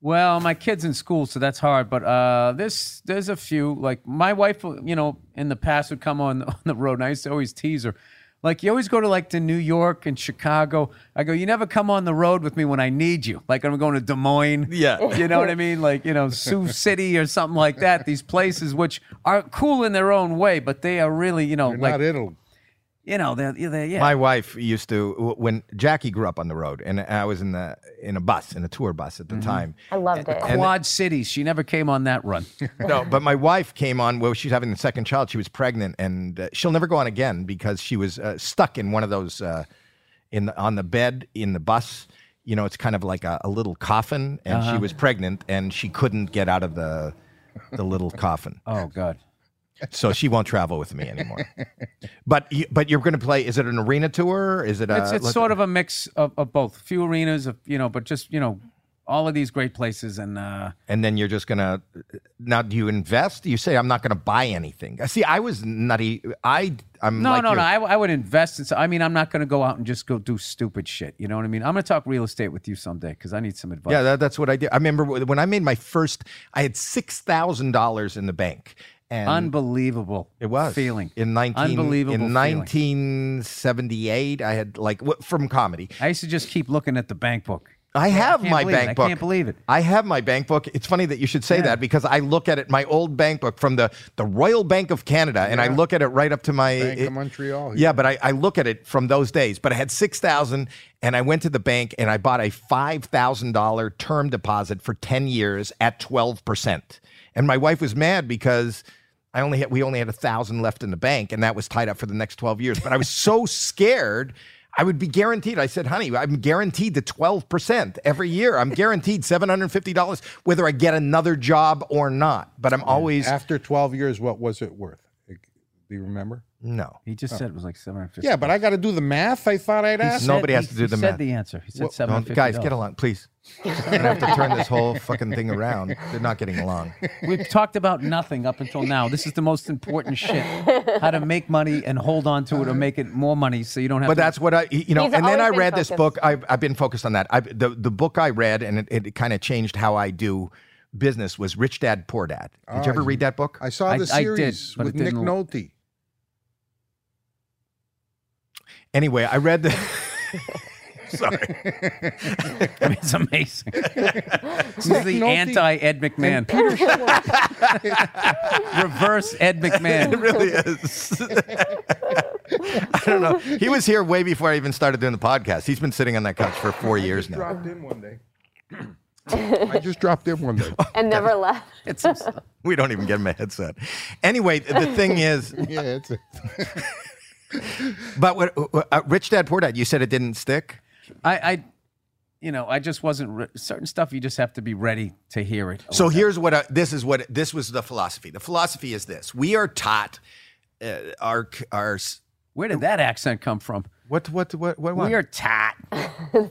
[SPEAKER 4] Well, my kids in school, so that's hard. But uh, this there's a few. Like my wife, you know, in the past would come on on the road, and I used to always tease her. Like you always go to like to New York and Chicago. I go, you never come on the road with me when I need you. Like I'm going to Des Moines.
[SPEAKER 1] Yeah.
[SPEAKER 4] you know what I mean. Like you know Sioux City or something like that. These places which are cool in their own way, but they are really you know
[SPEAKER 3] You're
[SPEAKER 4] like
[SPEAKER 3] not Italy.
[SPEAKER 4] you know, they're, they're yeah.
[SPEAKER 1] My wife used to when Jackie grew up on the road, and I was in the in a bus, in a tour bus at the
[SPEAKER 4] Mm-hmm.
[SPEAKER 1] time.
[SPEAKER 2] I loved it.
[SPEAKER 4] Quad cities. She never came on that run.
[SPEAKER 1] No, but my wife came on. Well, she's having the second child. She was pregnant, and uh, she'll never go on again because she was uh, stuck in one of those uh, in the, on the bed in the bus. You know, it's kind of like a, a little coffin, and
[SPEAKER 4] Uh-huh.
[SPEAKER 1] she was pregnant, and she couldn't get out of the the little coffin.
[SPEAKER 4] oh God.
[SPEAKER 1] So she won't travel with me anymore. but you, but you're going to play. Is it an arena tour? Is it a?
[SPEAKER 4] It's, it's sort
[SPEAKER 1] uh,
[SPEAKER 4] of a mix of, of both. Few arenas, of, you know, but just you know, all of these great places and. uh
[SPEAKER 1] and then you're just gonna now do you invest you say i'm not gonna buy anything see i was nutty i i'm
[SPEAKER 4] No,
[SPEAKER 1] like
[SPEAKER 4] no,
[SPEAKER 1] you.
[SPEAKER 4] no. I, I would invest in. so- I mean, I'm not going to go out and just go do stupid shit. You know what I mean? I'm going to talk real estate with you someday because I need some advice.
[SPEAKER 1] yeah that, that's what i did i remember wh- when i made my first i had six thousand dollars in the bank and
[SPEAKER 4] unbelievable.
[SPEAKER 1] it was
[SPEAKER 4] feeling
[SPEAKER 1] in 19
[SPEAKER 4] unbelievable.
[SPEAKER 1] in
[SPEAKER 4] feeling.
[SPEAKER 1] 1978 i had like wh- from comedy
[SPEAKER 4] I used to just keep looking at the bank book.
[SPEAKER 1] I have
[SPEAKER 4] can't
[SPEAKER 1] my
[SPEAKER 4] believe it.
[SPEAKER 1] bank
[SPEAKER 4] I
[SPEAKER 1] book.
[SPEAKER 4] can't believe it.
[SPEAKER 1] I have my bank book. It's funny that you should say that because I look at it, my old bank book from the, the Royal Bank of Canada, and I look at it right up to my
[SPEAKER 3] Bank
[SPEAKER 1] it-
[SPEAKER 3] of Montreal.
[SPEAKER 1] Yeah, but I, I look at it from those days. But I had six thousand, and I went to the bank and I bought a five thousand dollar term deposit for ten years at twelve percent. And my wife was mad because I only had we only had a thousand left in the bank, and that was tied up for the next twelve years. But I was so scared. I would be guaranteed. I said, honey, I'm guaranteed the 12% every year. I'm guaranteed $750 whether I get another job or not. But I'm always,
[SPEAKER 3] After 12 years, what was it worth? Like, Do you remember?
[SPEAKER 1] no.
[SPEAKER 4] He just said it was like seven hundred fifty.
[SPEAKER 3] Yeah, but I got to do the math. I thought I'd ask.
[SPEAKER 1] Nobody has to do the
[SPEAKER 4] he
[SPEAKER 1] math.
[SPEAKER 4] Said the answer. He said seven
[SPEAKER 1] No,
[SPEAKER 4] hundred fifty.
[SPEAKER 1] guys, get along, please. I'm gonna have to turn this whole fucking thing around. They're not getting along.
[SPEAKER 4] We've talked about nothing up until now. This is the most important shit: how to make money and hold on to it or make it more money, so you don't have.
[SPEAKER 1] But
[SPEAKER 4] to,
[SPEAKER 1] that's what I, you know.
[SPEAKER 2] He's
[SPEAKER 1] and then
[SPEAKER 2] always
[SPEAKER 1] I
[SPEAKER 2] been
[SPEAKER 1] read this
[SPEAKER 2] focused.
[SPEAKER 1] book. I've, I've been focused on that. I, the the book I read and it, it kind of changed how I do business was Rich Dad Poor Dad. Did you ever read that book?
[SPEAKER 3] I saw
[SPEAKER 4] I-
[SPEAKER 3] the
[SPEAKER 4] I did,
[SPEAKER 3] series
[SPEAKER 4] but
[SPEAKER 3] with
[SPEAKER 4] it
[SPEAKER 3] Nick
[SPEAKER 4] didn't-
[SPEAKER 3] Nolte.
[SPEAKER 1] Anyway, I read the. Sorry,
[SPEAKER 4] I mean, it's amazing. this is the
[SPEAKER 3] Nolte-
[SPEAKER 4] anti Ed McMahon. Reverse Ed
[SPEAKER 1] it
[SPEAKER 4] McMahon.
[SPEAKER 1] really is. I don't know. He was here way before I even started doing the podcast. He's been sitting on that couch for four years now.
[SPEAKER 3] Dropped in one day. I just dropped in one day.
[SPEAKER 2] and never left.
[SPEAKER 4] It's absurd.
[SPEAKER 1] We don't even get him a headset. Anyway, the thing is,
[SPEAKER 3] Yeah, it's a,
[SPEAKER 1] But what, what- uh, Rich Dad Poor Dad, you said it didn't stick.
[SPEAKER 4] I, I, you know, I just wasn't re- certain stuff. You just have to be ready to hear it.
[SPEAKER 3] Oh,
[SPEAKER 1] So here's what I, this is what this was the philosophy. The philosophy is this: we are taught uh, our our s-
[SPEAKER 4] Where did that accent come from?
[SPEAKER 1] what what what what,
[SPEAKER 4] We are tat.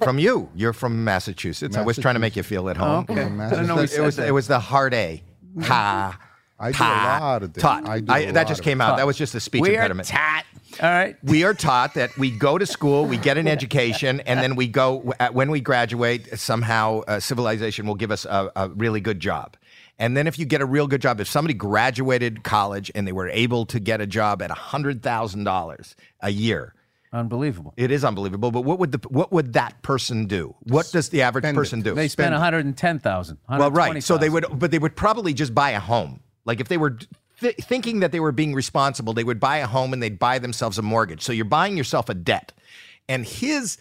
[SPEAKER 1] from you. You're from Massachusetts. I was trying to make you feel at home.
[SPEAKER 4] Oh, Okay. I don't know.
[SPEAKER 1] It
[SPEAKER 4] We
[SPEAKER 1] was the- it was
[SPEAKER 4] said that.
[SPEAKER 1] it was the hard A. Ha.
[SPEAKER 3] I do
[SPEAKER 1] ta-
[SPEAKER 3] a lot of this.
[SPEAKER 1] Taught.
[SPEAKER 3] I do
[SPEAKER 1] I-
[SPEAKER 3] a
[SPEAKER 1] that
[SPEAKER 3] lot
[SPEAKER 1] just
[SPEAKER 3] of
[SPEAKER 1] came out. That was just a speech
[SPEAKER 4] we are
[SPEAKER 1] impediment.
[SPEAKER 4] tat. All right.
[SPEAKER 1] we are taught that we go to school, we get an education, and then we go uh, when we graduate. Somehow, uh, civilization will give us a, a really good job. And then, if you get a real good job, if somebody graduated college and they were able to get a job at hundred thousand dollars a year,
[SPEAKER 4] Unbelievable.
[SPEAKER 1] it is unbelievable. But what would the what would that person do? What does the average
[SPEAKER 3] Spend it.
[SPEAKER 1] person do?
[SPEAKER 4] They spent 110,000.
[SPEAKER 1] Well, right. So they would, but they would probably just buy a home. Like if they were th- thinking that they were being responsible, they would buy a home and they'd buy themselves a mortgage. So you're buying yourself a debt. And his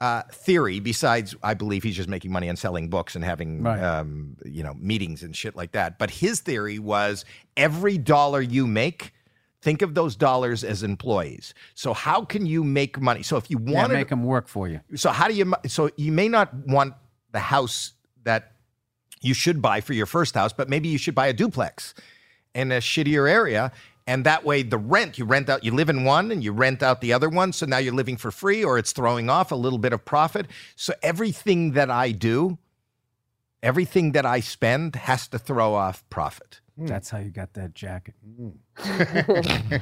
[SPEAKER 1] uh, theory, besides, I believe he's just making money on selling books and having,
[SPEAKER 4] Right.
[SPEAKER 1] um, you know, meetings and shit like that. But his theory was every dollar you make. Think of those dollars as employees. So how can you make money? So if you
[SPEAKER 4] yeah,
[SPEAKER 1] want to
[SPEAKER 4] make them work for you.
[SPEAKER 1] so how do you mu- so you may not want the house that you should buy for your first house but maybe you should buy a duplex in a shittier area and that way the rent you rent out you live in one and you rent out the other one so now you're living for free or it's throwing off a little bit of profit so everything that i do everything that i spend has to throw off profit
[SPEAKER 4] That's how you got that jacket.
[SPEAKER 1] Hmm.
[SPEAKER 4] it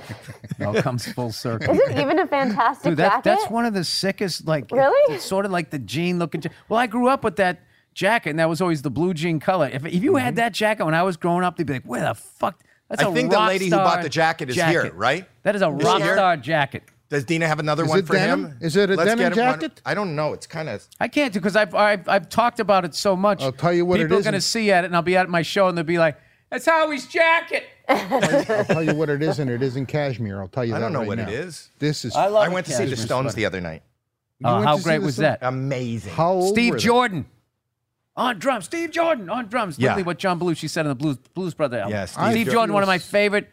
[SPEAKER 4] all comes full circle.
[SPEAKER 2] Is it even a fantastic
[SPEAKER 4] Dude, that,
[SPEAKER 2] jacket?
[SPEAKER 4] that's one of the sickest, like, it-
[SPEAKER 2] Really?
[SPEAKER 4] it's sort of like the jean looking. ja- Well, I grew up with that jacket, and that was always the blue jean color. If, if you had that jacket when I was growing up, they'd be like, where the fuck? That's
[SPEAKER 1] Mm-hmm. I
[SPEAKER 4] a
[SPEAKER 1] think the
[SPEAKER 4] rock
[SPEAKER 1] lady who bought
[SPEAKER 4] star
[SPEAKER 1] the jacket is here, right?
[SPEAKER 4] That is a
[SPEAKER 1] Is she
[SPEAKER 4] rock
[SPEAKER 1] here?
[SPEAKER 4] star jacket.
[SPEAKER 1] does dina have another
[SPEAKER 3] Is
[SPEAKER 1] one
[SPEAKER 3] it
[SPEAKER 1] for
[SPEAKER 3] denim?
[SPEAKER 1] him
[SPEAKER 3] Is it a denim
[SPEAKER 1] him one.
[SPEAKER 3] jacket?
[SPEAKER 1] i don't know it's kind of
[SPEAKER 4] I can't do because I've, I've I've talked about it so much.
[SPEAKER 3] I'll tell you what it
[SPEAKER 4] People are
[SPEAKER 3] isn't.
[SPEAKER 4] going to see at it, and I'll be at my show, and they'll be like, "That's Howie's jacket."
[SPEAKER 3] I'll tell you what it is, and it isn't cashmere. I'll tell you
[SPEAKER 1] I
[SPEAKER 3] that.
[SPEAKER 1] don't know
[SPEAKER 3] right
[SPEAKER 1] what
[SPEAKER 3] now.
[SPEAKER 1] it is.
[SPEAKER 3] This is.
[SPEAKER 4] I love
[SPEAKER 1] I Oh, went to see the
[SPEAKER 4] Cashmere
[SPEAKER 1] Stones
[SPEAKER 4] Sweater.
[SPEAKER 1] the other night.
[SPEAKER 4] Uh,
[SPEAKER 3] went
[SPEAKER 4] how
[SPEAKER 3] to see
[SPEAKER 4] great
[SPEAKER 3] the
[SPEAKER 4] was
[SPEAKER 3] Stones?
[SPEAKER 4] that?
[SPEAKER 1] Amazing.
[SPEAKER 3] How old
[SPEAKER 4] Steve
[SPEAKER 3] were they?
[SPEAKER 4] Jordan on drums. Steve Jordan on drums.
[SPEAKER 1] Yeah.
[SPEAKER 4] Literally what John Belushi said on the Blues Blues Brother album.
[SPEAKER 1] Yeah,
[SPEAKER 4] Steve,
[SPEAKER 1] Steve
[SPEAKER 4] Jordan,
[SPEAKER 1] Jordan
[SPEAKER 4] one of my
[SPEAKER 3] was-
[SPEAKER 4] favorite,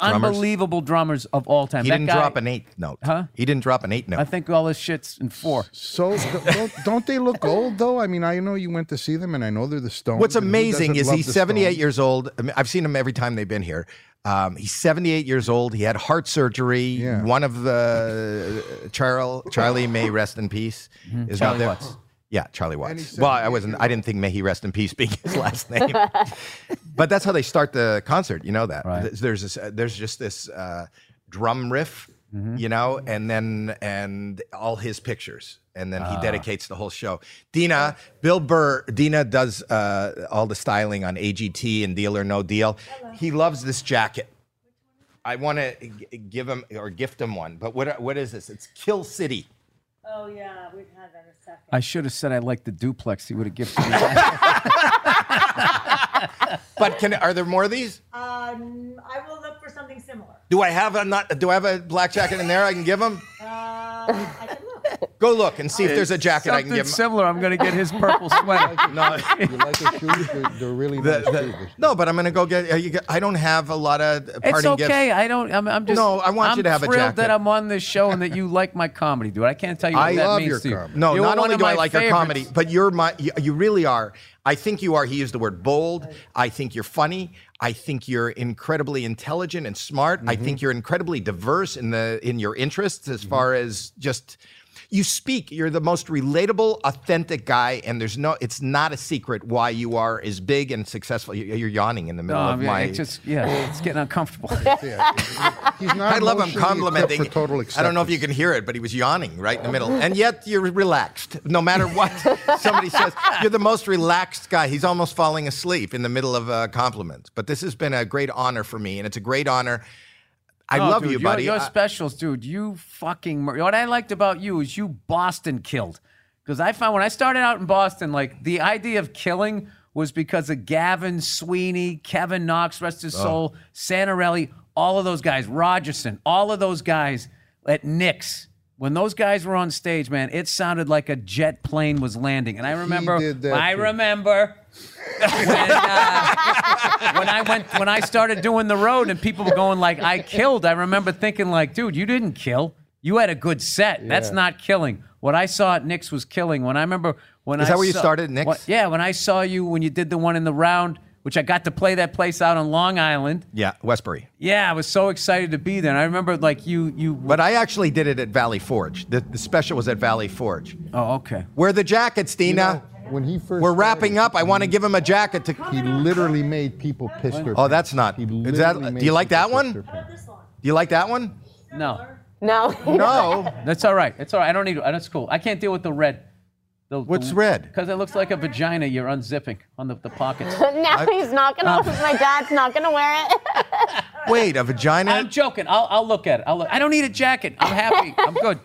[SPEAKER 1] Drummers.
[SPEAKER 4] unbelievable drummers of all time.
[SPEAKER 1] He
[SPEAKER 4] That
[SPEAKER 1] didn't
[SPEAKER 4] guy-
[SPEAKER 1] drop an eighth note.
[SPEAKER 4] Huh?
[SPEAKER 1] He didn't drop an eighth note.
[SPEAKER 4] I think all this shit's in four.
[SPEAKER 3] So don't, don't they look old though? I mean, I know you went to see them, and I know they're the Stones.
[SPEAKER 1] What's
[SPEAKER 3] and who
[SPEAKER 1] amazing
[SPEAKER 3] doesn't
[SPEAKER 1] is
[SPEAKER 3] love
[SPEAKER 1] he's
[SPEAKER 3] the
[SPEAKER 1] 78
[SPEAKER 3] Stones?
[SPEAKER 1] years old. I mean, I've seen him every time they've been here. Um, he's 78 years old. He had heart surgery.
[SPEAKER 3] Yeah.
[SPEAKER 1] One of the Charlie Charlie may rest in peace. Is
[SPEAKER 4] Mm-hmm. Charlie
[SPEAKER 1] not there.
[SPEAKER 4] Watts.
[SPEAKER 1] Yeah, Charlie Watts.
[SPEAKER 3] he's
[SPEAKER 1] Well, I
[SPEAKER 3] 78
[SPEAKER 1] wasn't. I didn't think may he rest in peace being his last name. but that's how they start the concert. You know that.
[SPEAKER 4] Right.
[SPEAKER 1] There's- There's this. uh, There's just this uh, drum riff. You know, and then and all his pictures, and then he dedicates the whole show. Dina, Bill Burr, Dina does uh, all the styling on AGT and Deal or No Deal. He loves this jacket. I want to give him or gift him one, but what what is this? It's Kill City.
[SPEAKER 12] Oh yeah, we've had that a second.
[SPEAKER 4] I should have said I liked the duplex. He would have gifted me. that.
[SPEAKER 1] But can are there more of these?
[SPEAKER 12] Um, I will look for something similar.
[SPEAKER 1] Do I have a not? Do I have a black jacket in there I can give him?
[SPEAKER 12] Uh, I can look.
[SPEAKER 1] Go look and see if there's a jacket I can
[SPEAKER 4] Something
[SPEAKER 1] give him.
[SPEAKER 4] similar. I'm going to get his purple sweater.
[SPEAKER 1] No,
[SPEAKER 3] You like the shoes? They're, they're really
[SPEAKER 1] the-
[SPEAKER 3] nice shoes.
[SPEAKER 1] the- no, but I'm gonna go get. uh, you got- I don't have a lot of uh,
[SPEAKER 4] It's
[SPEAKER 1] parting
[SPEAKER 4] okay.
[SPEAKER 1] gifts.
[SPEAKER 4] I don't. I'm, I'm just.
[SPEAKER 1] No, I want
[SPEAKER 4] I'm
[SPEAKER 1] you to have a
[SPEAKER 4] thrilled
[SPEAKER 1] jacket.
[SPEAKER 4] that I'm on this show and that you like my comedy, dude. I can't tell you what
[SPEAKER 1] I
[SPEAKER 4] that
[SPEAKER 3] love
[SPEAKER 4] means
[SPEAKER 3] your
[SPEAKER 4] to you.
[SPEAKER 3] comedy.
[SPEAKER 1] No,
[SPEAKER 4] You're
[SPEAKER 1] not
[SPEAKER 4] one
[SPEAKER 1] only
[SPEAKER 4] of
[SPEAKER 1] do I
[SPEAKER 4] my
[SPEAKER 1] like your
[SPEAKER 4] favorites.
[SPEAKER 1] comedy, but you're my. You, you really are. I think you are. He used the word bold. I think you're funny. I think you're incredibly intelligent and smart. I
[SPEAKER 3] Mm-hmm.
[SPEAKER 1] think you're incredibly diverse in the in your interests as far as just. You speak. You're the most relatable, authentic guy, and there's no. It's not a secret why you are as big and successful. You- You're yawning in the
[SPEAKER 4] No,
[SPEAKER 1] middle
[SPEAKER 4] I
[SPEAKER 1] of
[SPEAKER 4] mean,
[SPEAKER 1] my.
[SPEAKER 4] it's just Um, yeah, it's getting uncomfortable.
[SPEAKER 3] Yeah. He's not
[SPEAKER 1] I love him
[SPEAKER 3] emotionally
[SPEAKER 1] complimenting.
[SPEAKER 3] equipped For total
[SPEAKER 1] I don't know if you
[SPEAKER 3] acceptance.
[SPEAKER 1] can hear it, but he was yawning right in the middle. And yet you're relaxed. No matter what somebody says, you're the most relaxed guy. He's almost falling asleep in the middle of uh, compliments. But this has been a great honor for me, and it's a great honor. I
[SPEAKER 3] Oh,
[SPEAKER 4] No,
[SPEAKER 1] love
[SPEAKER 4] dude,
[SPEAKER 1] you,
[SPEAKER 4] your-
[SPEAKER 1] buddy.
[SPEAKER 4] Your
[SPEAKER 1] I-
[SPEAKER 4] specials, dude. You fucking. mur- What I liked about you is you Boston killed. Because I found when I started out in Boston, like the idea of killing was because of Gavin Sweeney, Kevin Knox, rest his soul, Santarelli, all of those guys, Rogerson, all of those guys at Knicks. When those guys were on stage, man, it sounded like a jet plane was landing. And I remember,
[SPEAKER 3] did that
[SPEAKER 4] I
[SPEAKER 3] too.
[SPEAKER 4] remember when, uh, when I went when I started doing the road and people were going like I killed. I remember thinking like, dude, you didn't kill. You had a good set. That's not killing. What I saw at Nick's was killing. When I remember when
[SPEAKER 1] Is
[SPEAKER 4] I
[SPEAKER 1] that where you
[SPEAKER 4] saw-
[SPEAKER 1] started, Nick's?
[SPEAKER 4] What- yeah, when I saw you when you did the one in the round, which I got to play that place out on Long Island.
[SPEAKER 1] yeah, Westbury.
[SPEAKER 4] Yeah, I was so excited to be there. And I remember like you you.
[SPEAKER 1] But I actually did it at Valley Forge. The, the special was at Valley Forge.
[SPEAKER 4] oh, okay.
[SPEAKER 1] Where the jackets, Dina?
[SPEAKER 3] You know, when he
[SPEAKER 1] We're
[SPEAKER 3] first started,
[SPEAKER 1] wrapping up. I want to give him a jacket to.
[SPEAKER 3] He literally made people piss their.
[SPEAKER 1] Oh, that's not-
[SPEAKER 3] pants. He
[SPEAKER 1] is that-
[SPEAKER 3] literally
[SPEAKER 1] do
[SPEAKER 3] made
[SPEAKER 1] you like
[SPEAKER 3] people
[SPEAKER 1] that
[SPEAKER 3] piss
[SPEAKER 1] one?
[SPEAKER 3] their
[SPEAKER 12] How
[SPEAKER 3] pants.
[SPEAKER 12] about this one?
[SPEAKER 1] Do you like that one?
[SPEAKER 4] No,
[SPEAKER 2] No.
[SPEAKER 1] No.
[SPEAKER 4] that's all right. It's all right. I don't need. That's cool. I can't deal with the red. The,
[SPEAKER 1] What's red?
[SPEAKER 4] Because it looks like a vagina. You're unzipping on the, the pockets.
[SPEAKER 2] now he's not gonna.
[SPEAKER 1] uh,
[SPEAKER 2] my dad's not gonna wear it.
[SPEAKER 1] Wait, a vagina?
[SPEAKER 4] I'm joking. I'll, I'll look at it. I'll look. I don't need a jacket. I'm happy. I'm good.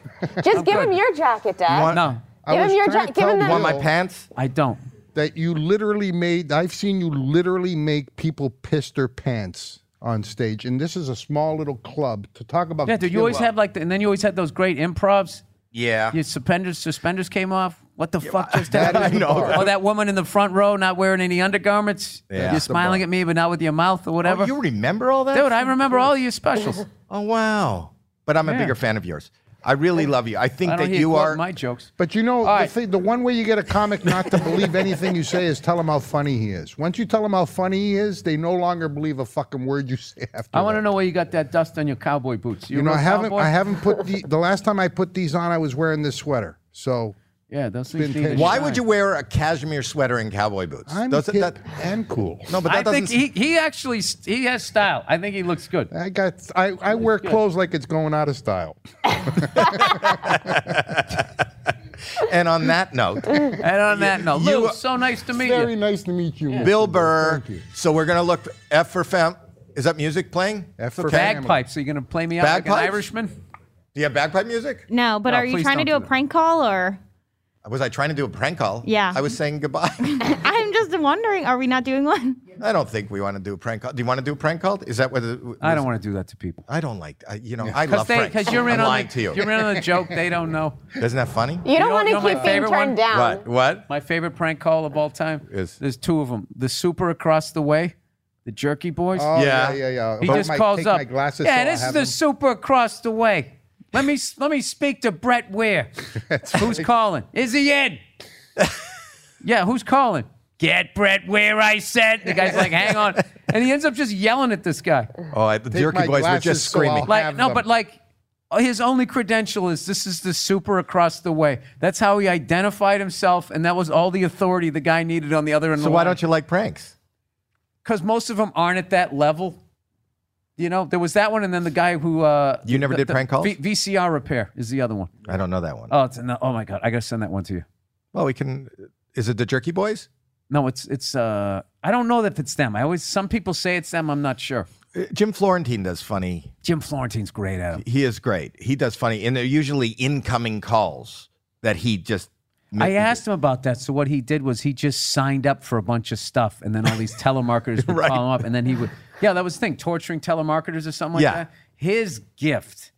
[SPEAKER 2] Just give him
[SPEAKER 4] good.
[SPEAKER 2] your jacket, Dad.
[SPEAKER 1] want-
[SPEAKER 4] No,
[SPEAKER 3] I
[SPEAKER 2] Give him
[SPEAKER 3] was
[SPEAKER 2] your
[SPEAKER 3] trying
[SPEAKER 2] jacket.
[SPEAKER 3] to
[SPEAKER 2] Give him
[SPEAKER 3] tell
[SPEAKER 2] that.
[SPEAKER 1] Want my
[SPEAKER 3] Bill
[SPEAKER 1] pants?
[SPEAKER 4] I don't.
[SPEAKER 3] That you literally made. I've seen you literally make people piss their pants on stage, and this is a small little club to talk about.
[SPEAKER 4] Yeah, dude. You always
[SPEAKER 3] kill-out.
[SPEAKER 4] had like, the, and then you always had those great improvs.
[SPEAKER 1] Yeah.
[SPEAKER 4] Your suspenders, suspenders came off. What the fuck just
[SPEAKER 3] that
[SPEAKER 4] happened?
[SPEAKER 3] is the I know. bar.
[SPEAKER 4] Or that woman in the front row not wearing any undergarments.
[SPEAKER 1] Yeah.
[SPEAKER 4] You're
[SPEAKER 1] That's the
[SPEAKER 4] smiling
[SPEAKER 3] bar.
[SPEAKER 4] at me, but not with your mouth or whatever.
[SPEAKER 1] Oh, you remember all that?
[SPEAKER 4] dude, I remember all your specials.
[SPEAKER 1] Oh wow! But I'm a
[SPEAKER 4] Yeah.
[SPEAKER 1] bigger fan of yours. I really love you. I think
[SPEAKER 4] I don't
[SPEAKER 1] that
[SPEAKER 4] hear
[SPEAKER 1] you
[SPEAKER 4] quoting
[SPEAKER 1] are.
[SPEAKER 4] my jokes.
[SPEAKER 3] But you know, the,
[SPEAKER 4] right.
[SPEAKER 3] thing, the one way you get a comic not to believe anything you say is tell him how funny he is. Once you tell him how funny he is, they no longer believe a fucking word you say after.
[SPEAKER 4] I want
[SPEAKER 3] that.
[SPEAKER 4] to know where you got that dust on your cowboy boots. You,
[SPEAKER 3] You know,
[SPEAKER 4] a
[SPEAKER 3] I
[SPEAKER 4] real
[SPEAKER 3] haven't.
[SPEAKER 4] cowboy?
[SPEAKER 3] I haven't put the the last time I put these on, I was wearing this sweater. So
[SPEAKER 4] Yeah, those things.
[SPEAKER 3] been
[SPEAKER 4] need to
[SPEAKER 3] taken.
[SPEAKER 1] why
[SPEAKER 4] shine.
[SPEAKER 1] would you wear a cashmere sweater and cowboy boots?
[SPEAKER 3] I'm
[SPEAKER 1] Doesn't
[SPEAKER 3] hip
[SPEAKER 1] that-
[SPEAKER 3] and cool.
[SPEAKER 1] no, but
[SPEAKER 4] I
[SPEAKER 1] that doesn't.
[SPEAKER 4] think he, he actually st- he has style. I think he looks good.
[SPEAKER 3] I got. I, I wear clothes like it's going out of style.
[SPEAKER 1] and on that note,
[SPEAKER 4] And on that note,
[SPEAKER 1] you-
[SPEAKER 4] Lou, so nice to meet
[SPEAKER 3] Very
[SPEAKER 4] you.
[SPEAKER 3] nice to meet you, Mr.
[SPEAKER 1] Bill Burr.
[SPEAKER 3] Thank you.
[SPEAKER 1] So we're gonna look F for fam. Is that music playing?
[SPEAKER 3] F for
[SPEAKER 1] Okay.
[SPEAKER 3] fam.
[SPEAKER 4] Bagpipes. Are you gonna play me out like an
[SPEAKER 1] Bagpipes?
[SPEAKER 4] Irishman?
[SPEAKER 1] Do you have bagpipe music?
[SPEAKER 11] No, but
[SPEAKER 4] No,
[SPEAKER 11] are you
[SPEAKER 4] please
[SPEAKER 11] trying to
[SPEAKER 4] don't
[SPEAKER 11] do a
[SPEAKER 4] do that.
[SPEAKER 11] prank call or?
[SPEAKER 1] Was I trying to do a prank call?
[SPEAKER 11] Yeah.
[SPEAKER 1] I was saying goodbye.
[SPEAKER 11] I'm just been wondering, are we not doing one?
[SPEAKER 1] I don't think we want to do a prank call. Do you want to do a prank call? Is that what? It, was,
[SPEAKER 4] I don't want to do that to people.
[SPEAKER 1] I don't like. I, you know, yeah. I love
[SPEAKER 4] they,
[SPEAKER 1] pranks.
[SPEAKER 4] Because you're in
[SPEAKER 1] I'm
[SPEAKER 4] on
[SPEAKER 1] lying
[SPEAKER 4] the,
[SPEAKER 1] to you.
[SPEAKER 4] You're in on the joke. They don't know.
[SPEAKER 1] Isn't that funny?
[SPEAKER 2] You don't, want to
[SPEAKER 4] know my
[SPEAKER 2] keep being
[SPEAKER 4] favorite
[SPEAKER 2] turned
[SPEAKER 4] one?
[SPEAKER 2] down.
[SPEAKER 1] What? What?
[SPEAKER 4] My favorite prank call of all time
[SPEAKER 1] Is-
[SPEAKER 4] there's two of them. The super across the way, the jerky boys.
[SPEAKER 3] Oh,
[SPEAKER 1] Yeah.
[SPEAKER 3] yeah, yeah, yeah.
[SPEAKER 4] He
[SPEAKER 3] Oh,
[SPEAKER 4] just
[SPEAKER 3] my-
[SPEAKER 4] calls
[SPEAKER 3] take
[SPEAKER 4] up.
[SPEAKER 3] My glasses
[SPEAKER 4] yeah,
[SPEAKER 3] so I
[SPEAKER 4] this is
[SPEAKER 3] have
[SPEAKER 4] the
[SPEAKER 3] them.
[SPEAKER 4] super across the way. Let me let me speak to Brett Weir. who's calling? Is he in? yeah, who's calling? Get Brett Weir, I said. The guy's like, hang on, and he ends up just yelling at this guy.
[SPEAKER 1] Oh, I, the Jerky
[SPEAKER 3] my
[SPEAKER 1] Boys were
[SPEAKER 3] glasses
[SPEAKER 1] just
[SPEAKER 3] so I'll
[SPEAKER 1] screaming.
[SPEAKER 3] have
[SPEAKER 4] Like no,
[SPEAKER 3] them.
[SPEAKER 4] but like his only credential is this is the super across the way. That's how he identified himself, and that was all the authority the guy needed on the other end.
[SPEAKER 1] so why don't you like pranks?
[SPEAKER 4] Because most of them aren't at that level. You know, there was that one, and then the guy who uh,
[SPEAKER 1] You never
[SPEAKER 4] the-
[SPEAKER 1] did
[SPEAKER 4] the
[SPEAKER 1] prank calls?
[SPEAKER 4] V- VCR repair is the other one.
[SPEAKER 1] I don't know that one.
[SPEAKER 4] Oh, it's no, oh my god! I gotta send that one to you.
[SPEAKER 1] Well, we can. Is it the Jerky Boys?
[SPEAKER 4] No, it's it's. uh I don't know if it's them. I always some people say it's them. I'm not sure.
[SPEAKER 1] Uh, Jim Florentine does funny.
[SPEAKER 4] Jim Florentine's great at it.
[SPEAKER 1] He is great. He does funny, and they're usually incoming calls that he just.
[SPEAKER 4] I asked him about that. So what he did was he just signed up for a bunch of stuff, and then all these telemarketers would
[SPEAKER 1] Right.
[SPEAKER 4] call him up, and then he would. Yeah, that was the thing, torturing telemarketers or something like
[SPEAKER 1] Yeah.
[SPEAKER 4] that. His gift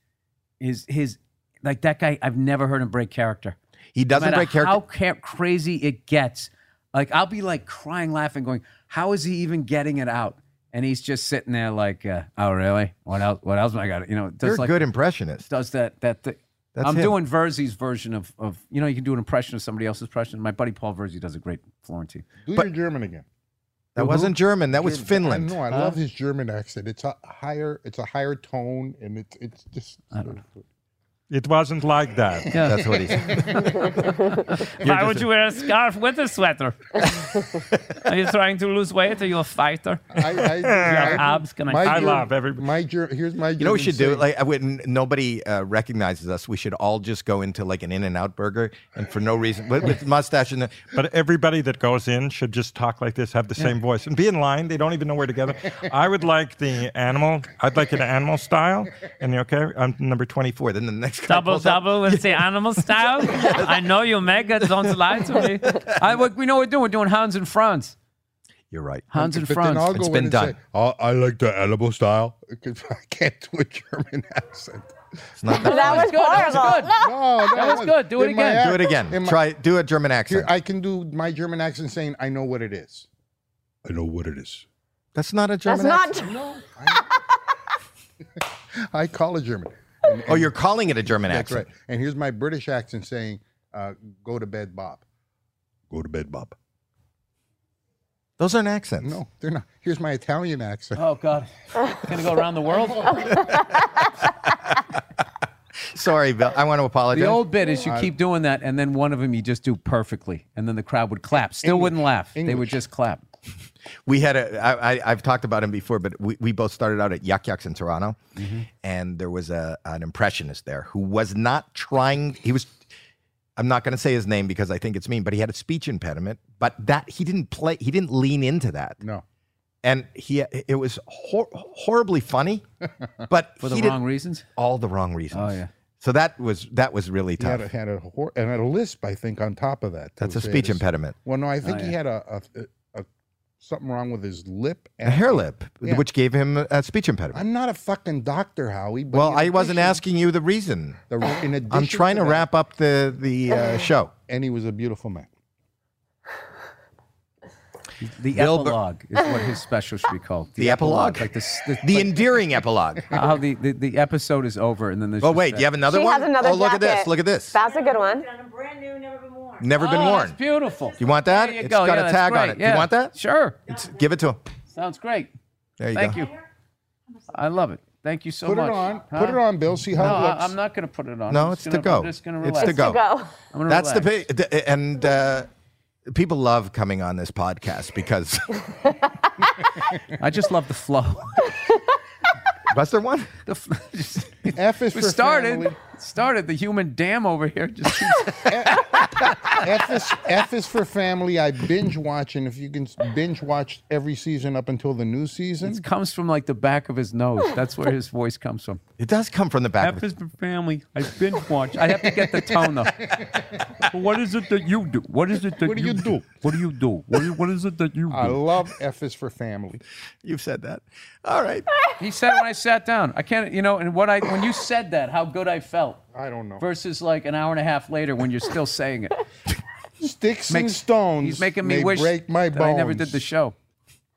[SPEAKER 4] is his like that guy. I've never heard him break character.
[SPEAKER 1] He doesn't
[SPEAKER 4] matter
[SPEAKER 1] break character.
[SPEAKER 4] How ca- crazy it gets. Like I'll be like crying, laughing, going, "How is he even getting it out?" And he's just sitting there like, uh, "Oh, really? What else? What else am I got?" You know, it does
[SPEAKER 1] You're a
[SPEAKER 4] like
[SPEAKER 1] good impressionist.
[SPEAKER 4] does that that thi-
[SPEAKER 1] That's
[SPEAKER 4] I'm
[SPEAKER 1] him.
[SPEAKER 4] doing Verzi's version of of you know you can do an impression of somebody else's impression. My buddy Paul Verzi does a great Florentine.
[SPEAKER 3] Do
[SPEAKER 1] but-
[SPEAKER 3] your German again.
[SPEAKER 1] That wasn't German. That was
[SPEAKER 3] I
[SPEAKER 1] Finland.
[SPEAKER 3] know. I love his German accent. It's a higher. It's a higher tone, and it's it's just. I don't know.
[SPEAKER 8] It wasn't like that.
[SPEAKER 1] That's what he said.
[SPEAKER 12] Why would you wear a scarf with a sweater? Are you trying to lose weight? Are you a fighter?
[SPEAKER 3] I, I,
[SPEAKER 12] have
[SPEAKER 3] I-
[SPEAKER 12] abs, can I-
[SPEAKER 3] my
[SPEAKER 12] I
[SPEAKER 3] Ger-
[SPEAKER 8] love everybody.
[SPEAKER 3] My Ger- here's my.
[SPEAKER 1] You know what we should do? Like when nobody uh, recognizes us, we should all just go into like an In-N-Out burger, and for no reason, with, with mustache and the,
[SPEAKER 8] But everybody that goes in should just talk like this, have the same voice, and be in line. They don't even know where to gather. I would like the animal. I'd like it animal style. And okay, I'm number 24. Then the next guy
[SPEAKER 12] Double
[SPEAKER 8] pulls up.
[SPEAKER 12] double with the animal style. I know you mega. Don't lie to me.
[SPEAKER 4] I what we know what we're doing. We're doing Hans and Franz.
[SPEAKER 1] You're right.
[SPEAKER 4] Hans and
[SPEAKER 3] But then I'll
[SPEAKER 4] Franz.
[SPEAKER 3] go
[SPEAKER 1] It's
[SPEAKER 3] in
[SPEAKER 1] been
[SPEAKER 3] and
[SPEAKER 1] done.
[SPEAKER 3] Say, oh, I like the animal style. 'Cause I can't do a German accent.
[SPEAKER 1] It's not that.
[SPEAKER 2] That was horrible. No.
[SPEAKER 3] No,
[SPEAKER 4] That was good. Do it
[SPEAKER 3] in my
[SPEAKER 4] again.
[SPEAKER 3] act-
[SPEAKER 1] Do it again.
[SPEAKER 3] in my-
[SPEAKER 1] Try do a German
[SPEAKER 3] Here,
[SPEAKER 1] accent.
[SPEAKER 3] I can do my German accent saying, "I know what it is." I know what it is.
[SPEAKER 1] That's not a
[SPEAKER 2] That's
[SPEAKER 1] German accent.
[SPEAKER 2] not.
[SPEAKER 3] I call it German.
[SPEAKER 1] Oh, you're calling it a German
[SPEAKER 3] That's
[SPEAKER 1] accent.
[SPEAKER 3] right. And here's my British accent saying, uh, "Go to bed, Bob." Go to bed, Bob.
[SPEAKER 1] Those aren't accents.
[SPEAKER 3] No, they're not. Here's my Italian accent.
[SPEAKER 4] Oh God, gonna go around the world.
[SPEAKER 1] Sorry, Bill. I want to apologize.
[SPEAKER 4] The old bit is you keep doing that, and then one of them you just do perfectly, and then the crowd would clap. Still wouldn't laugh. They would
[SPEAKER 3] English.
[SPEAKER 4] just clap.
[SPEAKER 1] we had a. I, I, I've talked about him before, but we, we both started out at Yuck Yucks in Toronto,
[SPEAKER 3] Mm-hmm.
[SPEAKER 1] and there was a an impressionist there who was not trying. He was. I'm not going to say his name because I think it's mean, but he had a speech impediment. But that he didn't play. He didn't lean into that.
[SPEAKER 3] No.
[SPEAKER 1] And he, it was hor- horribly funny, but
[SPEAKER 4] For the
[SPEAKER 1] he did
[SPEAKER 4] wrong reasons?
[SPEAKER 1] all the wrong reasons.
[SPEAKER 4] Oh, yeah.
[SPEAKER 1] So that was that was really
[SPEAKER 3] He had a,
[SPEAKER 1] tough.
[SPEAKER 3] had a hor- and had a lisp, I think, on top of that.
[SPEAKER 1] That's
[SPEAKER 3] too.
[SPEAKER 1] a
[SPEAKER 3] So he
[SPEAKER 1] speech
[SPEAKER 3] had his-
[SPEAKER 1] impediment.
[SPEAKER 3] Well, no, I think
[SPEAKER 4] Oh,
[SPEAKER 3] he
[SPEAKER 4] yeah.
[SPEAKER 3] had a, a, a, a something wrong with his lip
[SPEAKER 1] A
[SPEAKER 3] and
[SPEAKER 1] hair lip,
[SPEAKER 3] Yeah.
[SPEAKER 1] which gave him a speech impediment.
[SPEAKER 3] I'm not a fucking doctor, Howie. But
[SPEAKER 1] well,
[SPEAKER 3] in
[SPEAKER 1] I wasn't
[SPEAKER 3] addition-
[SPEAKER 1] asking you the reason.
[SPEAKER 3] The, in addition
[SPEAKER 1] I'm trying to
[SPEAKER 3] that-
[SPEAKER 1] wrap up the the uh, show.
[SPEAKER 3] And he was a beautiful man.
[SPEAKER 4] The
[SPEAKER 1] Bill Bur-
[SPEAKER 4] epilogue is what his special should be called.
[SPEAKER 1] The epilogue?
[SPEAKER 4] like the, s- the,
[SPEAKER 1] The
[SPEAKER 4] like
[SPEAKER 1] endearing epilogue.
[SPEAKER 4] how the, the the episode is over, and then there's
[SPEAKER 1] Oh
[SPEAKER 4] just
[SPEAKER 1] wait,
[SPEAKER 4] that-
[SPEAKER 1] you have another
[SPEAKER 2] She
[SPEAKER 1] one?
[SPEAKER 2] has another
[SPEAKER 1] oh, look at this.
[SPEAKER 2] jacket.
[SPEAKER 1] Look at this.
[SPEAKER 2] That's a good one.
[SPEAKER 14] Done them brand new, never been worn.
[SPEAKER 1] Never been
[SPEAKER 4] Oh,
[SPEAKER 1] worn.
[SPEAKER 4] that's beautiful.
[SPEAKER 1] You want that?
[SPEAKER 4] There you
[SPEAKER 1] It's
[SPEAKER 4] go.
[SPEAKER 1] got
[SPEAKER 4] Yeah,
[SPEAKER 1] a
[SPEAKER 4] that's
[SPEAKER 1] tag on
[SPEAKER 4] great.
[SPEAKER 1] it. Do You
[SPEAKER 4] Yeah.
[SPEAKER 1] want that?
[SPEAKER 4] Sure.
[SPEAKER 1] It's, give it to him.
[SPEAKER 4] Sounds great.
[SPEAKER 1] There you
[SPEAKER 4] Thank
[SPEAKER 1] go.
[SPEAKER 4] you. I love it. Thank you so
[SPEAKER 3] Put
[SPEAKER 4] much.
[SPEAKER 3] it on.
[SPEAKER 4] Huh?
[SPEAKER 3] Put it on, Bill. See how
[SPEAKER 4] No,
[SPEAKER 3] it looks.
[SPEAKER 4] I, am not going to put it on.
[SPEAKER 1] No,
[SPEAKER 4] I'm
[SPEAKER 1] it's
[SPEAKER 4] just
[SPEAKER 1] to
[SPEAKER 4] gonna,
[SPEAKER 1] go.
[SPEAKER 4] I'm just going to
[SPEAKER 1] It's
[SPEAKER 4] relax.
[SPEAKER 1] to go.
[SPEAKER 2] To go.
[SPEAKER 4] I'm gonna
[SPEAKER 1] That's the
[SPEAKER 4] relax.
[SPEAKER 1] pi- the and uh, people love coming on this podcast because
[SPEAKER 4] I just love the flow.
[SPEAKER 1] was there one?
[SPEAKER 4] the f- just-
[SPEAKER 3] F is
[SPEAKER 4] we
[SPEAKER 3] for
[SPEAKER 4] started.
[SPEAKER 3] family.
[SPEAKER 4] started the human dam over here. Just keeps-
[SPEAKER 3] F is, F is for family. I binge watch, and if you can binge watch every season up until the new season,
[SPEAKER 4] it comes from like the back of his nose. That's where his voice comes from.
[SPEAKER 1] It does come from the back.
[SPEAKER 4] F is for family. I binge watch. I have to get the tone though.
[SPEAKER 15] What is it that you do? What is it that
[SPEAKER 3] What do you do?
[SPEAKER 15] What do you do? What is, what is it that you
[SPEAKER 3] I love F is for family.
[SPEAKER 1] You've said that. All right.
[SPEAKER 4] He said when I sat down. I can't, you know, and what I when you said that, how good I felt.
[SPEAKER 3] I don't know.
[SPEAKER 4] Versus like an hour and a half later when you're still saying it.
[SPEAKER 3] Sticks and
[SPEAKER 4] Makes-
[SPEAKER 3] stones.
[SPEAKER 4] He's making me
[SPEAKER 3] may
[SPEAKER 4] wish
[SPEAKER 3] break my
[SPEAKER 4] that
[SPEAKER 3] bones.
[SPEAKER 4] I never did the show.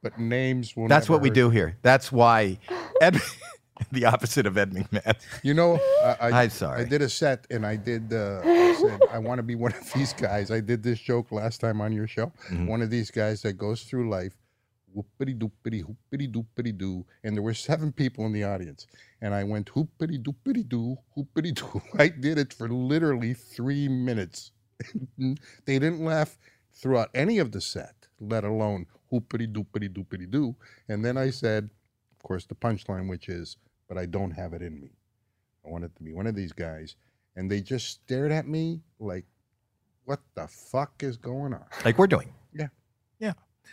[SPEAKER 3] But names will.
[SPEAKER 1] That's
[SPEAKER 3] never
[SPEAKER 1] what we
[SPEAKER 3] hurt.
[SPEAKER 1] do here. That's why Ed, the opposite of Ed McMahon.
[SPEAKER 3] You know, I, I,
[SPEAKER 1] I'm sorry.
[SPEAKER 3] I did a set and I did. Uh, I said I want to be one of these guys. I did this joke last time on your show.
[SPEAKER 1] Mm-hmm.
[SPEAKER 3] One of these guys that goes through life, whoopity doopity hoopity doopity doo, and there were seven people in the audience, and I went hoopity doopity doo hoopity doo. I did it for literally three minutes. they didn't laugh throughout any of the set, let alone hoopity doopity doopity doo. And then I said, of course, the punchline, which is, but I don't have it in me. I wanted to be one of these guys. And they just stared at me like, what the fuck is going on?
[SPEAKER 1] Like we're doing.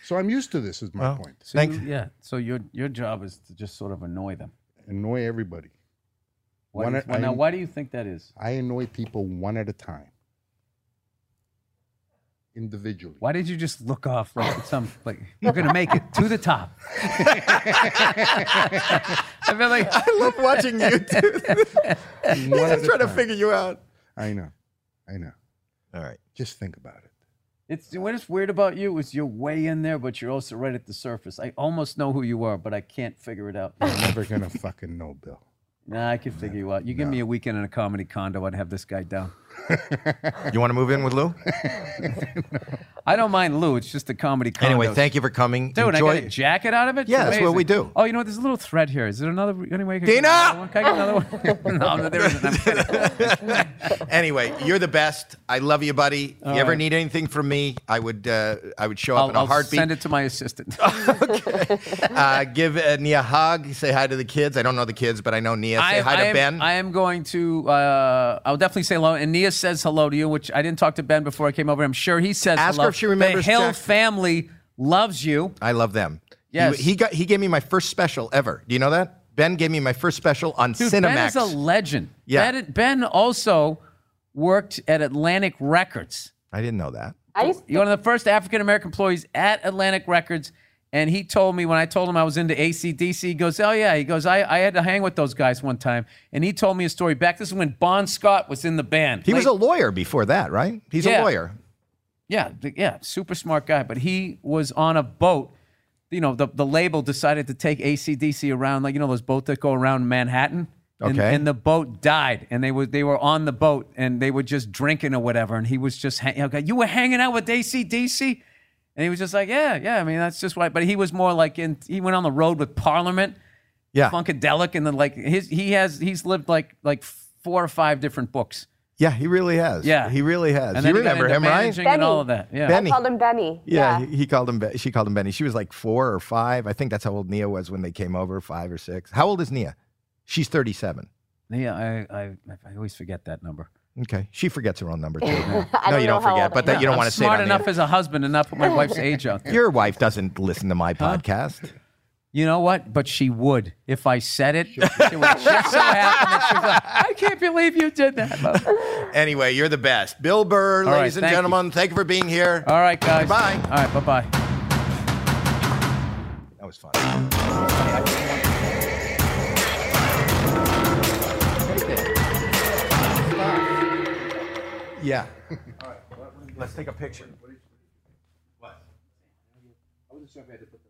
[SPEAKER 3] So I'm used to this, is my
[SPEAKER 1] Well,
[SPEAKER 3] point.
[SPEAKER 4] So
[SPEAKER 1] Thank-
[SPEAKER 4] you- yeah. So your your job is to just sort of annoy them.
[SPEAKER 3] Annoy everybody.
[SPEAKER 4] Why
[SPEAKER 3] One
[SPEAKER 4] do you-
[SPEAKER 3] at-
[SPEAKER 4] well, now,
[SPEAKER 3] I'm-
[SPEAKER 4] why do you think that is?
[SPEAKER 3] I annoy people one at a time, individually.
[SPEAKER 4] Why did you just look off like it's some like we're gonna make it to the top? I feel like
[SPEAKER 1] I love watching you do this.
[SPEAKER 3] One at
[SPEAKER 1] I'm
[SPEAKER 3] a
[SPEAKER 1] trying to
[SPEAKER 3] time.
[SPEAKER 1] figure you out.
[SPEAKER 3] I know. I know.
[SPEAKER 1] All right.
[SPEAKER 3] Just think about it.
[SPEAKER 4] it's what is weird about you is you're way in there, but you're also right at the surface. I almost know who you are, but I can't figure it out.
[SPEAKER 3] You're never going to fucking know, Bill.
[SPEAKER 4] Nah, I can figure you out. You give me a weekend in a comedy condo, I'd have this guy down.
[SPEAKER 1] You want to move in with Lou?
[SPEAKER 4] I don't mind Lou. It's just a comedy condo.
[SPEAKER 1] Anyway, thank you for coming.
[SPEAKER 4] Oh, Dude,
[SPEAKER 1] Enjoy.
[SPEAKER 4] I got a jacket out of it. It's
[SPEAKER 1] Yeah, that's what we
[SPEAKER 4] amazing.
[SPEAKER 1] do.
[SPEAKER 4] Oh, you know what? There's a little thread here. Is there another? Any way? I could get
[SPEAKER 1] Dina!
[SPEAKER 4] another one? Can I get another one? no, no, there isn't. I'm kidding.
[SPEAKER 1] anyway, you're the best. I love you, buddy. If
[SPEAKER 4] All
[SPEAKER 1] you ever
[SPEAKER 4] right.
[SPEAKER 1] need anything from me, I would uh, I would show up
[SPEAKER 4] I'll,
[SPEAKER 1] in a
[SPEAKER 4] I'll
[SPEAKER 1] heartbeat.
[SPEAKER 4] send it to my assistant.
[SPEAKER 1] uh, give uh, Nia a hug. Say hi to the kids. I don't know the kids, but I know Nia. Say
[SPEAKER 4] I,
[SPEAKER 1] hi
[SPEAKER 4] I
[SPEAKER 1] to
[SPEAKER 4] am,
[SPEAKER 1] Ben.
[SPEAKER 4] I am going to. Uh, I'll definitely say hello. And Nia says hello to you, which I didn't talk to Ben before I came over. I'm sure he says
[SPEAKER 1] Ask
[SPEAKER 4] hello.
[SPEAKER 1] her if she remembers
[SPEAKER 4] The Hill
[SPEAKER 1] Jack.
[SPEAKER 4] family loves you.
[SPEAKER 1] I love them.
[SPEAKER 4] Yes.
[SPEAKER 1] He, he got he gave me my first special ever. Do you know that? Ben gave me my first special on
[SPEAKER 4] Dude, Ben
[SPEAKER 1] Cinemax.
[SPEAKER 4] is a legend.
[SPEAKER 1] Yeah.
[SPEAKER 4] Ben, ben also worked at Atlantic Records.
[SPEAKER 1] I didn't know that.
[SPEAKER 2] I used
[SPEAKER 4] You're one of the first African American employees at Atlantic Records. And he told me when I told him I was into ACDC, he goes, Oh, yeah. He goes, I, I had to hang with those guys one time. And he told me a story back. This is when Bon Scott was in the band.
[SPEAKER 1] He was
[SPEAKER 4] Late-
[SPEAKER 1] a lawyer before that, right? He's
[SPEAKER 4] Yeah.
[SPEAKER 1] a lawyer.
[SPEAKER 4] yeah, th- yeah, super smart guy. But he was on a boat. You know, the, the label decided to take ACDC around, like, you know, those boats that go around Manhattan. And,
[SPEAKER 1] Okay.
[SPEAKER 4] and the boat died, and they were they were on the boat, and they were just drinking or whatever, and he was just hang- okay. You were hanging out with ACDC, and he was just like, yeah, yeah. I mean, that's just why. But he was more like in. He went on the road with Parliament,
[SPEAKER 1] Yeah.
[SPEAKER 4] Funkadelic, and then like his he has he's lived like like four or five different books.
[SPEAKER 1] Yeah, he really has.
[SPEAKER 4] Yeah.
[SPEAKER 1] He really has.
[SPEAKER 4] And
[SPEAKER 1] you
[SPEAKER 4] then he got
[SPEAKER 1] remember
[SPEAKER 4] into
[SPEAKER 1] him, right?
[SPEAKER 4] managing And
[SPEAKER 2] Benny.
[SPEAKER 4] all of that. Yeah.
[SPEAKER 1] Benny.
[SPEAKER 2] I called him Benny.
[SPEAKER 1] Yeah, He, he called him. Be- She called him Benny. She was like four or five. I think that's how old Nia was when they came over, five or six. How old is Nia? She's thirty-seven.
[SPEAKER 4] Yeah, I, I I always forget that number.
[SPEAKER 1] Okay, she forgets her own number too. no,
[SPEAKER 2] I don't
[SPEAKER 1] you
[SPEAKER 2] know
[SPEAKER 1] don't
[SPEAKER 2] how
[SPEAKER 1] forget,
[SPEAKER 2] old I
[SPEAKER 1] but that
[SPEAKER 2] am.
[SPEAKER 1] you don't
[SPEAKER 4] I'm
[SPEAKER 1] want to say it
[SPEAKER 4] smart
[SPEAKER 1] on the
[SPEAKER 4] enough as a husband and not put my wife's age out
[SPEAKER 1] air.
[SPEAKER 4] there.
[SPEAKER 1] Your wife doesn't listen to my podcast.
[SPEAKER 4] You know what? But she would if I said it. it would just so happen that she was like, I can't believe you did that. Mom."
[SPEAKER 1] Anyway, you're the best, Bill Burr,
[SPEAKER 4] All right,
[SPEAKER 1] ladies and
[SPEAKER 4] thank you. Uh,
[SPEAKER 1] gentlemen. Thank you for being here.
[SPEAKER 4] All right, guys.
[SPEAKER 1] Bye.
[SPEAKER 4] All right, bye bye.
[SPEAKER 1] That was fun. Yeah. All right, let's take a picture. What?
[SPEAKER 3] I was just to put